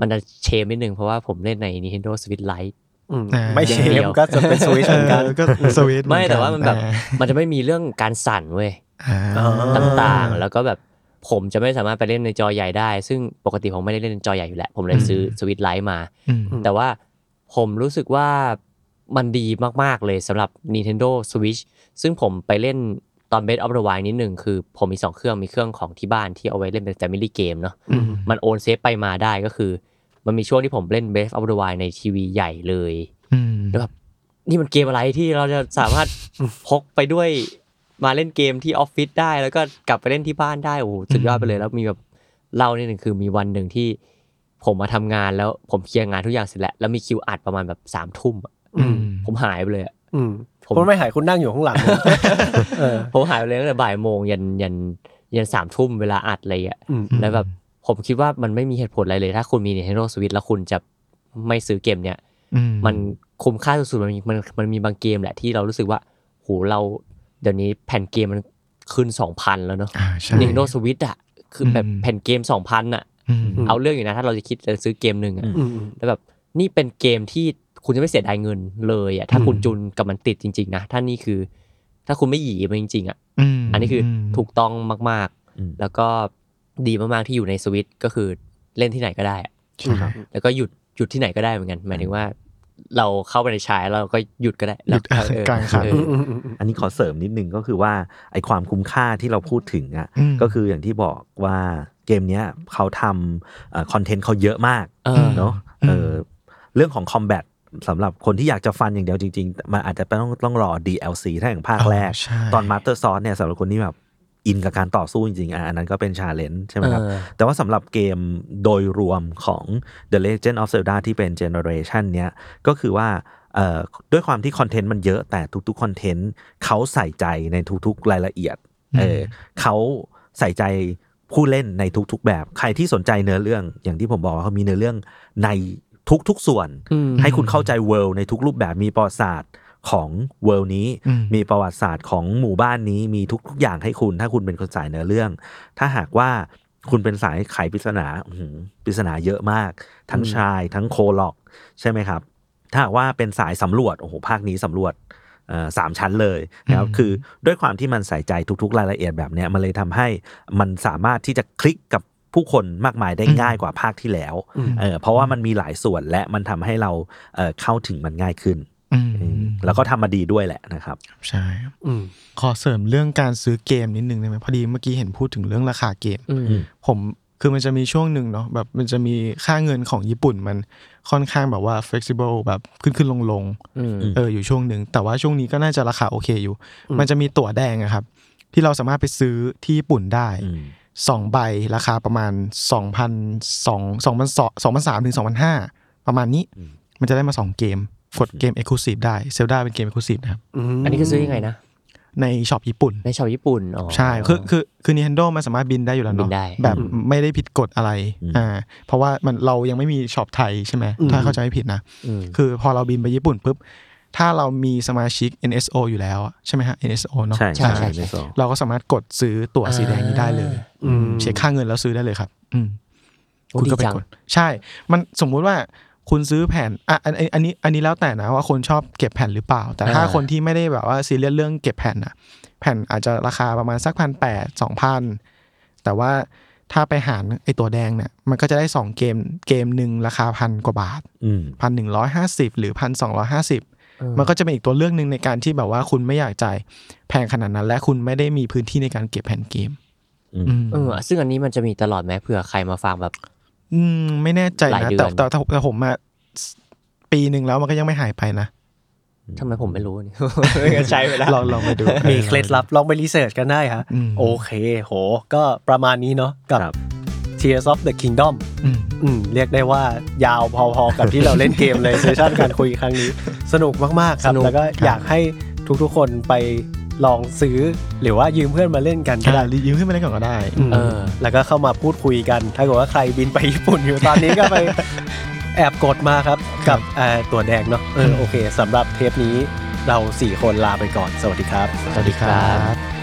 มันจะเชมนิดนึงเพราะว่าผมเล่นใน Nintendo Switch Lite อืม อ่า ไม่เชมก็จะเป็นสวิช เอ เหมือนกัน อก็สวิตช์ ไม่แต่ว่ามันแบบมันจะไม่มีเรื่องการสั่นเว้ย อ่า อ๋อ ต่างๆ แล้วก็แบบผมจะไม่สามารถไปเล่นในจอใหญ่ได้ ซึ่งปกติผมไม่ได้เล่นในจอใหญ่อยู่แล้วผมเลยซื้อสวิตไลท์มา อืม แต่ว่าผมรู้สึกว่ามันดีมาก ๆ เลยสำหรับ Nintendo Switch ซึ่งผมไปเล่นตอน Best of the Wild นิดหนึ่งคือผมมี 2 เครื่องมีเครื่องของที่บ้านที่เอาไว้เล่นเป็น Family Game เนาะมันโอนเซฟไปมาได้ก็คือ มันมีช่วงที่ผมเล่น Best of the Wild ในทีวีใหญ่เลย อืม แล้วแบบนี่มันเกมอะไรที่เราจะสามารถ พกไปด้วยมาเล่นเกมที่ออฟฟิศได้ แล้วก็กลับไปเล่นที่บ้านได้โอ้โหสุดยอดไปเลย แล้วมีแบบเล่านิดหนึ่งคือมีวันหนึ่งที่ ผมมาทำงานแล้วผมเคลียร์งานทุกอย่างเสร็จแล้ว แล้วมีคิวอัดประมาณแบบสามทุ่มอะ อืม ผมหายไปเลยอะ อืม ผม คุณไม่หายคุณนั่งอยู่ข้างหลังผมเออ ผม หายไปเลยตั้งแต่บ่ายโมงยันยันยันสามทุ่มเวลาอัดอะไรอย่างเงี้ย อืม แล้วแบบผมคิดว่ามันไม่มีเหตุผลอะไรเลย ถ้าคุณมี Nintendo Switch แล้วคุณจะไม่ซื้อเกมเนี้ย อื มันคุ้มค่าสุดๆ มันมีมันมันมีบางเกมแหละที่เรารู้สึกว่าโหเราเดี๋ยวนี้แผ่นเกมมันขึ้น 2,000 แล้วเนาะ อ่าใช่ นิงโนสวิตอ่ะ คือแบบ อืม แผ่นเกม 2,000อ่ะ อืม เอาเรื่องอยู่นะ ถ้าเราจะคิดจะซื้อเกมหนึ่งอ่ะ อืมอืม แล้วแบบนี่เป็นเกมที่คุณจะไม่เสียดายเงินเลยอ่ะ ถ้าคุณจุนกับมันติดจริง ๆ นะ ถ้านี่คือ ถ้าคุณไม่หยีมันจริง ๆ อ่ะ ม อันนี้คืออ ม ถูกต้องมาก อืม ๆ แล้วก็ดีมากๆที่อยู่ในสวิตก็คือเล่นที่ไหนก็ได้อะ ใช่ครับ แล้วก็หยุดหยุดที่ไหนก็ได้เหมือนกัน หมายถึงว่า เราเข้าไปในชายเราก็หยุดก็ได้ หยุด เอเออก ลางคัน เออ อืมอืมอืม อันนี้ขอเสริมนิดนึงก็คือว่าไอความคุ้มค่าที่เราพูดถึงอ่ะ อืม ก็คืออย่างที่บอกว่าเกมเนี้ยเขาทำคอนเทนต์เขาเยอะมาก เออ เนาะเออเรื่องของคอมแบทสำหรับคนที่อยากจะฟันอย่างเดียวจริงๆ มันอาจจะต้องต้องรอ DLC ถ้าอย่างภาคแรก ใช่ ตอนมาสเตอร์ซอสเนี่ยสำหรับคนที่แบบอินกับการต่อสู้จริงๆอ่ะอันนั้นก็เป็นชาเลนจ์ใช่ไหมครับ เออ แต่ว่าสำหรับเกมโดยรวมของ The Legend of Zelda ที่เป็นเจเนอเรชันเนี้ยก็คือว่าเอ่อด้วยความที่คอนเทนต์มันเยอะแต่ทุกๆคอนเทนต์เขาใส่ใจในทุกๆรายละเอียดเออเขาใส่ใจผู้เล่นในทุกๆแบบ ใครที่สนใจเนื้อเรื่องอย่างที่ผมบอกว่าเขามีเนื้อเรื่องในทุกๆส่วน อืม ให้คุณเข้าใจเวิลด์ในทุกรูปแบบมีประวัติศาสตร์ของเวิลด์นี้ อืม มีประวัติศาสตร์ของหมู่บ้านนี้มีทุก ๆ อย่างให้คุณ ถ้าคุณเป็นคนสายเนื้อเรื่อง ถ้าหากว่าคุณเป็นสายไขปริศนาอื้อหือปริศนาเยอะมาก ทั้งชายทั้งโคล็อก ใช่ไหมครับ ถ้าหากว่าเป็นสายสำรวจโอ้โหภาคนี้สำรวจเอ่อสามชั้นเลยนะครับ อืม คือด้วยความที่มันใส่ใจทุก ๆ รายละเอียดแบบเนี้ยมันเลยทำให้มันสามารถที่จะคลิกกับผู้คนมากมายได้ง่ายกว่าภาคที่แล้วเออเพราะว่ามันมีหลายส่วนและมันทำให้เราเอ่อเข้าถึงมันง่ายขึ้น อืม อืมแล้วก็ทำมาดีด้วยแหละนะครับ ใช่ อืม ขอเสริมเรื่องการซื้อเกมนิดนึงได้ไหมพอดีเมื่อกี้เห็นพูดถึงเรื่องราคาเกม อืม ผมคือมันจะมีช่วงหนึ่งเนาะแบบมันจะมีค่าเงินของญี่ปุ่นมันค่อนข้างแบบว่า flexible แบบขึ้นขึ้นลงลง อืม เอออยู่ช่วงหนึ่งแต่ว่าช่วงนี้ก็น่าจะราคาโอเคอยู่ มันจะมีตั๋วแดงอะครับ ที่เราสามารถไปซื้อที่ญี่ปุ่นได้ อืม สองใบราคาประมาณสองพันสองสองพันสองสองพันสามถึงสองพันห้าประมาณนี้ มันจะได้มาสองเกม กดเกม Exclusive ได้เซลดาเป็นเกม Exclusive นะครับ อันนี้คือซื้อยังไงนะ ในช็อปญี่ปุ่น ในชาวญี่ปุ่นอ๋อ ใช่ คือคือคือ Nintendo มันสามารถบินได้อยู่แล้ว บิ เนาะ นได้ แบบไม่ได้ผิดกฎอะไรอ่าเพราะว่ามันเรายังไม่มีช็อปไทยใช่ไหมถ้าเข้าใจไม่ผิดนะ ม คือพอเราบินไปญี่ปุ่นปุ๊บถ้าเรามีสมาชิก NSO อยู่แล้วอะใช่ไหมฮะ NSO เนาะ ใช่ใช่ อ่า ในโซน เราก็สามารถกดซื้อตั๋วสีแดงนี้ได้เลย อืม เช็คค่าเงินแล้วซื้อได้เลยครับ อืม โอ้ คุณก็เป็ ดี น จัง คนใช่ มันสมมุติว่าคุณซื้อแผ่นอ่ะอันอันอันนี้อันนี้แล้วแต่นะว่าคนชอบเก็บแผ่นหรือเปล่า แต่ถ้า อ่า คนที่ไม่ได้แบบว่าซีเรียสเรื่องเก็บแผ่นอ่ะ แผ่นอาจจะราคาประมาณสักพันแปดสองพันแต่ว่าถ้าไปหารไอตัวแดงเนี่ยมันก็จะได้สองเกมเกมหนึ่งราคาพันกว่าบาท อืม พันหนึ่งร้อยห้าสิบหรือพันสองร้อยห้าสิบ เออ มันก็จะเป็นอีกตัวเลือกหนึ่งในการที่แบบว่าคุณไม่อยากจ่ายแพงขนาดนั้น และคุณไม่ได้มีพื้นที่ในการเก็บแผ่นเกม อืม ม เออ ซึ่งอันนี้มันจะมีตลอดไหมเผื่อใครมาฟังแบบ มไม่แน่ใจ หลาย นะ เดือน แต่แต่แต่แต่ผมมาปีหนึ่งแล้วมันก็ยังไม่หายไปนะ ทำไมผมไม่รู้เนี่ย ไม่งั้นใช้ไปแล้ว ลองลองไปดู มีเคล็ดลับลองไปรีเสิร์ชกันได้ฮะ อืม โอเค โห ก็ประมาณนี้เนาะกับ ครับ Tears of the Kingdom อืม อืมเรียกได้ว่ายาวพอๆกับที่เราเล่นเกมเลย เซสชั่นการคุยครั้งนี้ สนุกมากๆครั ส บ นุก แล้วก็อยากให้ทุกๆคนไปลองซื้อ หรือว่ายืมเพื่อนมาเล่นกันก็ อ่ะ ได้ ยืมขึ้นมาได้ก่อนก็ได้ เออ แล้วก็เข้ามาพูดคุยกัน ถ้าเกิดว่าใครบินไปญี่ปุ่นอยู่ตอนนี้ก็ไป แอบกดมาครับ กับเอ่อตัวแดงเนาะเออโอเคสำหรับเทปนี้เรา 4 คนลาไปก่อน สวัสดีครับ สวัสดีครับ